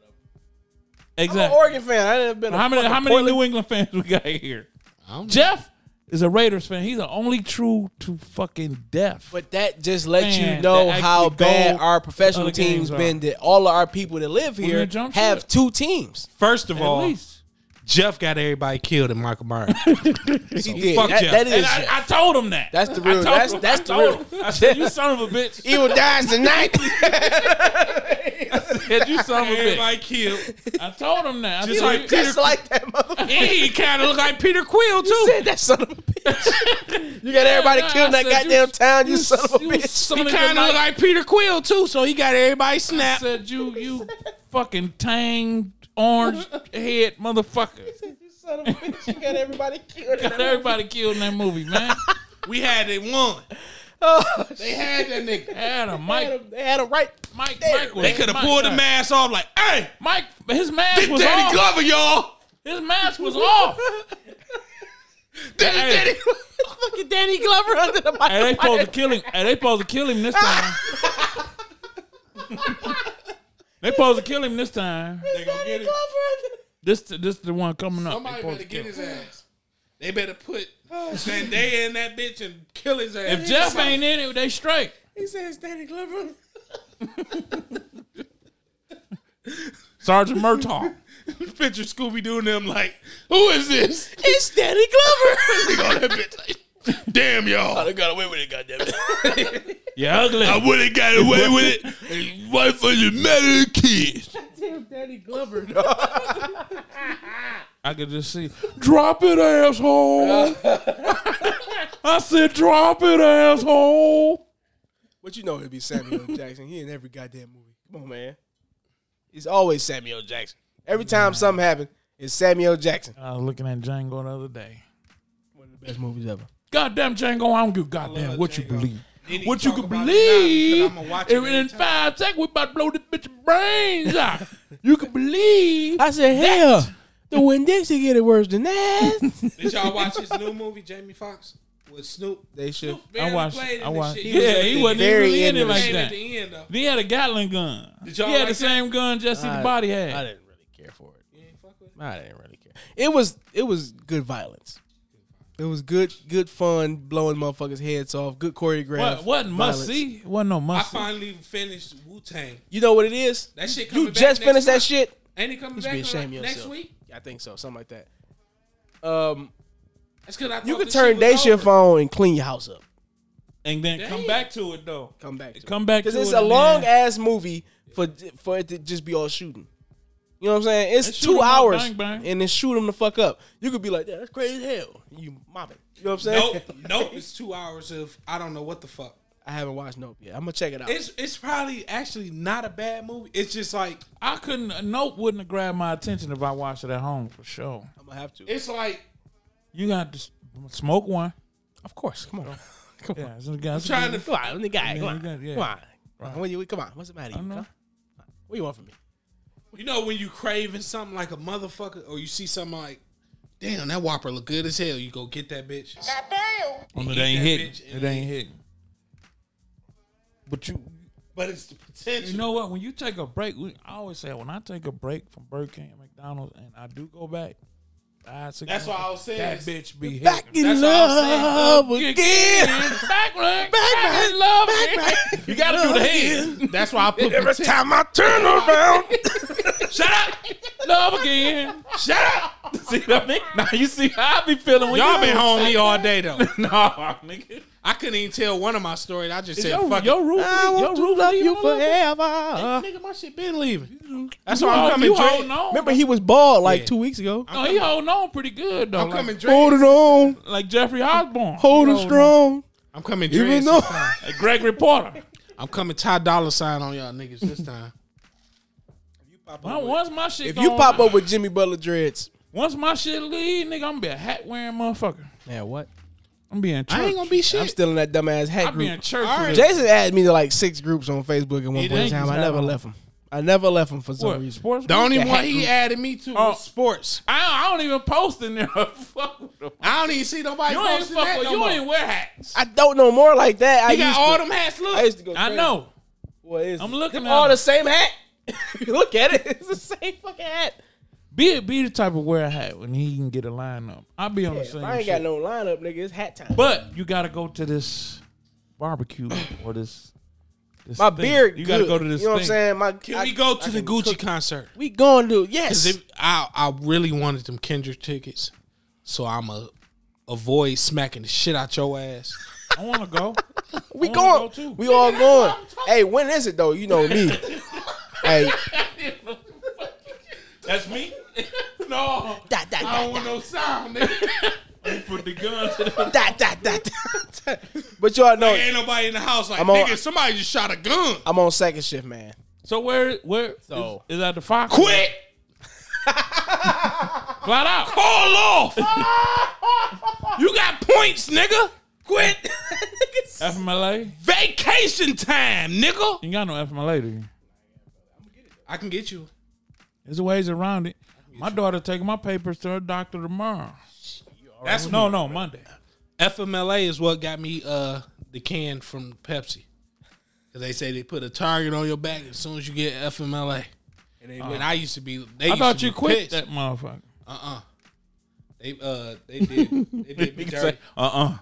A: an
B: Exactly.
A: Oregon fan. I didn't been. a
B: How many
A: fucking
B: how many
A: Portland-
B: New England fans we got here?
C: I don't know.
B: Jeff is a Raiders fan. He's the only true to fucking death.
A: But that just lets you
B: Fans
A: know
B: that actually
A: how bad
B: go
A: our professional
B: other
A: teams
B: games are.
A: been. That all of our people that live
B: they
A: here
B: jump
A: have
B: ship.
A: two teams.
C: First of
B: at
C: all,
B: least.
C: Jeff got everybody killed in Michael Myers.
A: He did.
C: fuck
A: That-
C: Jeff.
A: that is
B: And I, I told him that.
A: That's the
B: I
A: real-
B: told
A: that's-
B: him-
A: that's
B: I
A: the
B: told
A: real-
B: him. I said, you son of a bitch.
A: evil dies tonight.
B: said, you son of a bitch.
C: everybody killed.
B: I told him that. I
C: Just
B: said,
C: like
B: you-
A: Just like that motherfucker
C: And he kind of looked like Peter Quill too.
A: said that son of a bitch. You got everybody
B: Yeah,
A: killed in
B: I
A: that
B: said,
A: goddamn
B: you-
A: town, you,
B: you
A: son of a
B: you
A: bitch.
B: son
C: He
B: of a
C: kind of
B: bitch.
C: looked like Peter Quill too, so he got everybody snapped.
B: said you you fucking tang orange head motherfucker.
A: You son of a bitch. You got everybody killed in
B: Got
A: that
B: everybody killed in that movie, man.
C: We had it one.
A: oh,
C: They had that nigga.
B: Had a
A: they had
B: Mike
A: him- They had him right.
B: Mike
A: there.
B: Mike was,
C: They could have
B: Mike,
C: pulled the
B: uh,
C: mask off like, hey,
B: Mike his mask was
C: Daddy
B: off.
C: Glover, y'all.
B: His mask was off.
C: Daddy,
B: Hey.
C: Daddy.
A: Fucking Danny Glover under the
B: And they
A: mic.
B: supposed to kill him. And they supposed to kill him this time. they supposed to kill him this time.
C: They gonna get it.
B: This this the one coming up. They
C: Somebody
B: supposed
C: better
B: to kill
C: get his
B: him.
C: ass. They better put Zendaya in that bitch and kill his ass.
B: If Jeff ain't in it, they straight.
A: He says Danny Glover. under-
B: Sergeant Murtaugh.
C: picture Scooby Doo and them like, who is this?
A: It's Danny Glover.
C: Nigga on that bitch like, damn y'all.
A: I got away with it, goddamn it.
B: You ugly.
C: I would have got away with it. Why for you mad at the kids?
B: I could just see, drop it, asshole. I said, drop it, asshole.
A: But you know it'd be Samuel Jackson. He in every goddamn movie. Come on, man. It's always Samuel Jackson. Every time something happens, it's Samuel Jackson.
B: I was looking at Django the other day.
A: One of the best movies ever.
B: Goddamn Django, I don't give a goddamn
C: love
B: what you
C: Django.
B: believe.
C: Then he
B: What you
C: talk
B: can
C: about
B: believe.
C: it now, 'cause I'ma watch it
B: And in
C: anytime.
B: five seconds, we about to blow this bitch's brains out. you can believe.
A: I said, hell, the Winn-Dixie get it worse than that.
C: Did y'all watch his new movie, Jamie Foxx? with Snoop.
A: They should.
C: Snoop barely
B: I watched.
C: played in
B: I
C: this
B: watched.
C: shit.
B: Yeah, he wasn't even
A: Very
B: really in
A: end
B: it
A: of the
B: like
C: Came at
B: that.
C: the end though.
B: Then he had a Gatling gun.
C: Did
B: He
C: y'all
B: had the
C: like
B: same gun Jesse
A: I-
B: the Body
A: I
B: had.
A: didn't really care for it.
C: You ain't fuck with it?
A: I didn't really care. It was it was good violence. It was good good fun blowing motherfuckers' heads off. Good choreographed.
B: What wasn't must
A: violence.
B: see? Wasn't no
C: I
B: must see.
C: finally finished Wu Tang.
A: You know what it is?
C: That shit coming
A: You
C: back
A: just
C: next
A: finished that
C: month.
A: shit.
C: Ain't he coming
A: You should
C: back
A: be ashamed of
C: like,
A: yourself.
C: next week?
A: I think so, something like that. Um, oh,
C: That's because I
A: you
C: thought
A: could
C: this
A: turn
C: shit
A: day
C: was
A: shift
C: over.
A: on and clean your house up.
B: And then come
C: Damn.
B: back to it though.
A: Come back, to
B: Come back to
A: because
B: it.
A: it's a
B: and
A: long
B: then-
A: ass movie for for it to just be all shooting. You know what I'm saying?
B: And
A: It's
B: shoot
A: two
B: 'em up,
A: hours
B: bang, bang.
A: and then shoot them the fuck up. You could be like, yeah, that's crazy as hell. You mobbing. You know what I'm saying?
C: Nope, nope. It's two hours of I don't know what the fuck.
A: I haven't watched Nope yet. I'm gonna check it out.
C: It's it's probably actually not a bad movie. It's just like
B: I couldn't. Nope wouldn't have grabbed my attention if I watched it at home for sure.
A: I'm gonna have to.
C: it's like
B: You got to s- smoke one.
A: of course, come on, come on.
B: Yeah, so the guys
C: trying to
A: Come on, let me guy.
B: Yeah,
A: Come
B: you
A: on,
B: got- yeah.
A: come on. What you, come on, what's the matter?
B: I
A: with You?
B: know.
A: Come on. What you want from me?
C: you know when you craving something like a motherfucker or you see something like damn that whopper look good as hell. You go get that bitch.
B: Well, it ain't
C: Eat that
B: hitting.
C: bitch and
B: It ain't hitting. But you,
C: But it's the potential.
B: you know what? When you take a break, we, I always say when I take a break from Burger King and McDonald's, and I do go back. five, six
C: That's
B: months,
C: why I was saying
B: that
C: it's-
B: bitch be
A: Back
B: hitting.
A: in
C: That's what I'm saying.
A: love
B: Back
A: again.
B: back, back, back in love.
A: back.
B: You gotta do the head.
C: That's why I put
A: Every time I turn around,
B: Shut up. Love again. Shut up. See what I mean? Now you see how I be feeling when
C: y'all
B: you
C: been on me all day though.
B: No, nigga.
C: I couldn't even tell one of my stories. I just
B: Is
C: said
B: your,
C: fuck. it.
B: your roof,
A: I
B: your
A: want to
B: roof
A: love
B: leak
A: you
B: on the-
A: forever.
C: nigga, my shit been leaving. That's
B: You
C: why I'm
B: hold-
C: coming.
B: you
C: dread.
B: holding on.
A: Remember, he was bald like
C: Yeah.
A: two weeks ago.
B: No, he holding on pretty good though.
C: I'm
B: like,
C: coming. dread.
A: Holding on,
B: like Jeffrey Osborne,
A: holding
B: He
A: strong,
C: I'm coming.
A: even
C: dread
A: though.
C: sometime.
B: on. Like Gregory Porter.
C: I'm coming. Ty Dollar Sign on y'all niggas this time.
B: Well, once my shit,
A: If you
B: gone-
A: pop up with Jimmy Butler dreads,
B: once my shit leave, nigga, I'm gonna be a hat wearing motherfucker.
A: man, what?
B: I'm being. Church.
C: I ain't gonna be
A: I'm
C: shit.
A: still in that dumbass hat
B: I'm being
A: group.
B: church.
C: All
B: with
C: right.
B: it.
A: Jason added me to like six groups on Facebook at one
C: He
A: point in
B: think
A: time.
B: he's
A: I
B: got
A: never
B: on.
A: left him. I never left him for some
B: What,
A: reason.
B: sports.
C: The only
A: The
C: one
A: hat
C: he
A: group.
C: added me to
B: Oh.
C: was sports.
B: I don't, I don't even post in there. Fuck with them.
C: I don't even see nobody
B: You ain't
C: posting
B: fuck
C: that
B: with.
C: no
B: you
C: more.
B: ain't wear hats. I,
A: I don't know more like that. I
C: he
A: used
C: got
A: to.
C: all them hats.
A: I
C: Look,
A: used to go. crazy.
B: know.
A: What is
B: I'm
A: it?
B: looking
A: Them
B: at
A: all
B: it.
A: the same hat. If you Look at it. It's the same fucking hat.
B: Be be the type of wear a hat when he can get a line up. I'll be on
A: Yeah,
B: the
A: if
B: same.
A: I ain't
B: shit.
A: got no lineup, nigga. It's hat time.
B: But you gotta go to this barbecue or this. this
A: my
B: thing.
A: beard.
B: You gotta
A: good.
B: go to this.
A: You know what I'm
B: thing.
A: saying? My,
C: can
A: I-
C: we go to
A: I
C: the
A: can
C: Gucci
A: cook.
C: concert?
A: We going to yes.
C: Because if I, I really wanted them Kendrick tickets, so I'ma avoid smacking the shit out your ass.
B: I wanna go.
A: we
B: I
A: going.
B: wanna go too.
A: we all going. Hey, when is it though? You know me. hey,
B: That's me. no,
A: da da
B: I
A: da
B: don't want no sound. Nigga. You put the gun to the.
A: da da da. da. but y'all know
C: ain't nobody in the house like
A: I'm on-
C: nigga. somebody just shot a gun.
A: I'm on second shift, man.
B: So where where
A: So-
B: is, is that the fire?
C: Quit.
B: flat out.
C: Fall off. you got points, nigga. Quit.
B: FMLA.
C: Vacation time, nigga.
B: You got no FMLA. Do you?
C: I can get you.
B: There's ways around it. My daughter taking my papers to her doctor tomorrow.
C: That's
B: no, no, Monday.
C: FMLA is what got me uh the can from Pepsi. Cause they say they put a target on your back as soon as you get FMLA. And, they, and I used to be. They
B: I
C: used
B: thought
C: to
B: you
C: be
B: quit
C: pissed.
B: that motherfucker.
C: Uh uh They uh they did they did me
B: Uh
C: dirty.
B: uh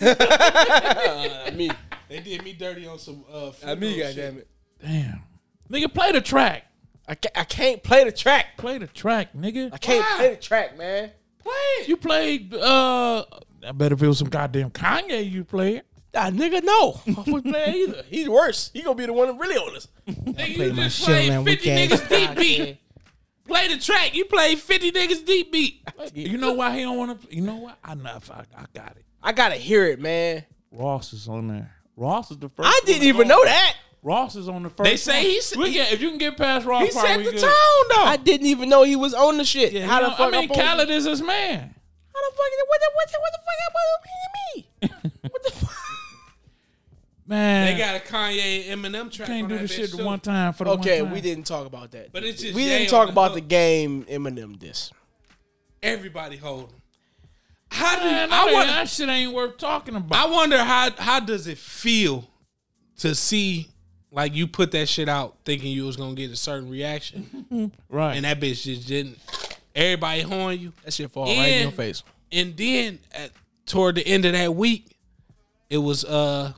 A: Uh-uh. me,
C: They did me dirty on some uh.
A: I me,
C: funeral shit.
A: goddammit.
B: Damn. Nigga, play the track.
A: I can't, I can't play the track.
B: Play the track, nigga.
A: I can't
C: Why?
A: play the track, man.
C: Play it.
B: You played. Uh, I better feel some goddamn Kanye. You played.
A: Ah, nigga, no. I wouldn't play that either. He's worse. He gonna be the one really on us.
C: Nigga,
A: played
C: you
A: my
C: just
A: shit on
C: played
A: that
C: 50
A: weekend.
C: niggas deep beat. Play the track. You played 50 niggas deep beat.
B: You know why he don't want to? You know what? I know. if I, I got it.
A: I gotta hear it, man.
B: Ross is on there. Ross is the first.
A: I
B: one
A: didn't
B: to
A: even
B: go.
A: know that.
B: Ross is on the first.
C: They say
B: one.
C: he s-
B: We get- if you can get past Ross,
C: He
B: probably
C: set
B: we
C: the
B: good.
C: tone, though.
A: I didn't even know he was on the shit.
B: Yeah,
A: how
B: you
A: the
B: know,
A: fuck?
B: I mean,
A: I'm supposed-
B: Khaled is his man.
A: How the fuck? What the what the, what the fuck? That me? What the fuck?
B: Man,
C: they got a Kanye and Eminem track.
B: can't
C: on
B: do
C: that
B: the
C: bitch,
B: shit the
C: too.
B: one time for the
A: Okay,
B: one time.
A: we didn't talk about that.
C: But it's just
A: we
C: Jay
A: didn't
C: on
A: talk
C: the
A: about
C: hook.
A: the game Eminem diss.
C: Everybody hold him. How do
B: Man,
C: I
B: I
C: wonder,
B: that shit ain't worth talking about.
C: I wonder how how does it feel to see like you put that shit out thinking you was gonna get a certain reaction
B: right.
C: and that bitch just didn't. Everybody horn you,
A: That shit fall right in your
C: And-
A: face.
C: and then at, toward the end of that week, it was uh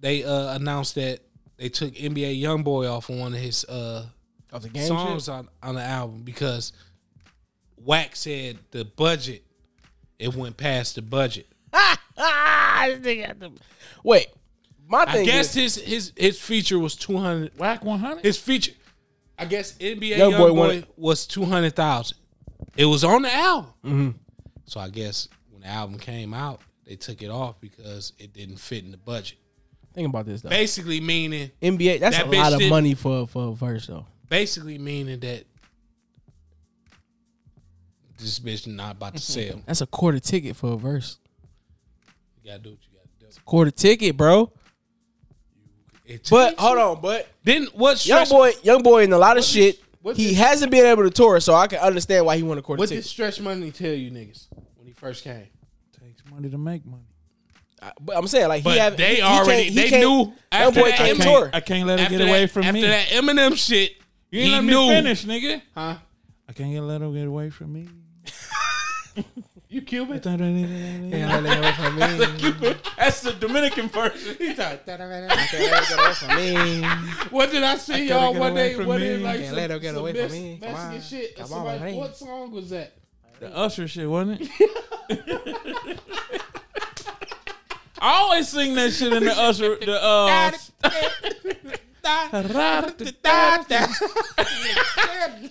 C: they uh announced that they took NBA YoungBoy off of one of his uh
A: Off the game
C: songs
A: shit?
C: on, on the album because Wack said the budget it went past the budget.
A: Wait, my
C: I
A: thing
C: guess
A: is,
C: his his his feature was two hundred.
B: Whack 100?
C: His feature, I guess NBA
A: Young Boy
C: YoungBoy
A: wanted-
C: was two hundred thousand. It was on the album,
A: Mm-hmm.
C: so I guess when the album came out, they took it off because it didn't fit in the budget.
A: think about this though.
C: Basically meaning,
A: NBA, that's
C: that
A: a
C: bitch
A: lot of
C: didn't-
A: money for for a verse though.
C: basically meaning that this bitch not about to sell.
A: That's a quarter ticket for a verse.
C: you gotta do what you gotta do.
A: Quarter ticket, bro.
C: It
A: But
C: takes-
A: hold on, but
C: then what?
A: young
C: Stress,
A: boy, young boy, in a lot of shit,
C: what
A: he
C: this-
A: hasn't been able to tour, so I can understand why he won a quarter
C: what
A: ticket.
C: did Stretch Money tell you niggas when he first came?
B: takes money to make money.
A: I- but I'm saying like he
C: But
A: have, he-
C: they
A: he can't-
C: already-
A: he
C: they
A: can't-
C: knew
A: young
C: after
A: boy
C: that-
B: I
A: can't
B: can't,
A: tour.
B: I can't let her
C: After
B: get away
C: that-
B: from
C: after
B: me.
C: that Eminem shit,
B: you ain't
C: he
B: let
C: knew.
B: me finish, nigga.
C: huh?
B: I can't let her get away from me.
C: You
B: yeah.
C: Cuban? That's the Dominican version. He thought, what did I see y'all
B: get
C: one
B: away
C: day?
B: from
C: What
B: me.
C: is like
A: Can't
C: some,
A: let her get
C: some
A: away from
C: Mex-
A: me. Come
C: Mexican
A: on.
C: shit?
A: Come
C: Somebody-
A: on, honey.
C: what song was that?
B: The Usher shit, wasn't it? I always sing that shit in the Usher. The uh,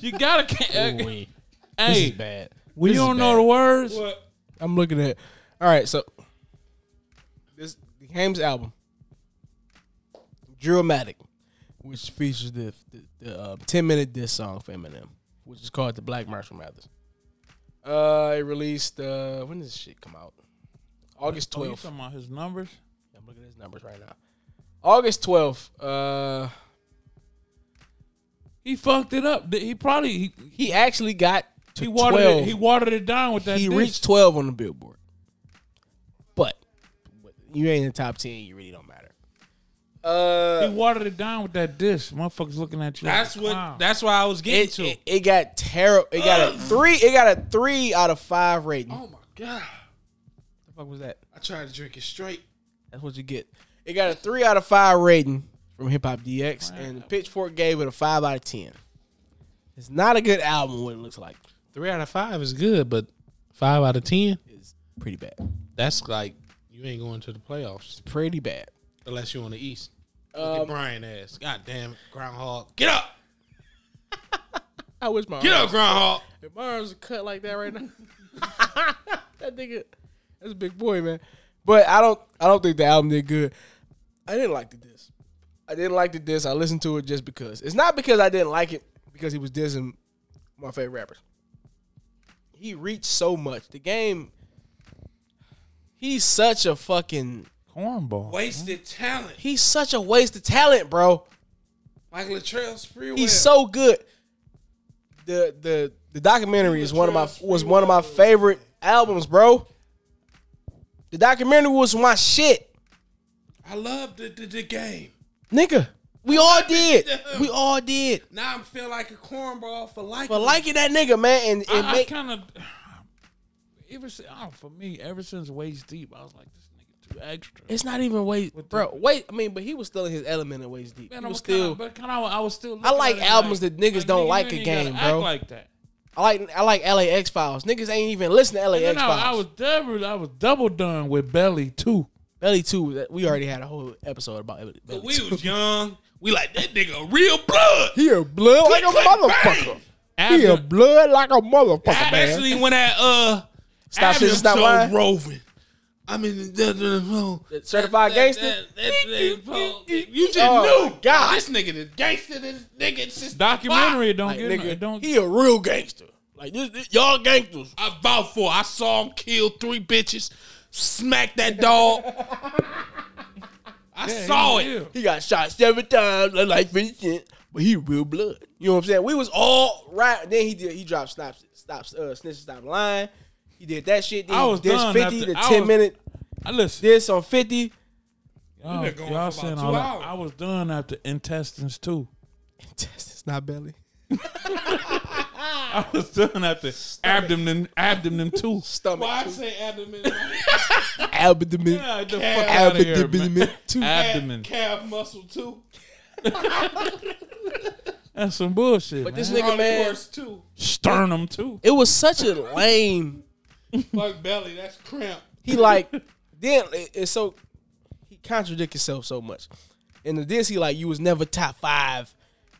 B: you gotta. Can't, hey,
A: bad.
B: when you
A: this is
B: don't know
A: bad.
B: the words,
A: I'm looking at. All right, so this the Hames album, Dramatic, which features the, the, the uh, ten minute diss song for Eminem, which is called the Black Marshall Mathers. Uh, it released. Uh, when did this shit come out? August
B: Oh, you
A: twelfth.
B: talking about his numbers?
A: I'm looking at his numbers right now. August twelfth. Uh,
B: He fucked it up. He probably he,
A: he actually got to
B: he watered
A: twelve.
B: it, he watered it down with that.
A: he
B: diss.
A: reached 12 on the billboard. But you ain't in the top 10, you really don't matter.
B: He
A: Uh,
B: watered it down with that dish. Motherfuckers looking at you. like
C: That's
B: a
C: what.
B: clown.
C: That's why I was getting
A: it,
C: to.
A: it, it got terrible. It got a three. It got a three out of five rating.
C: oh my god!
A: the fuck was that?
C: I tried to drink it straight.
A: That's what you get. It got a three out of five rating from Hip Hop DX, and Pitchfork gave it a five out of ten. It's not a good album. What it looks like
C: Three out of five is good, but five out of ten,
A: It's pretty bad.
C: that's like you ain't going to the playoffs
A: Pretty bad.
C: unless you're on the East. Look at
A: Um,
C: Brian ass. God damn it, Groundhog. Get up.
A: I wish my
C: Get
A: arms-
C: up, Groundhog.
A: If my arms are cut like that right now, that nigga, that's a big boy, man. But I don't, I don't think the album did good. I didn't like the diss. I didn't like the diss. I listened to it just because. It's not because I didn't like it, because he was dissing my favorite rappers. He reached so much. The game. He's such a fucking.
B: cornball.
C: Wasted talent.
A: He's such a waste of talent, bro.
C: Like Latrell Sprewell.
A: He's so good. The the the documentary is one of my was one of my favorite albums, bro. The documentary was my shit,
C: I love the, the, the game.
A: nigga. We all did. We all did.
C: Now I'm feel like a cornball for liking.
A: But liking that nigga, man, and, and
B: I,
A: make,
B: kind of ever since oh, for me ever since waist deep, I was like this nigga too extra.
A: it's not even ways, bro. Wait, I mean, but he was still in his element in ways deep.
B: Man,
A: he
B: I
A: was
B: was
A: still.
B: kinda, but kind of I was still.
A: I
B: looking
A: like
B: at it
A: albums that niggas don't
B: you
A: like a
B: ain't gotta
A: game,
B: act
A: bro.
B: Like that.
A: I like I like LAX Files. Niggas ain't even listen to
B: And
A: LAX
B: then I, I
A: Files.
B: was double. I was double done with Belly too.
A: Belly two. that- We already had a whole episode about Belly.
C: But
A: two.
C: we was young. We like that nigga a real blood.
A: He a blood like a
C: Click, click, bang.
A: motherfucker. He a blood like a motherfucker, man.
C: Especially when that uh
A: Stop
C: Adam
A: this, stop
C: show
A: lying.
C: roving. I mean the, the, the, the,
A: Certified gangster?
C: that- that- that- that- You just
A: Oh,
C: knew God this nigga the gangster this nigga since
B: Documentary it don't
A: Like,
B: get
A: nigga,
B: it don't.
A: he a real gangster. Like this, this- y'all gangsters.
C: I vouch for it. I saw him kill three bitches, smack that dog. I saw it.
B: Yeah.
A: He got shot seven times, look like fifty cent, but he real blood. You know what I'm saying? We was all right. Then he did. He dropped stop, stop, uh, snitches stop lying. He did that shit. Then
B: I
A: he
B: was
A: did
B: done
A: 50,
B: after-
A: the
B: I
A: 10
B: was-
A: minute
B: I listen.
A: this on 50.
B: Y'all,
C: been
B: y'all
C: going for about
B: saying
C: two
B: all that.
C: hours.
B: I was done after intestines too.
A: It's not belly.
B: I was done after abdomen, abdomen too.
A: Stomach.
C: Why I say abdomen?
A: Abdomen.
B: Yeah, the
C: Calf.
B: fuck out of here,
A: abdomen.
B: man.
A: too.
B: Abdomen.
C: Calf muscle too.
B: That's some bullshit.
A: But
B: man.
A: this nigga,
C: Hard
A: man,
C: course too.
B: sternum too.
A: it was such a lame.
C: Fuck belly. That's cramp.
A: He like, then it- it's so, he contradict himself so much. And the this, he like, you was never top five.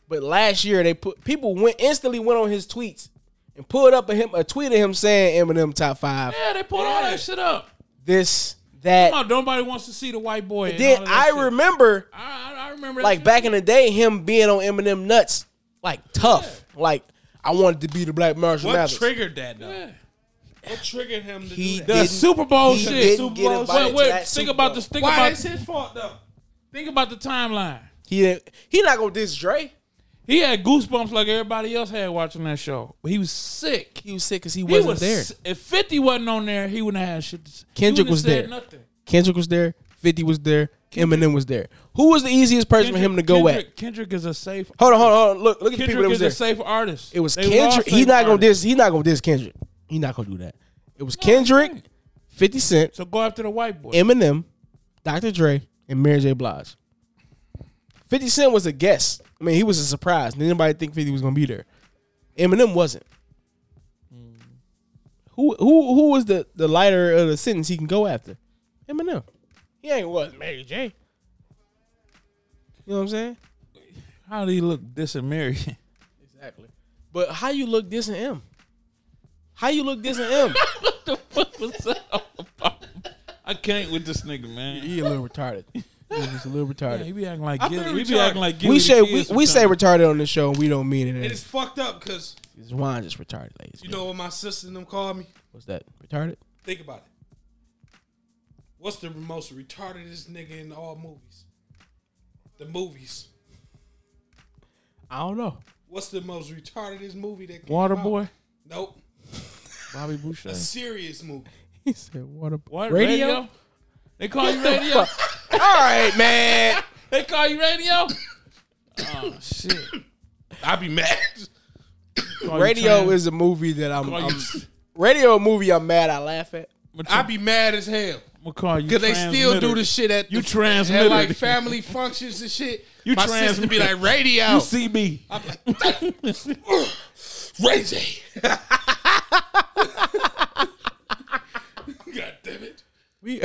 A: But last year, they put, people went, instantly went on his tweets and pulled up a, him, a tweet of him saying Eminem top five.
B: Yeah, they pulled all that shit up.
A: This, that.
B: Come on, Oh, nobody wants to see the white boy. and all
A: Then
B: of that
A: I
B: shit.
A: remember
B: I, I- I remember
A: like back in the day, him being on Eminem nuts, like tough. Like I wanted to be the Black Marshall
C: What
A: Mathers.
C: triggered that though?
B: Yeah.
C: What triggered him to
A: He
C: do
B: the
C: that?
A: didn't-
B: Super Bowl
A: he
B: shit.
A: didn't
C: Super
A: get
C: Bowl-
A: invited
B: Wait,
A: to
B: wait.
A: that
B: Think
A: Super
B: about
A: Bowl.
B: this. Think
C: Why
B: about
C: is his fault though?
B: think about the timeline.
A: He didn't, he not gonna diss Dre.
B: He had goosebumps like everybody else had watching that show. But he was sick.
A: He was sick because he
B: He
A: wasn't
B: was
A: there.
B: s- If Fifty wasn't on there, he wouldn't have had shit. To, say. He
A: Kendrick
B: wouldn't
A: was
B: have said
A: there.
B: Nothing.
A: Kendrick was there. Fifty was there. Eminem was there. Who was the easiest person for him to go
B: Kendrick,
A: at?
B: Kendrick is a safe.
A: Hold on, hold on, hold on. Look, look at the people
B: Kendrick
A: that
B: is
A: was there.
B: a safe artist.
A: it was
B: They were all
A: Kendrick. He
B: safe
A: not gonna
B: artists.
A: diss. He not gonna diss Kendrick. He not gonna do that. It was Kendrick,
B: okay.
A: Fifty Cent,
B: So go after the white boy.
A: Eminem, Dr. Dre, and Mary J. Blige. 50 Cent was a guest. I mean, he was a surprise. Did anybody think 50 was gonna be there? Eminem wasn't. Who who who was the, the lighter of the sentence he can go after? Eminem. He ain't was Mary J. You know what I'm saying?
B: How do he look dissing Mary?
A: Exactly. But how you look this and M? How you look this and M?
B: what was that all about? I can't with this nigga, man.
A: he a little retarded. He was a little
B: Yeah, he
A: retarded.
B: be acting like
C: I
B: Gilly.
C: think
B: He be
C: retarded.
B: acting like Gilly
A: We
B: the
A: say we,
B: Kid
A: we say
B: sometimes.
A: retarded on this show and we don't mean it.
C: And it's fucked up because
A: His wine just retarded, ladies.
C: you know what my sister and them called me.
A: what's that? Retarded?
C: Think about it. What's the most retardedest nigga in all movies? The movies.
A: I don't know.
C: What's the most retardedest movie that came
A: Uh,
C: out?
B: Waterboy,
C: Nope.
B: Bobby Boucher.
C: A serious movie.
A: He said, "What a
B: What
A: radio?
B: They call you radio.
A: All right, man.
B: they call you radio. oh shit!
C: I'd be mad.
B: Call you
A: radio
B: trans-
A: is a movie that I'm.
B: Call
A: I'm
B: you-
A: radio a movie I'm mad. I laugh at.
B: I'ma tra-
C: I'd be mad as hell.
B: I'ma call you
C: Cause they still do
B: transmitter.
C: the shit at
B: You
C: the,
B: transmitted.
C: at like family functions and shit.
B: You
C: My sister be
B: transmitted.
C: like radio.
B: You see me?
C: Crazy. God damn it.
A: We,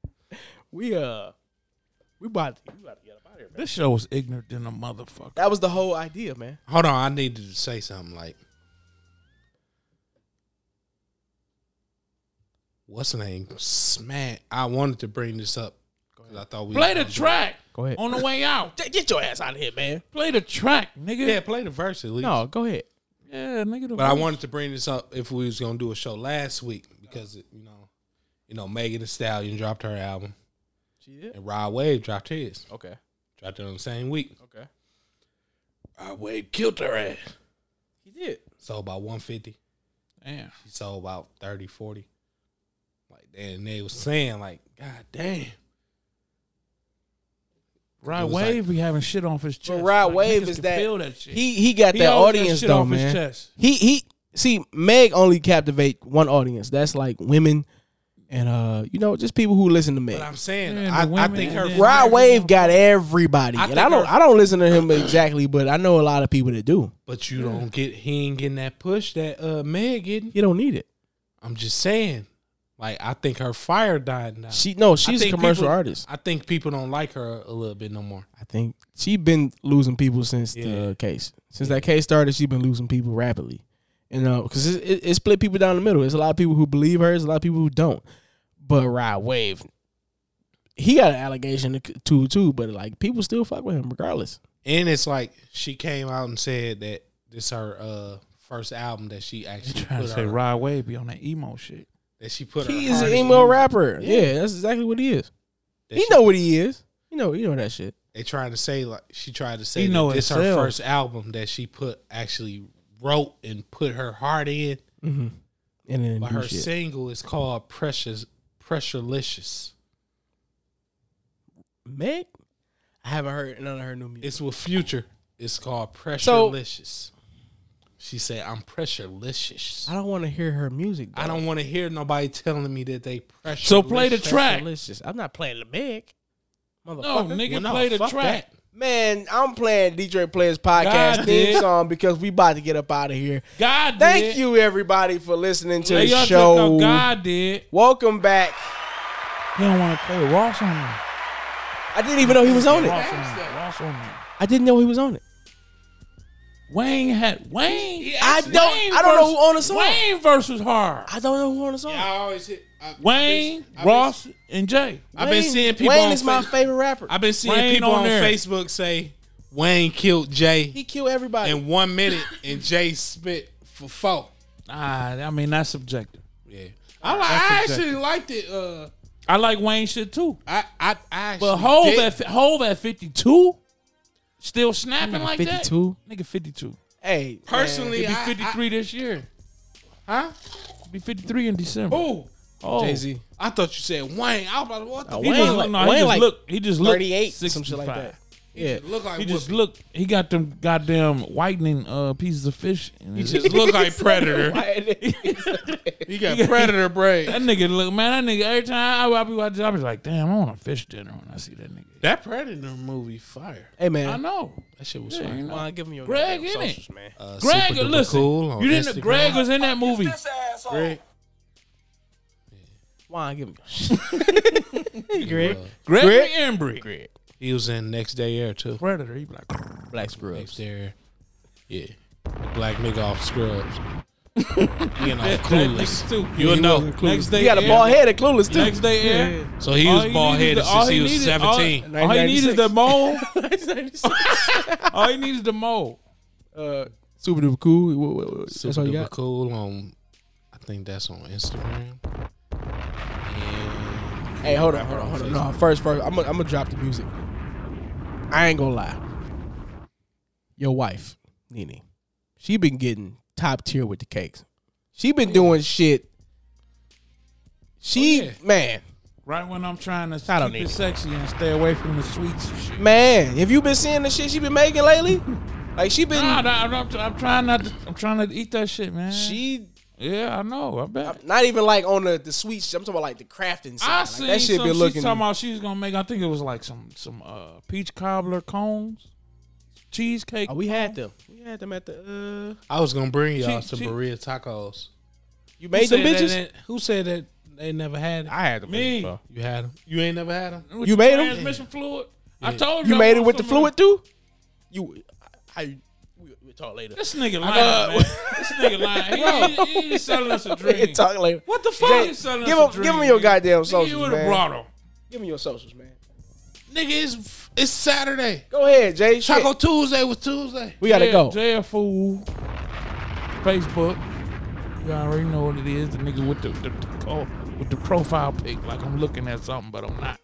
A: we uh, we about to, we about to get up out of here, man.
B: This show was ignorant than a motherfucker.
A: That was the whole idea, man.
C: Hold on, I needed to say something like What's the name? Smack. I wanted to bring this up because I thought we
B: Play the track
A: Go ahead.
B: on the way out.
A: Get- Get your ass out of here, man.
B: Play the track, nigga.
C: Yeah, play the verse at least.
A: No, go ahead.
B: Yeah, nigga.
C: But I wanted to bring this up if we was gonna do a show last week because it, you know, you know, Megan Thee Stallion dropped her album
A: She did.
C: and Rod Wave dropped his.
A: Okay.
C: Dropped it on the same week.
A: Okay.
C: Rod Wave killed her ass.
A: He did.
C: Sold about one fifty.
B: Damn.
C: She sold about 30, 40. Like and they was saying like, God damn. It
B: Rod
C: was
B: Wave be having shit off his chest.
A: But Rod
B: Like,
A: Wave
B: niggas
A: is
B: can
A: that,
B: feel that shit.
A: he he got
B: He
A: that
B: always got
A: audience
B: shit
A: though,
B: off his
A: man.
B: chest.
A: He he see Meg only captivate one audience. That's like women and uh you know just people who listen to
C: But
A: Meg.
C: I'm saying
B: Man,
C: I,
B: the
C: I
B: women
C: think
B: and
C: her
B: then-
A: Rod Wave got everybody,
C: I
A: and
C: think
A: I don't
C: her-
A: I don't listen to him exactly, but I know a lot of people that do.
C: But you don't get he ain't getting that push that uh Meg getting.
A: You don't need it.
C: I'm just saying. Like I think her fire died now.
A: She no,
C: I
A: she's a
C: think
A: commercial
C: people-
A: artist.
C: I think people don't like her a little bit no more.
A: I think she been losing people since
C: Yeah.
A: the case. Since that case started, she been losing people rapidly. You know, because it, it, it split people down the middle. There's a lot of people who believe her. There's a lot of people who don't. But Rod Wave, he got an allegation too, too. But like, people still fuck with him regardless.
C: And it's like she came out and said that this her uh first album that she
B: He
C: actually
B: trying to
C: put
B: say
C: her,
B: Rod Wave be on that emo shit.
C: that she put
A: He
C: her
A: is an
C: hardest
A: emo
C: music
A: rapper. Yeah. that's exactly what he is.
C: that
A: He
C: she-
A: know what he is. You know, you know that shit.
C: they trying to say like she tried to say
B: He know
C: that this her
B: himself.
C: first album that she put actually wrote and put her heart in.
A: Mm-hmm. and then
C: But
A: do
C: her
A: shit.
C: single is called Precious Pressurelicious.
A: Meg, I haven't heard none of her new music.
C: It's with Future. It's called Pressurelicious. she said, "I'm pressurelicious.
A: I don't want to hear her music.
C: I
A: though.
C: don't want to hear nobody telling me that they pressure.
B: So play the track.
A: Delicious. I'm not playing the Meg,
B: No,
A: motherfucker.
B: nigga,
C: Well, no,
B: play the
C: fuck
B: track.
A: Man, I'm playing DJ Players podcast
B: God
A: theme
B: did.
A: song because we about to get up out of here.
B: God
A: Thank
B: did.
A: you everybody for listening to
B: Lay
A: the
B: your dick
A: show.
B: out. God did.
A: Welcome back.
B: He don't want to play Ross on there.
A: I didn't even know he was on it.
B: Ross on there. Ross on there.
A: I didn't know he was on it.
B: Wayne had Wayne.
A: I don't- I don't know who on the song.
B: Wayne versus Hard.
A: I don't know who on the song.
C: I always hit I- I've been-
B: Wayne,
C: I've been-
B: Ross, and Jay.
C: I've been
A: Wayne-
C: seeing people.
A: Wayne
C: on
A: is my
C: Face-
A: favorite rapper.
C: I've been seeing
B: Wayne
C: people
B: on
C: on
B: there.
C: Facebook say Wayne killed Jay
A: he killed everybody.
C: in one minute, and Jay spit for four.
B: Ah, I mean that's subjective.
C: Yeah, I, li-
B: That's
C: I
B: subjective.
C: actually liked it. Uh,
B: I like Wayne shit too.
C: I I, I
B: But
C: actually
B: hold
C: did.
B: that fi- hold that fifty two, still snapping
A: Nigga
B: like that. Nigga fifty two.
A: Hey,
C: personally.
B: Be
C: I-
B: fifty three this year.
C: I, huh?
B: Be fifty three in December.
C: Who?
B: Oh,
A: Jay Z.
C: I thought you said Wayne. I was like, what the?
B: He
A: Wayne
B: just,
A: like-
B: look- no, he
A: Wayne
B: just
A: like
B: looked. He just looked
A: 38, some shit like
B: 65.
A: that. Yeah.
C: Look like
B: He just
C: Whoopi.
B: looked. He got them goddamn whitening uh, pieces of fish.
C: He just look like Predator. He got Predator
B: That
C: braids.
B: nigga look man. That nigga every time I, I be watching, I be like, damn, I want a fish dinner when I see that nigga.
C: That Predator movie fire.
A: Hey
B: I
A: man.
B: know.
C: That shit was
B: Yeah, you
C: fire.
B: know.
A: Well, give him your
B: Greg
A: goddamn
B: in it.
A: socials, man.
C: Uh,
B: Greg,
C: Super Duper
B: listen,
C: Cool on
B: you didn't.
C: Instagram.
B: Greg was in
C: Oh,
B: that movie.
C: Greg.
A: Why give him Hey Greg.
B: Greg,
A: Greg?
B: Embry,
C: He was in Next Day Air too.
B: Predator. He be like,
A: Black Scrubs.
C: Next Day Air. Yeah. The black nigga off scrubs. you know,
B: That's
C: clueless.
B: stupid.
C: You'll
B: He
C: know.
B: wasn't clueless.
C: Next
A: You got a
B: air.
A: bald head and clueless too.
B: Next day air.
C: So he
B: All
C: was bald
B: needed-
C: headed
B: all
C: since he was
B: needed- all-
C: seventeen.
B: All, he needs is the mole.
A: uh,
B: all he needs is the mole.
A: super duper cool. What- what- what-
C: Super
A: That's all you
C: Duper
A: got.
C: Cool on. I think that's on Instagram. And
A: Hey, hold on, hold on, hold on. No, first, first, I'm gonna I'm gonna drop the music. I ain't gonna lie. Your wife, Nene, she been getting top tier with the cakes. She been doing shit. She
C: Oh, yeah.
A: man,
B: Right when I'm trying to
A: I don't
B: keep
A: need
B: it
A: it.
B: sexy and stay away from the sweets and shit.
A: man. Have you been seeing the shit she been making lately? Like she been,
B: Nah, nah, I'm, I'm, I'm trying not. To, I'm trying not to eat that shit, man.
A: she
B: yeah, I know. I bet.
A: not even like on the the sweet. shit. I'm talking about like the crafting
B: I
A: side.
B: seen
A: Like, that shit
B: some,
A: been looking.
B: She's talking about she's gonna make. I think it was like some some uh, peach cobbler cones, cheesecake.
A: Oh, we had them. We had them at the. Uh,
C: I was gonna bring y'all
B: She-
C: some
B: she-
C: burrito tacos.
A: you made them
C: said
A: bitches.
C: That, that- who said that they never had? It?
A: I had them.
B: me.
C: You had them. You ain't never had them.
B: With
A: You
B: the
A: made 'em?
B: transmission fluid. I told
A: You
B: I
A: made it
B: want
A: with the
B: some of
A: fluid too. You, I, we will talk later.
B: This nigga lying, man. This nigga lying. He, he, he's selling us a
A: We
B: dream.
A: talk later.
B: What the fuck?
A: Jay,
B: He's selling
A: give
B: us
A: him-
B: a dream,
A: give him your
B: nigga.
A: goddamn
B: Nigga,
A: socials,
B: You would
A: man.
B: have brought him.
A: Give me your socials, man.
C: Nigga, it's it's Saturday.
A: Go ahead, Jay. Shit.
C: Taco Tuesday was Tuesday.
A: We gotta
B: yeah,
A: go.
B: Jay a fool. Facebook. You already know what it is. The nigga with the, the, the call, with the profile pic. Like I'm looking at something, but I'm not.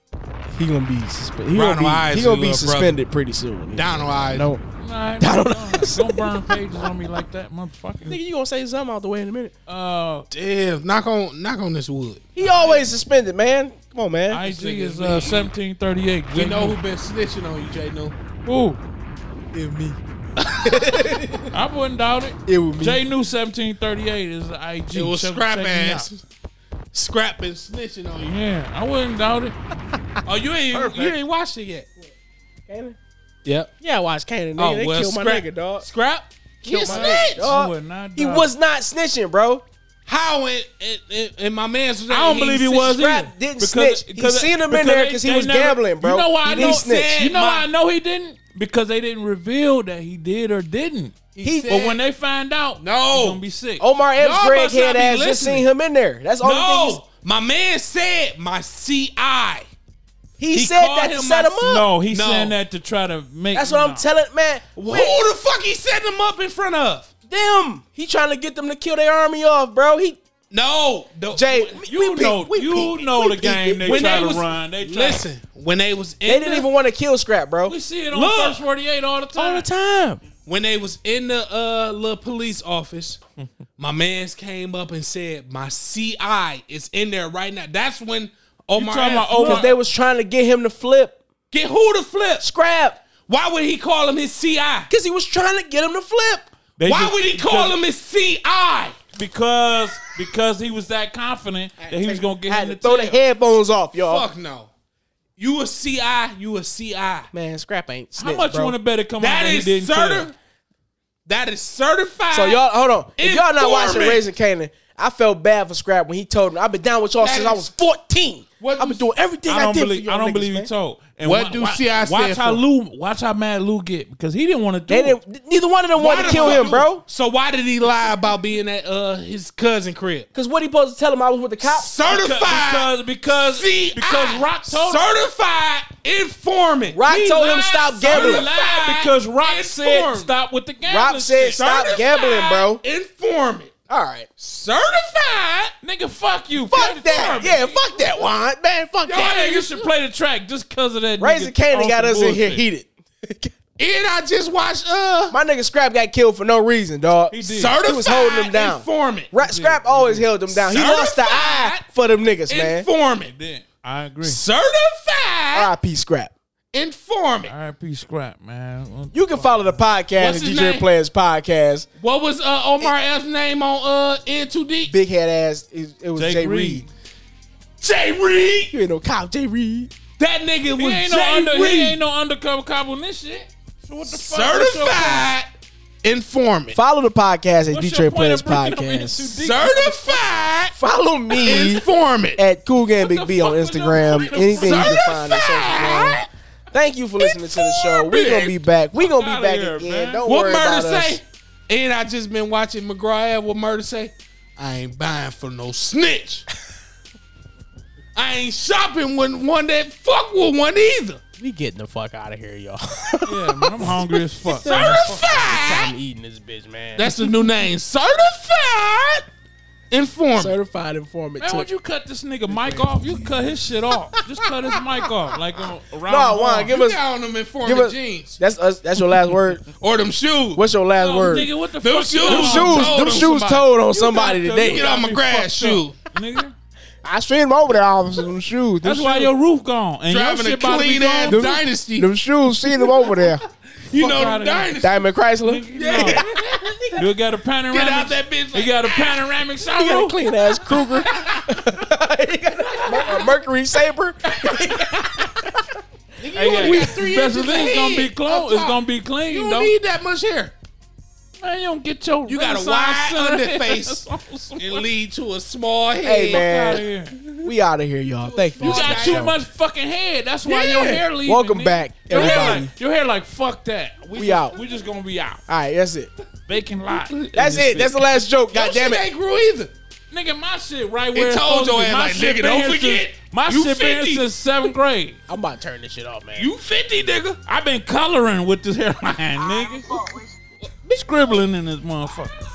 A: He gonna be suspended. He
C: Ronald
A: gonna be, he
C: Isley,
A: gonna be
C: little brother.
A: suspended pretty soon.
C: Down on eyes.
A: No,
B: Nah,
A: don't
B: don't,
A: know.
B: don't burn pages on me like that, motherfucker.
A: nigga, you gonna say something out the way in a minute.
B: Uh,
C: Damn. Knock on knock on this wood.
A: He always suspended, man. Come on, man.
B: IG
C: nigga
B: is
C: is
B: uh,
C: mean.
B: 1738.
C: We
B: Jay
C: know
B: Moore.
C: who been snitching on you, Jay. No.
B: It was
A: me.
B: I wouldn't doubt it.
A: It was me.
B: J New 1738 is the IG.
C: It was
B: Check-
C: scrap
B: check me out.
C: ass. Scrap been snitching on you.
B: Yeah, I wouldn't doubt it.
C: Oh, you ain't you ain't watched it yet.
A: Kanan?
C: Yep.
A: Yeah, I watched Kanan. Nigga.
C: Oh,
A: they
C: well,
A: killed my
C: scrap-
A: nigga, dog.
C: Scrap. He
A: my
C: snitched.
A: nigga.
B: I
A: Uh,
B: would not doubt
A: He was not snitching, bro.
C: How in in, in my man's?
B: I don't believe he was
A: Scrap
B: either.
A: didn't snitch. He seen him in there
B: they-
A: 'cause he
B: they
A: was gambling, bro.
B: You know why
A: He
B: I
A: didn't
B: know?
A: snitch.
B: You know
C: My-
B: why I know he didn't? Because they didn't reveal that he did or didn't.
A: He-
C: said-
B: But when they find out,
C: No.
B: he's gonna be sick.
A: Omar Epps,
C: Y'all
A: Greg
C: must not
A: head
C: be
A: ass, just
C: listening.
A: seen him in there. That's all he
C: No, my man said my CI.
A: He,
C: He
A: said
C: called
A: that to
C: him
A: set
C: my-
A: him up.
B: No, he's
C: No.
B: saying that to try to make.
A: That's what I'm
B: no.
A: telling, man.
C: Who the fuck he setting him up in front of?
A: Them. He trying to get them to kill their army off, bro. He
C: No, the-
A: Jay, we
B: You
A: peep-
B: know,
A: we
B: you
A: peep-
B: know
A: we
B: the
A: peep
B: game
A: it.
B: they
C: when
B: try
C: they
B: to
C: was
B: run. They try.
C: listen when they was in
A: They didn't
C: the-
A: even want to kill Scrap, bro.
B: we see it on
C: Look.
B: First Forty Eight all the time.
A: All the time.
C: when they was in the uh little police office, my man's came up and said, "My CI is in there right now." That's when Omar
B: talking
C: asked,
B: about Omar-
A: Because they was trying to get him to flip.
C: get who to flip.
A: Scrap.
C: Why would he call him his CI?
A: Because he was trying to get him to flip.
B: They
C: Why
B: just-
C: would he call
B: because-
C: him his CI?
B: Because because he was that confident that he was gonna get
A: Had
B: him
A: to
B: to
A: throw the
B: tell.
A: headphones off, y'all.
C: Fuck no. You a CI? You a CI?
A: Man, Scrap ain't
B: How
A: snitch,
B: much
A: bro.
B: you want to bet it come out
C: That
B: that he
C: is
B: didn't
C: certi-
B: tell?
C: That is certified.
A: So y'all, hold on. If y'all not watching
C: Informant.
A: Raising Canaan, I felt bad for Scrap when he told me I've been down with y'all
C: That
A: since
C: is-
A: I was fourteen.
C: What
A: I've been
C: do-
A: doing everything I,
B: I don't
A: did
B: believe
A: for
B: I
A: y'all
B: don't
A: niggas,
B: believe
A: man.
B: he told. And
C: What
B: why-
C: do
B: why-
C: CI
B: Watch
C: stand
B: how
C: for?
B: Lou watch how mad Lou get because he didn't want to do
A: They
B: it.
A: didn't, neither one of them
C: Why
A: wanted to
C: the
A: kill
C: fuck-
A: him, bro.
C: So why did he lie about being at uh his cousin crib?
A: Because what he supposed to tell him? I was with the cops.
B: because
C: Certified
B: because
C: CI.
B: because Rock told
C: certified informant.
A: Rock
B: He
A: told him
B: lied,
A: stop
B: so he
A: gambling.
B: lied because Rock said
C: Informed.
B: stop with the gambling.
A: Rock said
B: shit.
A: stop
C: Certified
A: gambling, bro.
C: Informant.
A: All right,
C: Certified.
B: Nigga, fuck you. Play the
A: fuck that.
B: drum.
A: Yeah, fuck that, Juan. Man, fuck
B: Y'all
A: that.
B: niggas should play the track just because of that.
A: Raising
B: nigga
A: Canaan got us
B: awful
A: in here
B: bullshit.
A: heated.
C: And I just watched uh
A: My nigga Scrap got killed for no reason, dog.
B: He did.
C: certified
A: He was holding him down.
C: informant.
A: Ra- Scrap always held him down. He lost the eye
C: Certified
A: for them niggas, man.
C: informant.
B: Then I agree.
C: Certified
A: R.I.P. Scrap.
C: informant.
B: R.I.P. Scrap, man.
A: You can follow the podcast
C: What's
A: at
C: his
A: DJ
C: name?
A: Players Podcast.
C: What was uh Omar F's name on uh N2D?
A: Big head ass. It, it was
B: Jake
A: Jay Reed.
B: Reed.
C: Jay Reed.
A: You ain't no cop, Jay Reed.
C: That nigga
B: He
C: was
B: ain't,
C: Jay
B: no under,
C: Reed.
B: he ain't no undercover cop on this shit. So what the fuck? What's your point?
C: certified informant.
A: Follow the podcast at
B: What's
A: DJ
B: your point
A: Players
B: of bringing them in
A: Podcast.
B: too deep?
C: Certified
A: Follow me
C: informant.
A: at Cool Game Big
B: the
A: B on
B: fuck was the
A: Instagram.
B: point of-
A: Anything you can find on social media.
C: Certified.
A: Thank you for listening to the show. We're gonna be back. We're gonna be
B: Fuck
A: back
B: outta here,
A: again.
B: man.
A: Don't
C: What
A: worry
C: murder
A: about
C: say?
A: us.
C: And I just been watching McGraw Ave. What murder say? I ain't buying for no snitch. I ain't shopping with one that fuck with one either.
A: We getting the fuck out of here, y'all.
B: Yeah, man, I'm hungry as fuck.
C: Certified.
A: eating this bitch, man.
C: That's the new name. Certified informant.
A: certified informant.
B: Man,
A: too.
B: would you cut this nigga mic off? You cut his shit off. Just cut his mic off. Like on around.
A: No,
B: the
A: Juan,
B: horn.
A: give
C: you
A: us.
C: got on them informant
A: Give us.
C: jeans
A: That's us. That's your last word.
C: or them shoes.
A: What's your last
B: No,
A: word?
B: Nigga, what the
C: Them
B: fuck?
C: shoes.
B: you
A: Them
B: on?
A: shoes, them
C: Oh, told on
A: shoes
C: somebody.
A: told on
B: You
A: somebody
B: got
A: today.
B: to-
C: Get out my
B: you
C: grass
B: fucked
C: shoe.
B: up, nigga.
A: I streamed over there, officer. Them shoes. Them
B: That's why
A: shoes-
B: your roof gone and your
C: Driving a
B: shit about to be
C: clean ass
B: gone.
A: Them-
C: dynasty.
A: Them shoes. Seen them over there.
C: you
B: fuck
C: know
B: outta
C: the
B: here.
C: dynasty.
A: Diamond Chrysler. You
B: No. You got a panoramic.
C: Get out that bitch.
B: you
C: Like,
B: got a panoramic
A: got a
B: sunroof.
A: clean ass Kruger. You got a Mer- a Mercury Saber.
B: Hey,
C: we
B: yeah.
C: got three
B: Best
C: inches
B: of thing,
C: of
B: it's gonna be
C: head
B: close.
C: up
B: It's
C: top.
B: gonna be clean.
C: you
B: though.
C: don't need that much hair.
B: man, you don't get your.
C: You got a
B: Renaissance
C: wide
B: center
C: underface
B: ass on
C: and
B: some-
C: lead to a small head.
A: Hey
B: Outta
A: man,
B: here.
A: we out of here, y'all. Thank you.
B: You
A: for listening
B: got
A: to
C: Goddamn.
A: the
B: too
A: show.
B: much fucking head. That's why your hair leaving.
A: Welcome
B: nigga.
A: back,
B: Your hair,
A: everybody.
B: like, your hair like fuck that.
A: We
B: just-
A: out.
B: We just gonna be out.
A: All right, that's it.
B: Bacon lot.
A: That's it. That's the last joke. God damn it.
C: ain't grew either.
B: nigga. My shit right where it's
C: told
B: supposed to
C: your
B: be.
C: ass,
B: My
C: like,
B: shit
C: nigga,
B: been
C: don't
B: here since-
C: forget,
B: My
C: you
B: shit been
C: 50.
B: here since seventh grade.
A: I'm about to turn this shit off, man.
C: You 50, nigga.
B: I've been coloring with this hairline, nigga. Be scribbling in this motherfucker.